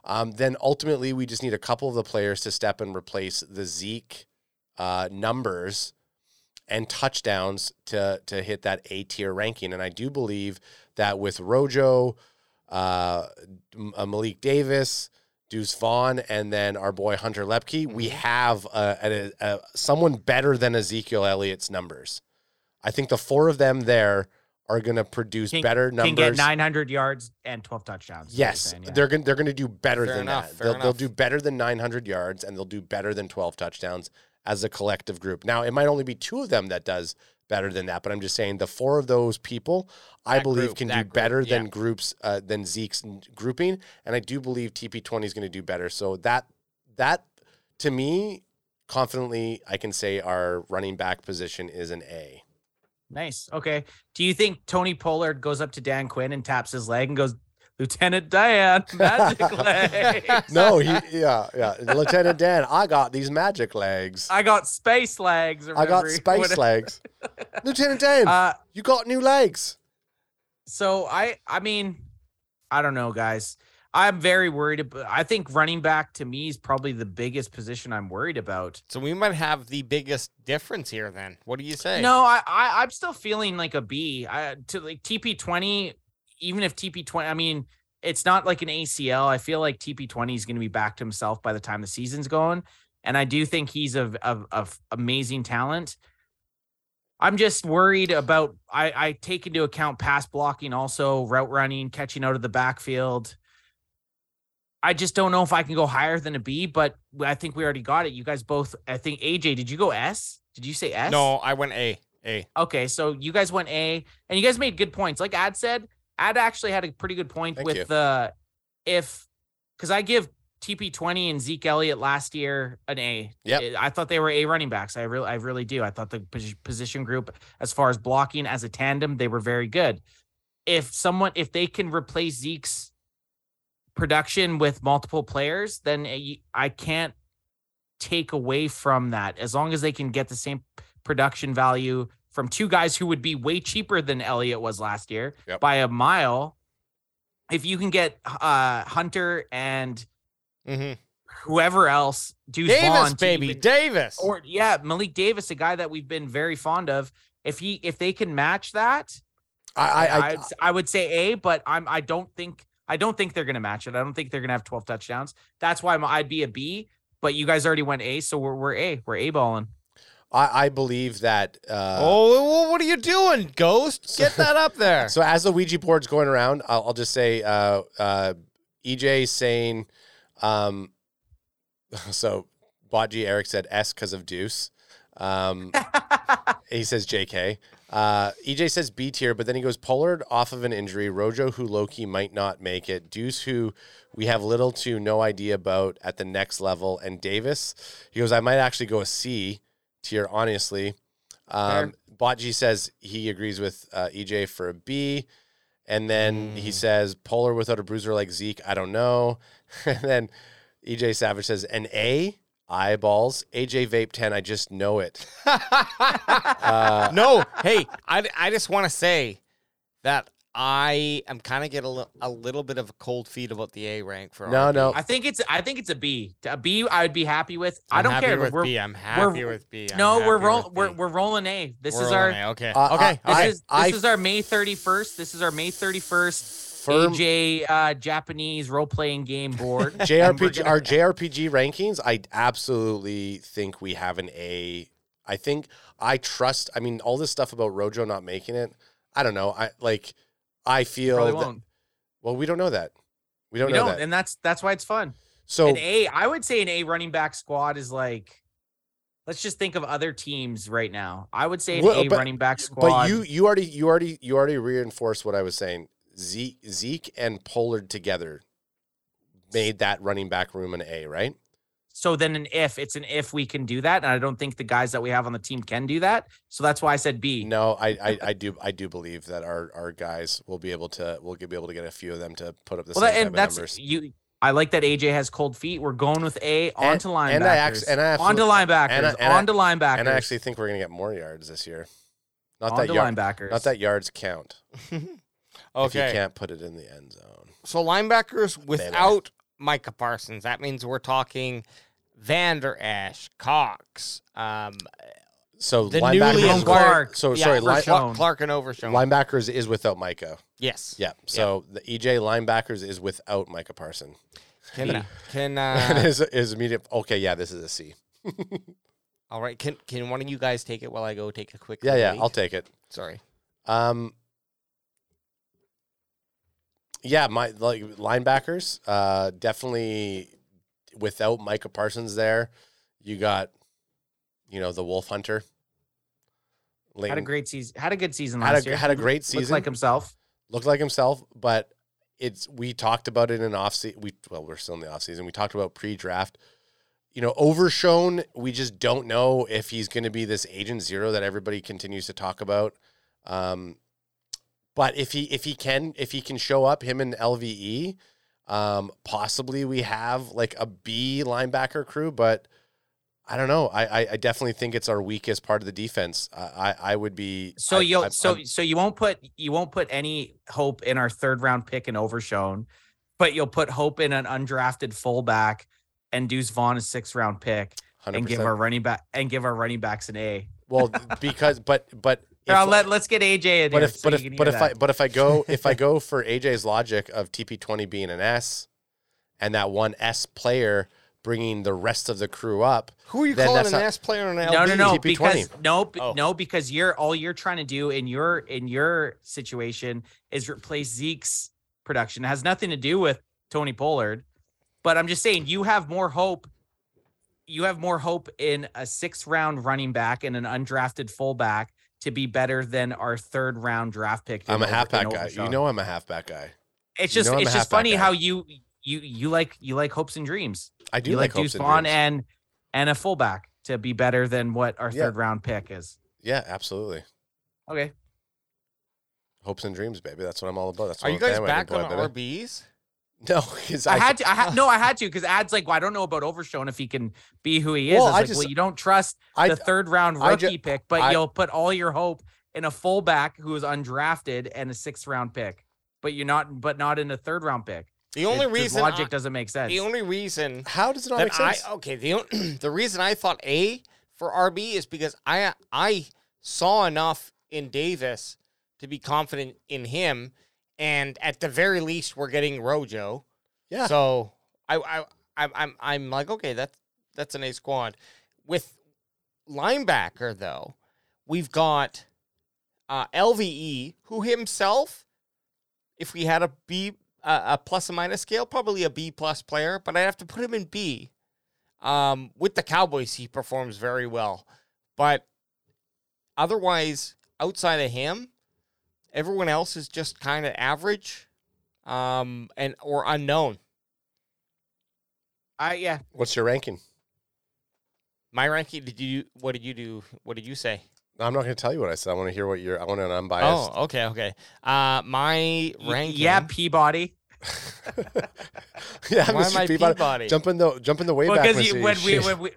Speaker 3: Um, then ultimately, we just need a couple of the players to step and replace the Zeke uh, numbers and touchdowns to to hit that A tier ranking. And I do believe that with Rojo, uh, M- uh, Malik Davis, Deuce Vaughn, and then our boy Hunter Lepke, we have uh a, a, someone better than Ezekiel Elliott's numbers. I think the four of them there are going to produce
Speaker 2: Can-
Speaker 3: better
Speaker 2: Can get
Speaker 3: numbers.
Speaker 2: 900 yards and 12 touchdowns. is what you're
Speaker 3: Yes,
Speaker 2: saying, yeah.
Speaker 3: they're gonna they're gonna do better
Speaker 4: Fair
Speaker 3: than
Speaker 4: enough,
Speaker 3: that.
Speaker 4: fair
Speaker 3: They'll, they'll
Speaker 4: enough.
Speaker 3: do better than 900 yards, and they'll do better than 12 touchdowns as a collective group. Now, it might only be two of them that does better than that, but I'm just saying the four of those people I
Speaker 4: That
Speaker 3: believe
Speaker 4: group,
Speaker 3: can do
Speaker 4: that group,
Speaker 3: better than
Speaker 4: yeah.
Speaker 3: groups uh, than Zeke's n- grouping, and I do believe TP20 is going to do better. So that that to me confidently I can say our running back position is an A.
Speaker 2: nice. Okay. Do you think Tony Pollard goes up to Dan Quinn and taps his leg and goes, Lieutenant Dan, magic leg.
Speaker 3: No, he, yeah, yeah, Lieutenant Dan, I got these magic legs.
Speaker 2: I got space legs. Or
Speaker 3: I got
Speaker 2: whatever-
Speaker 3: space
Speaker 2: whatever.
Speaker 3: legs. Lieutenant Dan,
Speaker 2: Uh,
Speaker 3: you got new legs.
Speaker 2: So I I mean, I don't know, guys. I'm very worried about I think running back to me is probably the biggest position I'm worried about.
Speaker 4: So we might have the biggest difference here. Then, what do you say?
Speaker 2: No, I, I I'm still feeling like a B. I to like TP twenty, even if TP twenty I mean, it's not like an ACL. I feel like TP twenty is gonna be back to himself by the time the season's going. And I do think he's of of, of amazing talent. I'm just worried about I, I take into account pass blocking, also route running, catching out of the backfield. I just don't know if I can go higher than a B, but I think we already got it. You guys both, I think AJ, did you go S? Did you say S?
Speaker 4: no, I went A. A.
Speaker 2: Okay, so you guys went A, and you guys made good points. Like Ad said, Ad actually had a pretty good point
Speaker 3: Thank
Speaker 2: with
Speaker 3: you.
Speaker 2: the if because I give TP twenty and Zeke Elliott last year an A.
Speaker 3: Yep.
Speaker 2: I- I thought they were A running backs. I really, I really do. I thought the pos- position group, as far as blocking as a tandem, they were very good. If someone, if they can replace Zeke's production with multiple players, then I- I can't take away from that. As long as they can get the same production value from two guys who would be way cheaper than Elliott was last year
Speaker 3: Yep.
Speaker 2: by a mile. If you can get uh, Hunter and
Speaker 4: Mm-hmm.
Speaker 2: whoever else, Deuce
Speaker 4: Davis,
Speaker 2: Vaughn to
Speaker 4: baby,
Speaker 2: even-
Speaker 4: Davis.
Speaker 2: or yeah, Malik Davis, a guy that we've been very fond of. If he if they can match that,
Speaker 3: I, I, I
Speaker 2: I'd- I would say A, but I'm I don't think I don't think they're gonna match it. I don't think they're gonna have 12 touchdowns. That's why I'm, I'd be a B. But you guys already went A, so we're we're A. We're A balling.
Speaker 3: I, I believe that. Uh,
Speaker 4: oh, wh- what are you doing, Ghost? Get that up there.
Speaker 3: So as the Ouija board's going around, I'll, I'll just say uh, uh, EJ saying, um, so Botgy Eric said S because of Deuce. Um, he says JK. Uh, EJ says B tier, but then he goes Pollard off of an injury. Rojo, who Loki might not make it. Deuce, who we have little to no idea about at the next level. And Davis, he goes, I might actually go a C tier, honestly. Um, Botgy says he agrees with uh, EJ for a B. And then he says, Polar without a bruiser like Zeke, I don't know. and then EJ Savage says, an A, eyeballs. AJ Vape 10, I just know it. uh,
Speaker 4: no, hey, I, I just want to say that I am kind of getting a, li- a little bit of a cold feet about the A rank for
Speaker 3: no,
Speaker 4: RB.
Speaker 3: no.
Speaker 2: I think it's I think it's a B. A B I would be happy with. I'm I
Speaker 4: I'm
Speaker 2: do not
Speaker 4: happy
Speaker 2: care.
Speaker 4: With
Speaker 2: we're,
Speaker 4: B. I'm happy with B. I'm
Speaker 2: no, we're
Speaker 4: happy
Speaker 2: roll,
Speaker 4: with B.
Speaker 2: we're we're rolling A. This
Speaker 4: We're
Speaker 2: is
Speaker 4: rolling
Speaker 2: our
Speaker 4: A, okay.
Speaker 3: Uh,
Speaker 4: okay.
Speaker 3: uh,
Speaker 2: this
Speaker 3: I-
Speaker 2: is this
Speaker 3: I-
Speaker 2: is our May 31st. This is our May 31st
Speaker 3: Firm-
Speaker 2: AJ uh, Japanese role playing game board. And we're
Speaker 3: JRPG,
Speaker 2: gonna-
Speaker 3: our JRPG rankings, I absolutely think we have an A. I think I trust, I mean, all this stuff about Rojo not making it, I don't know. I like, I feel,
Speaker 2: probably
Speaker 3: that-
Speaker 2: won't.
Speaker 3: well, we don't know that. We
Speaker 2: We
Speaker 3: don't
Speaker 2: don't,
Speaker 3: know that.
Speaker 2: and that's that's why it's fun.
Speaker 3: So,
Speaker 2: an A, I would say an A running back squad is like. Let's just think of other teams right now. I would say an
Speaker 3: Well,
Speaker 2: A
Speaker 3: but-
Speaker 2: running back squad.
Speaker 3: But you you already you already you already reinforced what I was saying. Zeke Zeke and Pollard together made that running back room an A, right?
Speaker 2: So then an if, it's an if we can do that. And I don't think the guys that we have on the team can do that. So that's why I said B.
Speaker 3: No, I I, I do I do believe that our our guys will be able to will be able to get a few of them to put up the
Speaker 2: well,
Speaker 3: same
Speaker 2: that,
Speaker 3: type
Speaker 2: and
Speaker 3: of
Speaker 2: that's
Speaker 3: numbers.
Speaker 2: you. I like that AJ has cold feet. We're going with A onto linebackers.
Speaker 3: and I act- and I
Speaker 2: onto
Speaker 3: absolute-
Speaker 2: linebackers.
Speaker 3: and I- and I-
Speaker 2: onto linebackers.
Speaker 3: And I actually think we're gonna get more yards this year. Not that
Speaker 2: onto
Speaker 3: yard,
Speaker 2: linebackers.
Speaker 3: not that yards count. If you
Speaker 4: okay.
Speaker 3: can't put it in the end zone.
Speaker 4: So linebackers without Micah Parsons. That means we're talking Vander Ash, Cox, um,
Speaker 3: So
Speaker 4: The newly
Speaker 3: linebackers
Speaker 4: acquired-
Speaker 2: Clark.
Speaker 3: So
Speaker 4: yeah,
Speaker 3: Oh, sorry,
Speaker 2: for
Speaker 3: line,
Speaker 2: sure.
Speaker 4: Clark, Clark and Overshone.
Speaker 3: linebackers is without Micah.
Speaker 4: yes.
Speaker 3: Yeah. So the EJ linebackers is without Micah Parson.
Speaker 4: Can
Speaker 3: and
Speaker 4: can uh,
Speaker 3: his, his immediate okay yeah this is a c
Speaker 4: all right? Can can one of you guys take it while I go take a quick?
Speaker 3: yeah yeah
Speaker 4: leak?
Speaker 3: i'll take it
Speaker 4: Sorry.
Speaker 3: um yeah my like linebackers uh definitely without micah parsons there you got you know the wolf hunter
Speaker 2: had a
Speaker 3: Lincoln-
Speaker 2: great season. Had a good season
Speaker 3: had
Speaker 2: last
Speaker 3: a,
Speaker 2: year.
Speaker 3: had a great
Speaker 2: Looks
Speaker 3: season
Speaker 2: like himself.
Speaker 3: looked like himself, but it's we talked about it in off season. We well, we're still in the off season. We talked about pre-draft. You know, overshown. We just don't know if he's going to be this agent zero that everybody continues to talk about. Um, but if he if he can if he can show up, him and LVE, um, possibly we have like a B linebacker crew. But I don't know. I I, I definitely think it's our weakest part of the defense. I I, I would be
Speaker 2: So
Speaker 3: I-
Speaker 2: you'll
Speaker 3: I'm-
Speaker 2: so
Speaker 3: I'm-
Speaker 2: so you won't put you won't put any hope in our third round pick in Overshone, but you'll put hope in an undrafted fullback and Deuce Vaughn a sixth round pick and give
Speaker 3: 100%.
Speaker 2: our running back and give our running backs an A.
Speaker 3: Well, because but but
Speaker 2: Here, I'll
Speaker 3: if-
Speaker 2: let let's get AJ in
Speaker 3: but
Speaker 2: here
Speaker 3: if
Speaker 2: so
Speaker 3: but
Speaker 2: you can hear
Speaker 3: if but if I
Speaker 2: that.
Speaker 3: but if I go if I go for AJ's logic of TP twenty being an S, and that one S player bringing the rest of the crew up,
Speaker 4: Who are you
Speaker 3: Then
Speaker 4: calling
Speaker 3: that's
Speaker 4: an
Speaker 3: not-
Speaker 4: ass player and an
Speaker 2: no
Speaker 4: LB?
Speaker 2: no no
Speaker 3: TP20.
Speaker 2: because no b-
Speaker 4: Oh.
Speaker 2: no because you're all you're trying to do in your in your situation is replace Zeke's production. It has nothing to do with Tony Pollard, but I'm just saying you have more hope. You have more hope in a sixth round running back and an undrafted fullback to be better than our third round draft pick. in
Speaker 3: I'm a
Speaker 2: Over-
Speaker 3: halfback
Speaker 2: in
Speaker 3: guy. You
Speaker 2: Overshawn.
Speaker 3: know I'm a halfback guy.
Speaker 2: it's
Speaker 3: you
Speaker 2: just
Speaker 3: know I'm a
Speaker 2: it's just
Speaker 3: halfback
Speaker 2: funny
Speaker 3: guy.
Speaker 2: how you you you like you like hopes and dreams
Speaker 3: I do
Speaker 2: you like,
Speaker 3: like hopes
Speaker 2: Deuce
Speaker 3: and
Speaker 2: Vaughn
Speaker 3: dreams.
Speaker 2: and and a fullback to be better than what our
Speaker 3: Yeah.
Speaker 2: third round pick is.
Speaker 3: yeah, absolutely.
Speaker 2: Okay.
Speaker 3: Hopes and dreams, baby. That's what I'm all about. That's what
Speaker 4: Are you guys back on
Speaker 3: baby.
Speaker 4: RBs?
Speaker 3: No, because
Speaker 2: I
Speaker 3: I,
Speaker 2: had to. I ha- no, I had to because Ad's like, well, I don't know about Overshone if he can be who he is. I
Speaker 3: Well,
Speaker 2: was
Speaker 3: I
Speaker 2: like,
Speaker 3: just-
Speaker 2: well, you don't trust
Speaker 3: I,
Speaker 2: the third round
Speaker 3: I
Speaker 2: rookie
Speaker 3: ju-
Speaker 2: pick, but
Speaker 3: I-
Speaker 2: you'll put all your hope in a fullback who is undrafted and a sixth round pick, but you're not, but not in a third round pick.
Speaker 4: The only
Speaker 2: It- the
Speaker 4: reason
Speaker 2: logic
Speaker 4: I-
Speaker 2: doesn't make sense.
Speaker 4: the only reason
Speaker 3: how does it not
Speaker 4: that
Speaker 3: make sense?
Speaker 4: I okay. The on- the reason I thought A for RB is because I I saw enough in Davis to be confident in him, and at the very least, we're getting Rojo.
Speaker 3: Yeah.
Speaker 4: So I I I'm I'm, I'm like okay that's that's an A squad with linebacker, though, we've got uh, LVE, who himself, if we had a B, uh, a plus and minus scale, probably a B plus player, but I'd have to put him in B. Um, with the Cowboys, he performs very well, but otherwise, outside of him, everyone else is just kind of average, um, and or unknown.
Speaker 2: I yeah,
Speaker 3: What's your ranking?
Speaker 4: My ranking. Did you? What did you do? What did you say?
Speaker 3: I'm not going to tell you what I said. I want to hear what your. I want an unbiased.
Speaker 4: Oh, okay, okay. Uh, my
Speaker 2: Y-
Speaker 4: ranking.
Speaker 2: yeah, Peabody.
Speaker 3: yeah,
Speaker 4: Why am I
Speaker 3: Mr. Peabody.
Speaker 4: Peabody?
Speaker 3: Jump in the jump in the way
Speaker 2: Well,
Speaker 3: back.
Speaker 2: because
Speaker 3: Mr.
Speaker 2: when we
Speaker 3: Shit.
Speaker 2: when we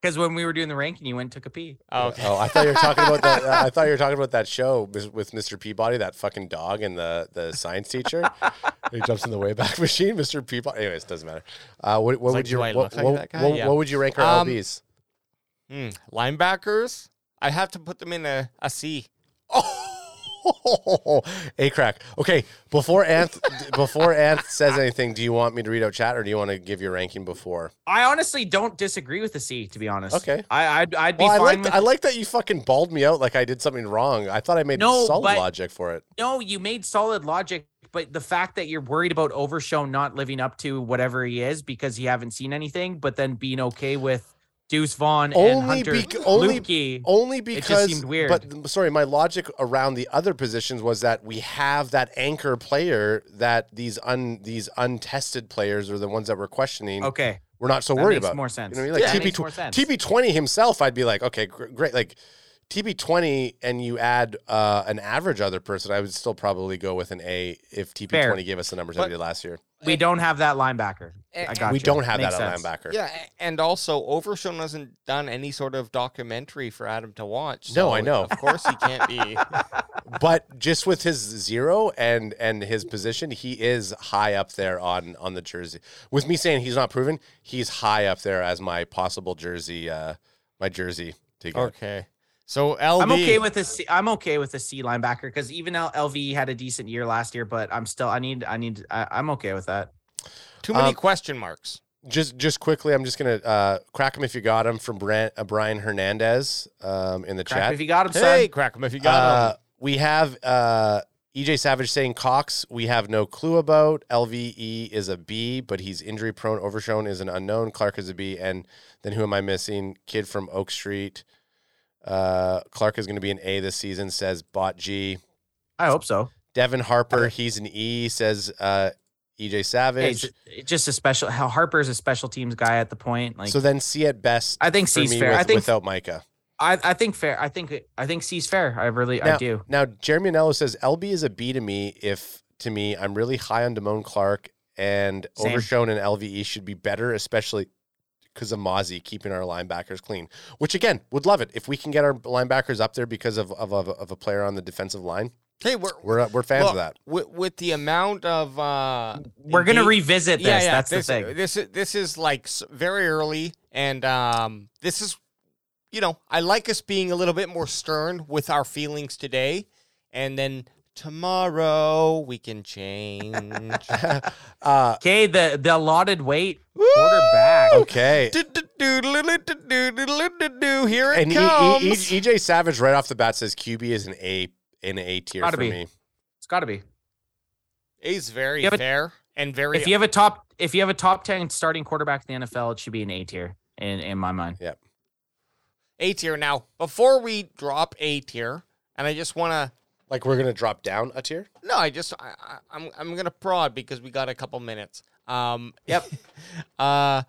Speaker 2: because when we were doing the ranking, you went and took a pee.
Speaker 4: Oh, okay.
Speaker 3: Oh, I thought you were talking about that. uh, I thought you were talking about that show mis- with Mr. Peabody, that fucking dog, and the the science teacher. he jumps in the Wayback Machine, Mr. Peabody. Anyways, doesn't matter. Uh, what what
Speaker 4: It's like,
Speaker 3: would you
Speaker 4: do I
Speaker 3: what,
Speaker 4: look like
Speaker 3: what,
Speaker 4: that guy?
Speaker 3: what-
Speaker 4: Yeah.
Speaker 3: what would you rank our
Speaker 4: Um,
Speaker 3: LBs?
Speaker 4: Hmm. Linebackers. I have to put them in a, a C.
Speaker 3: Oh, a crack. Okay, before Anth before Anth says anything, do you want me to read out chat or do you want to give your ranking before?
Speaker 2: I honestly don't disagree with the C, to be honest.
Speaker 3: Okay.
Speaker 2: I I'd, I'd be
Speaker 3: Well, I
Speaker 2: fine
Speaker 3: like
Speaker 2: with
Speaker 3: I like that you fucking balled me out like I did something wrong. I thought I made
Speaker 2: No,
Speaker 3: solid
Speaker 2: but-
Speaker 3: logic for it.
Speaker 2: no. You made solid logic, but the fact that you're worried about Overshown not living up to whatever he is because you haven't seen anything, but then being okay with Deuce Vaughn and
Speaker 3: Only
Speaker 2: Hunter
Speaker 3: bec- only- Oh,
Speaker 2: Lukey.
Speaker 3: Only
Speaker 2: just
Speaker 3: because
Speaker 2: seemed weird.
Speaker 3: But th- sorry, my logic around the other positions was that we have that anchor player that these un these untested players or the ones that we're questioning.
Speaker 2: okay,
Speaker 3: We're not so
Speaker 2: that
Speaker 3: worried
Speaker 2: makes
Speaker 3: about.
Speaker 2: more sense.
Speaker 3: You know what I
Speaker 2: That
Speaker 3: mean? Like
Speaker 2: makes more
Speaker 3: TB
Speaker 2: sense.
Speaker 3: TB twenty himself, I'd be like, okay, gr- great. Like TB twenty, and you add uh, an average other person, I would still probably go with an A if TB
Speaker 2: Fair.
Speaker 3: twenty gave us the numbers that
Speaker 4: But-
Speaker 3: we did last year.
Speaker 2: we don't have that linebacker.
Speaker 4: Eh,
Speaker 2: I
Speaker 4: eh,
Speaker 2: got
Speaker 3: We
Speaker 2: you.
Speaker 3: don't have
Speaker 2: Makes
Speaker 3: that at
Speaker 2: sense.
Speaker 3: linebacker.
Speaker 4: Yeah, a- and also Overshone hasn't done any sort of documentary for Adam to watch.
Speaker 3: No,
Speaker 4: so
Speaker 3: I know.
Speaker 4: Of course, he can't be.
Speaker 3: but just with his zero and and his position, he is high up there on on the jersey. With me saying he's not proven, he's high up there as my possible jersey, uh, my jersey to get.
Speaker 4: okay, so
Speaker 3: Oh,
Speaker 4: LB.
Speaker 2: I'm okay with a C. I'm okay with a C linebacker because even L- LV had a decent year last year, but I'm still. I need. I need. I, I'm okay with that.
Speaker 4: too many
Speaker 3: um,
Speaker 4: question marks.
Speaker 3: Just just quickly, I'm just gonna uh, crack him if you got him from Brian, uh, Brian Hernandez um, in the
Speaker 2: Crack
Speaker 3: chat.
Speaker 2: if you got him,
Speaker 4: Hey, crack 'em if you got 'em.
Speaker 3: Uh, we have uh, EJ Savage saying Cox, we have no clue about. LVE is a B, but he's injury prone. Overshone is an unknown. Clark is a B. And then who am I missing? Kid from Oak Street. Uh, Clark is going to be an A this season, says Bot G.
Speaker 2: son. I hope so.
Speaker 3: Devin Harper, he's an E, says uh, EJ
Speaker 2: Hey,
Speaker 3: Savage.
Speaker 2: it's- it's just a special. How Harper's a special teams guy at the point. Like
Speaker 3: so then C at best
Speaker 2: I think
Speaker 3: for
Speaker 2: C's
Speaker 3: me
Speaker 2: fair.
Speaker 3: with-
Speaker 2: I think
Speaker 3: without Micah.
Speaker 2: I, I think fair. I think I think C's fair. I really I do.
Speaker 3: Now, Jeremy Anello says LB is a B to me. If to me, I'm really high on Damone Clark and
Speaker 2: Same.
Speaker 3: Overshone and LVE E should be better, especially because of Mozzie keeping our linebackers clean. Which again, would love it if we can get our linebackers up there because of of, of, of a player on the defensive line.
Speaker 4: Hey, we're
Speaker 3: We're we're fans
Speaker 4: look,
Speaker 3: of that.
Speaker 4: With, with the amount of uh,
Speaker 2: We're gonna
Speaker 4: engage-
Speaker 2: revisit this. That's
Speaker 4: this,
Speaker 3: uh,
Speaker 2: the thing.
Speaker 4: This is this is like s- very early, and um, this is, you know, I like us being a little bit more stern with our feelings today, and then tomorrow we can change.
Speaker 3: Uh,
Speaker 2: Okay, the the allotted weight quarterback.
Speaker 3: okay.
Speaker 4: Do-do-do-do-do-do-do-do-do. Here it
Speaker 3: And E- E-
Speaker 4: comes.
Speaker 3: E- EJ Savage right off the bat says QB is an A an A tier
Speaker 2: Gotta
Speaker 3: for
Speaker 2: be.
Speaker 3: me.
Speaker 2: It's got to be.
Speaker 4: He's very
Speaker 2: Yeah, but-
Speaker 4: fair and very.
Speaker 2: If you have a top, if you have a top ten starting quarterback in the NFL, it should be an A tier in in my mind.
Speaker 4: A tier now. Before we drop A tier, and I just want to
Speaker 3: Like we're gonna drop down a tier.
Speaker 4: No, I just I, I, I'm I'm gonna prod because we got a couple minutes. Um.
Speaker 2: Yep.
Speaker 4: uh.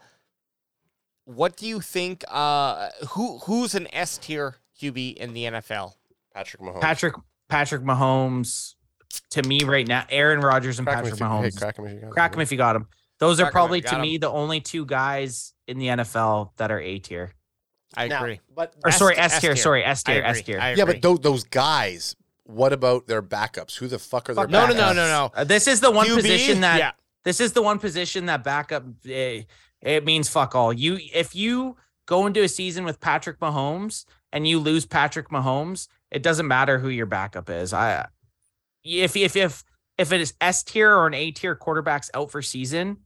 Speaker 4: What do you think? Uh, who who's an S tier QB in the NFL?
Speaker 3: Patrick Mahomes.
Speaker 2: Patrick Patrick Mahomes to me right now, Aaron Rodgers and
Speaker 3: Crack 'em
Speaker 2: Patrick
Speaker 3: if you- hey,
Speaker 2: Mahomes. crack,
Speaker 3: crack 'em if you
Speaker 2: them
Speaker 3: got 'em.
Speaker 2: if you got them. Those
Speaker 4: Crack 'em
Speaker 2: are
Speaker 4: if
Speaker 2: probably
Speaker 4: you
Speaker 2: to
Speaker 4: got 'em.
Speaker 2: me the only two guys in the NFL that are A tier.
Speaker 4: I
Speaker 3: Now,
Speaker 4: agree.
Speaker 3: But
Speaker 2: Or
Speaker 4: S-
Speaker 2: sorry, S
Speaker 4: S
Speaker 2: tier.
Speaker 4: tier.
Speaker 2: Sorry, S
Speaker 4: I
Speaker 2: tier. S
Speaker 4: agree.
Speaker 2: tier.
Speaker 4: I
Speaker 3: Yeah, but
Speaker 4: agree.
Speaker 3: tho- those guys, what about their backups? Who the fuck are their
Speaker 2: Fuck
Speaker 4: no, no,
Speaker 3: backups?
Speaker 4: no, no, no.
Speaker 2: Uh, this is the one
Speaker 4: QB?
Speaker 2: position that
Speaker 4: yeah.
Speaker 2: this is the one position that backup eh, it means fuck all. You if you go into a season with Patrick Mahomes and you lose Patrick Mahomes, it doesn't matter who your backup is. I if if if if it is S tier or an A tier quarterbacks out for season,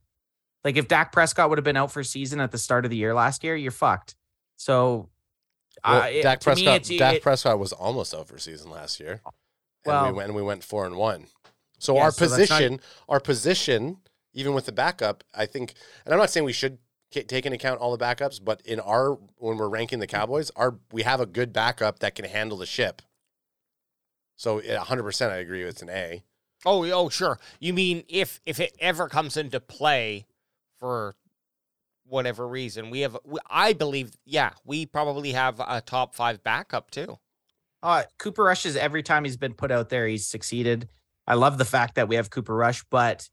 Speaker 2: like if Dak Prescott would have been out for season at the start of the year last year, you're fucked. So
Speaker 3: Well,
Speaker 2: I- it-
Speaker 3: Dak
Speaker 2: to me,
Speaker 3: Prescott.
Speaker 2: it's-
Speaker 3: Dak
Speaker 2: it-
Speaker 3: Prescott was almost out for season last year. and
Speaker 2: Well-
Speaker 3: we went and we went four and one. So
Speaker 2: Yeah,
Speaker 3: our
Speaker 2: so that's not-
Speaker 3: position, our position, even with the backup, I think, and I'm not saying we should ca- take into account all the backups, but in our when we're ranking the Cowboys, our we have a good backup that can handle the ship. So yeah, 100%, I agree. It's an A.
Speaker 4: Oh, y- oh, sure. You mean if if it ever comes into play for whatever reason, we have. we- I believe, yeah, we probably have a top five backup too.
Speaker 2: Uh, Cooper Rush is every time he's been put out there, he's succeeded. I love the fact that we have Cooper Rush, but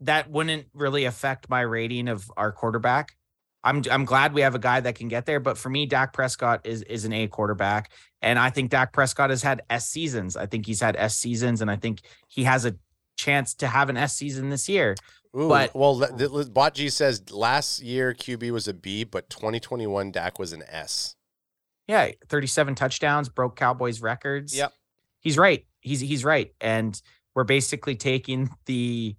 Speaker 2: that wouldn't really affect my rating of our quarterback. I'm I'm glad we have a guy that can get there, but for me, Dak Prescott is is an A quarterback, and I think Dak Prescott has had S seasons. I think he's had S seasons, and I think he has a chance to have an S season this year.
Speaker 3: Ooh,
Speaker 2: But-
Speaker 3: well, le- th- le- Bot G says last year QB was a B, but 2021 Dak was an S.
Speaker 2: Yeah, 37 touchdowns, broke Cowboys records.
Speaker 4: Yep.
Speaker 2: He's right. He's he's right. And we're basically taking the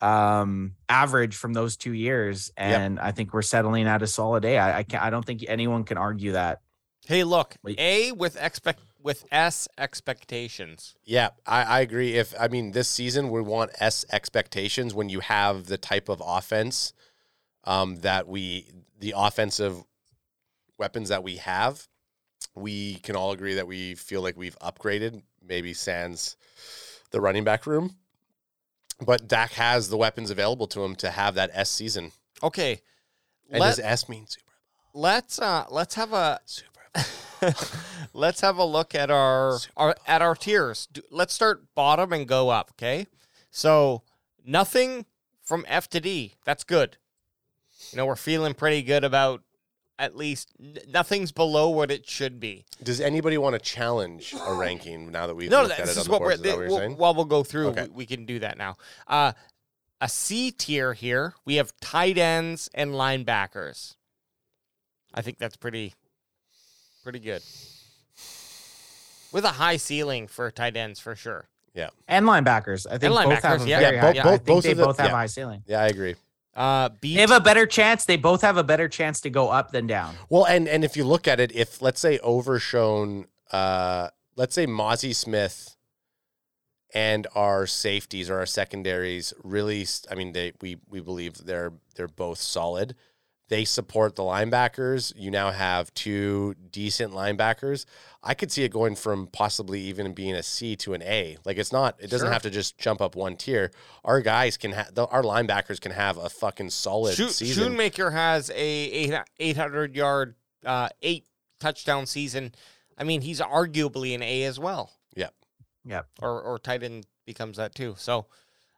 Speaker 2: um average from those two years.
Speaker 3: Yep.
Speaker 2: And I think we're settling at a solid A. I, I can't I don't think anyone can argue that.
Speaker 4: Hey, look,
Speaker 2: Wait.
Speaker 4: A with expect with S expectations.
Speaker 3: Yeah, I, I agree. If I mean this season, we want S expectations when you have the type of offense um, that we, the offensive weapons that we have, we can all agree that we feel like we've upgraded. Maybe sans the running back room, but Dak has the weapons available to him to have that S season,
Speaker 4: Okay,
Speaker 3: and
Speaker 4: let,
Speaker 3: does S mean Super
Speaker 4: let's uh let's have a
Speaker 3: Super?
Speaker 4: let's have a look at our, our at our tiers. Do, let's start bottom and go up. Okay, so nothing from F to D. That's good. You know, we're feeling pretty good about at least n- nothing's below what it should be.
Speaker 3: Does anybody want to challenge a ranking now that we've
Speaker 4: No,
Speaker 3: looked at
Speaker 4: this
Speaker 3: it on
Speaker 4: is
Speaker 3: the
Speaker 4: what
Speaker 3: board?
Speaker 4: we're,
Speaker 3: Is that what you're
Speaker 4: we'll-
Speaker 3: saying?
Speaker 4: while we'll go through.
Speaker 3: Okay.
Speaker 4: We, we can do that now. Uh, a C tier here. We have tight ends and linebackers. I think that's pretty, pretty good. With a high ceiling for tight ends for sure.
Speaker 2: And linebackers. I think both
Speaker 4: linebackers,
Speaker 2: have a
Speaker 4: yeah.
Speaker 2: very
Speaker 3: Yeah,
Speaker 2: high,
Speaker 3: both-
Speaker 2: yeah, I
Speaker 3: both-
Speaker 2: think
Speaker 3: both
Speaker 2: they
Speaker 3: of the-
Speaker 2: both have
Speaker 3: yeah.
Speaker 2: a high ceiling.
Speaker 3: Yeah, I agree.
Speaker 4: Uh, B
Speaker 2: They have a better chance. They both have a better chance to go up than down.
Speaker 3: Well, and and if you look at it, if let's say overshown, uh, let's say Mozzie Smith and our safeties or our secondaries really, s- I mean, they we we believe they're they're both solid. They support the linebackers. You now have two decent linebackers. I could see it going from possibly even being a C to an A. Like it's not. It doesn't
Speaker 4: Sure.
Speaker 3: have to just jump up one tier. Our guys can have. Our linebackers can have a fucking solid
Speaker 4: Scho-
Speaker 3: season.
Speaker 4: Schoonmaker has a eight eight hundred yard, uh, eight touchdown season. I mean, he's arguably an A as well.
Speaker 3: Yep.
Speaker 2: Yep.
Speaker 4: Or or tight end becomes that too. So,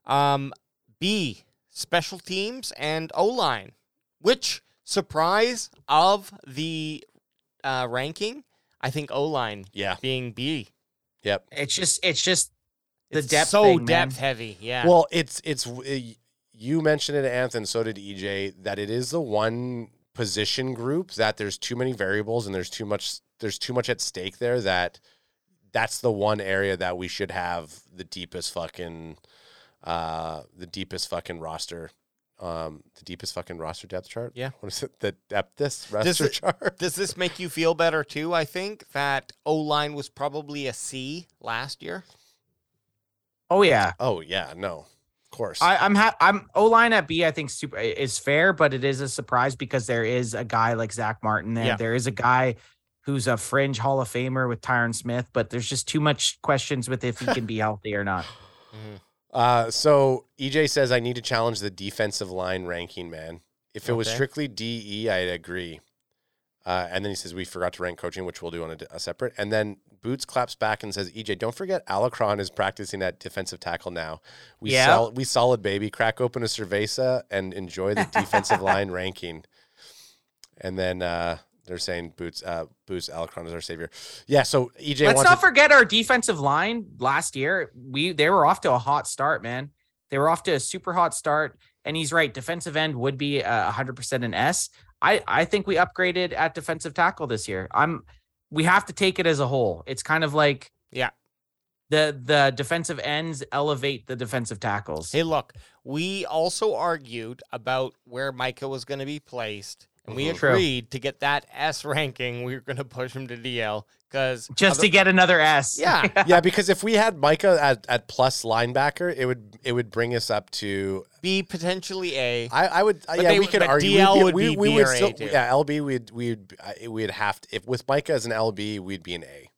Speaker 4: um, B special teams and O line, which surprise of the uh, ranking, I think O line
Speaker 3: yeah.
Speaker 4: being B.
Speaker 3: Yep.
Speaker 2: It's just it's just the
Speaker 4: It's
Speaker 2: depth
Speaker 4: so
Speaker 2: thing, man.
Speaker 4: depth heavy. Yeah.
Speaker 3: Well, it's it's uh, you mentioned it, Anth, and so did EJ. That it is the one position group that there's too many variables and there's too much there's too much at stake there. That that's the one area that we should have the deepest fucking uh the deepest fucking roster. Um, the deepest fucking roster depth chart.
Speaker 4: Yeah.
Speaker 3: what is it? The depthest roster
Speaker 4: it-
Speaker 3: chart.
Speaker 4: Does this make you feel better too? I think that O line was probably a C last year.
Speaker 2: Oh yeah.
Speaker 3: Oh yeah, no, of course.
Speaker 2: I, I'm ha- I'm O line at B. I think super is fair, but it is a surprise because there is a guy like Zach Martin there.
Speaker 4: Yeah.
Speaker 2: There is a guy who's a fringe Hall of Famer with Tyron Smith, but there's just too much questions with if he can be healthy or not.
Speaker 3: Uh, so EJ says I need to challenge the defensive line ranking, man. If it was
Speaker 4: Okay.
Speaker 3: strictly DE, I'd agree. Uh, and then he says we forgot to rank coaching, which we'll do on a, a separate. And then Boots claps back and says, "EJ, don't forget Alacron is practicing at defensive tackle now. We
Speaker 2: Yeah.
Speaker 3: sol- we solid baby. Crack open a cerveza and enjoy the defensive line ranking." And then uh, they're saying Boots uh, Boots Alacron is our savior. Yeah. So EJ
Speaker 2: Let's
Speaker 3: wants
Speaker 2: not
Speaker 3: to-
Speaker 2: forget our defensive line last year. We they were off to a hot start, man. They were off to a super hot start, and he's right. Defensive end would be uh, 100% an S. I I think we upgraded at defensive tackle this year. I'm we have to take it as a whole. It's kind of like
Speaker 4: Yeah.
Speaker 2: The the defensive ends elevate the defensive tackles.
Speaker 4: Hey, look, we also argued about where Micah was going to be placed, and we
Speaker 3: Mhm.
Speaker 2: True.
Speaker 4: agreed to get that S ranking. We were going to push him to DL because
Speaker 2: just to get another S.
Speaker 4: yeah,
Speaker 3: yeah, because if we had Micah at, at plus linebacker, it would it would bring us up to
Speaker 4: B potentially A.
Speaker 3: I, I would
Speaker 4: But
Speaker 3: yeah
Speaker 4: they
Speaker 3: we
Speaker 4: would-
Speaker 3: could
Speaker 4: but
Speaker 3: argue
Speaker 4: DL
Speaker 3: we'd
Speaker 4: would
Speaker 3: we,
Speaker 4: be
Speaker 3: we
Speaker 4: B
Speaker 3: would
Speaker 4: or A
Speaker 3: still
Speaker 4: too.
Speaker 3: yeah LB we'd we'd I- we'd have to if with Micah as an LB we'd be an A.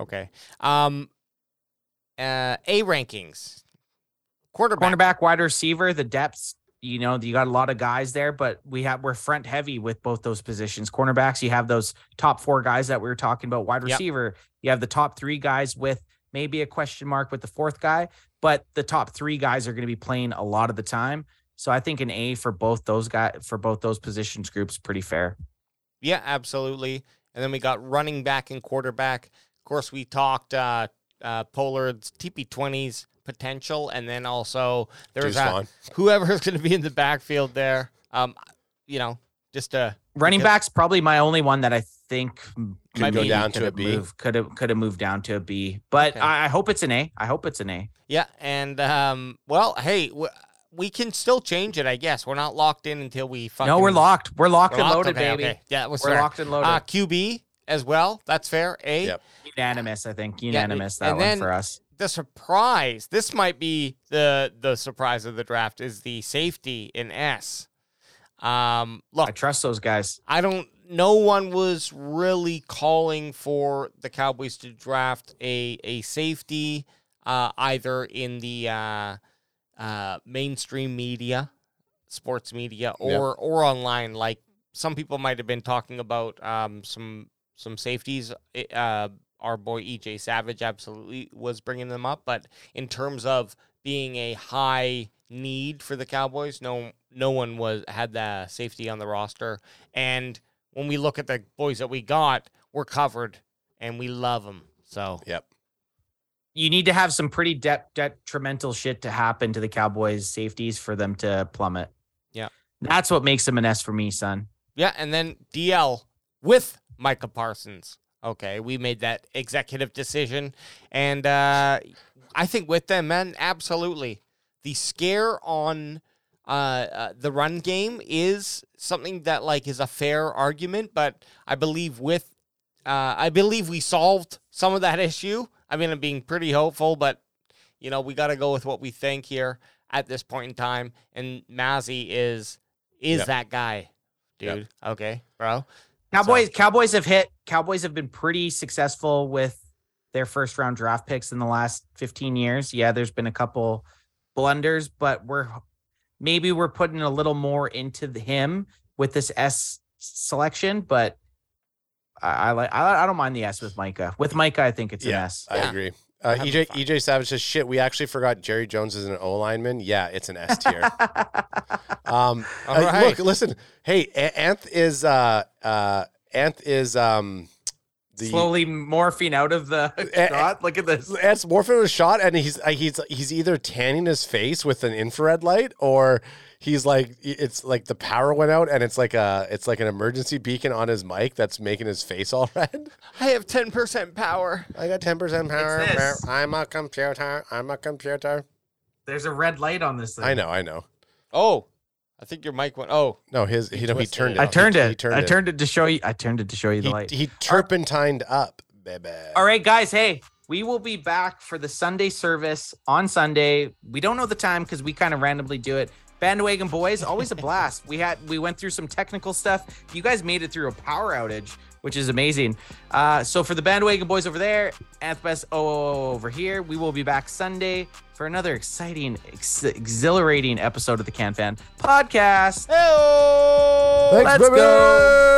Speaker 4: Okay. Um, uh, A rankings. Quarterback.
Speaker 2: Cornerback, wide receiver, the depths. You know, you got a lot of guys there, but we have we're front heavy with both those positions. Cornerbacks, you have those top four guys that we were talking about. Wide
Speaker 4: Yep.
Speaker 2: receiver, you have the top three guys with maybe a question mark with the fourth guy, but the top three guys are going to be playing a lot of the time. So I think an A for both those guys for both those positions groups pretty fair.
Speaker 4: Yeah, absolutely. And then we got running back and quarterback. Of course, we talked uh, uh, Pollard's TP20's potential, and then also there's
Speaker 3: Deuce
Speaker 4: uh,
Speaker 3: Vaughn.
Speaker 4: whoever's going to be in the backfield there. Um, you know, just uh,
Speaker 2: Running
Speaker 4: Because-
Speaker 2: back's probably my only one that I think m-
Speaker 3: Could
Speaker 2: might
Speaker 4: go
Speaker 2: be-
Speaker 3: down to
Speaker 2: could've
Speaker 3: a B.
Speaker 2: moved- Could have could have moved down to a B, but
Speaker 4: Okay.
Speaker 2: I, I hope it's an A. I hope it's an A.
Speaker 4: yeah, and um, well, hey, w- we can still change it, I guess. We're not locked in until we fucking.
Speaker 2: no, we're locked. We're locked
Speaker 4: We're
Speaker 2: and
Speaker 4: locked?
Speaker 2: loaded,
Speaker 4: Okay,
Speaker 2: baby.
Speaker 4: okay. Yeah, that was
Speaker 2: We're
Speaker 4: fair.
Speaker 2: locked and loaded.
Speaker 4: Uh, QB as well. That's fair. A.
Speaker 3: Yep.
Speaker 2: Unanimous, I think. Unanimous
Speaker 4: and
Speaker 2: that one
Speaker 4: then-
Speaker 2: for us.
Speaker 4: the surprise. This might be the the surprise of the draft is the safety in S. Um,
Speaker 2: I
Speaker 4: look,
Speaker 2: trust those guys.
Speaker 4: I don't. No one was really calling for the Cowboys to draft a a safety uh, either in the uh, uh, mainstream media, sports media, or
Speaker 3: Yeah.
Speaker 4: or online. Like some people might have been talking about um, some some safeties. i- Uh, our boy EJ Savage absolutely was bringing them up, but in terms of being a high need for the Cowboys, no no one was had the safety on the roster. And when we look at the boys that we got, we're covered and we love them. So
Speaker 3: Yep.
Speaker 2: You need to have some pretty de- detrimental shit to happen to the Cowboys' safeties for them to plummet.
Speaker 4: Yeah.
Speaker 2: that's what makes them an S for me, son.
Speaker 4: Yeah, and then DL with Micah Parsons. Okay, we made that executive decision, and uh, I think with them, man, absolutely, the scare on uh, uh, the run game is something that like is a fair argument, but I believe with uh, I believe we solved some of that issue. I mean, I'm being pretty hopeful, but you know we got to go with what we think here at this point in time, and Mazzy is is
Speaker 3: Yep.
Speaker 4: that guy
Speaker 3: Yep.
Speaker 4: dude. Okay, bro.
Speaker 2: Cowboys, Cowboys have hit. Cowboys have been pretty successful with their first round draft picks in the last 15 years. Yeah, there's been a couple blunders, but we're maybe we're putting a little more into the, him with this S selection. But I, I like I, I don't mind the S with Micah. With Micah, I think it's
Speaker 3: Yeah,
Speaker 2: an S.
Speaker 3: I
Speaker 4: Yeah.
Speaker 3: agree. Uh,
Speaker 4: having
Speaker 3: EJ
Speaker 4: fun.
Speaker 3: EJ Savage says shit. We actually forgot Jerry Jones is an O lineman. Yeah, it's an S tier. um,
Speaker 4: All
Speaker 3: Uh,
Speaker 4: right.
Speaker 3: Look, listen. Hey, A- Anth is uh uh Anth is um the
Speaker 2: Slowly morphing out of the
Speaker 3: eh.
Speaker 2: shot. Look at this.
Speaker 3: Anth's morphing was shot, and he's uh, he's he's either tanning his face with an infrared light, or he's like it's like the power went out, and it's like a it's like an emergency beacon on his mic that's making his face all red.
Speaker 4: I have 10% power.
Speaker 3: I got ten percent power.
Speaker 2: It's this.
Speaker 3: I'm a computer. I'm a computer.
Speaker 2: There's a red light on this thing.
Speaker 3: I know. I know.
Speaker 4: Oh, I think your mic went. Oh,
Speaker 3: No, his he, no, he
Speaker 4: twisted
Speaker 3: turned
Speaker 4: it.
Speaker 3: it.
Speaker 2: I
Speaker 3: He-
Speaker 2: turned
Speaker 3: he
Speaker 2: it. I
Speaker 3: it.
Speaker 2: turned it to show you. I turned it to show you the
Speaker 3: He,
Speaker 2: light.
Speaker 3: he turpentined up, baby.
Speaker 2: All right, guys. Hey, we will be back for the Sunday service on Sunday. We don't know the time because we kind of randomly do it. Bandwagon boys, always a blast. We had we went through some technical stuff. You guys made it through a power outage, which is amazing. Uh, so for the bandwagon boys over there, Anthbest OOO over here, we will be back Sunday for another exciting, ex- exhilarating episode of the Can Fan Podcast.
Speaker 4: hey!
Speaker 3: Thanks,
Speaker 2: Let's
Speaker 3: baby.
Speaker 2: go.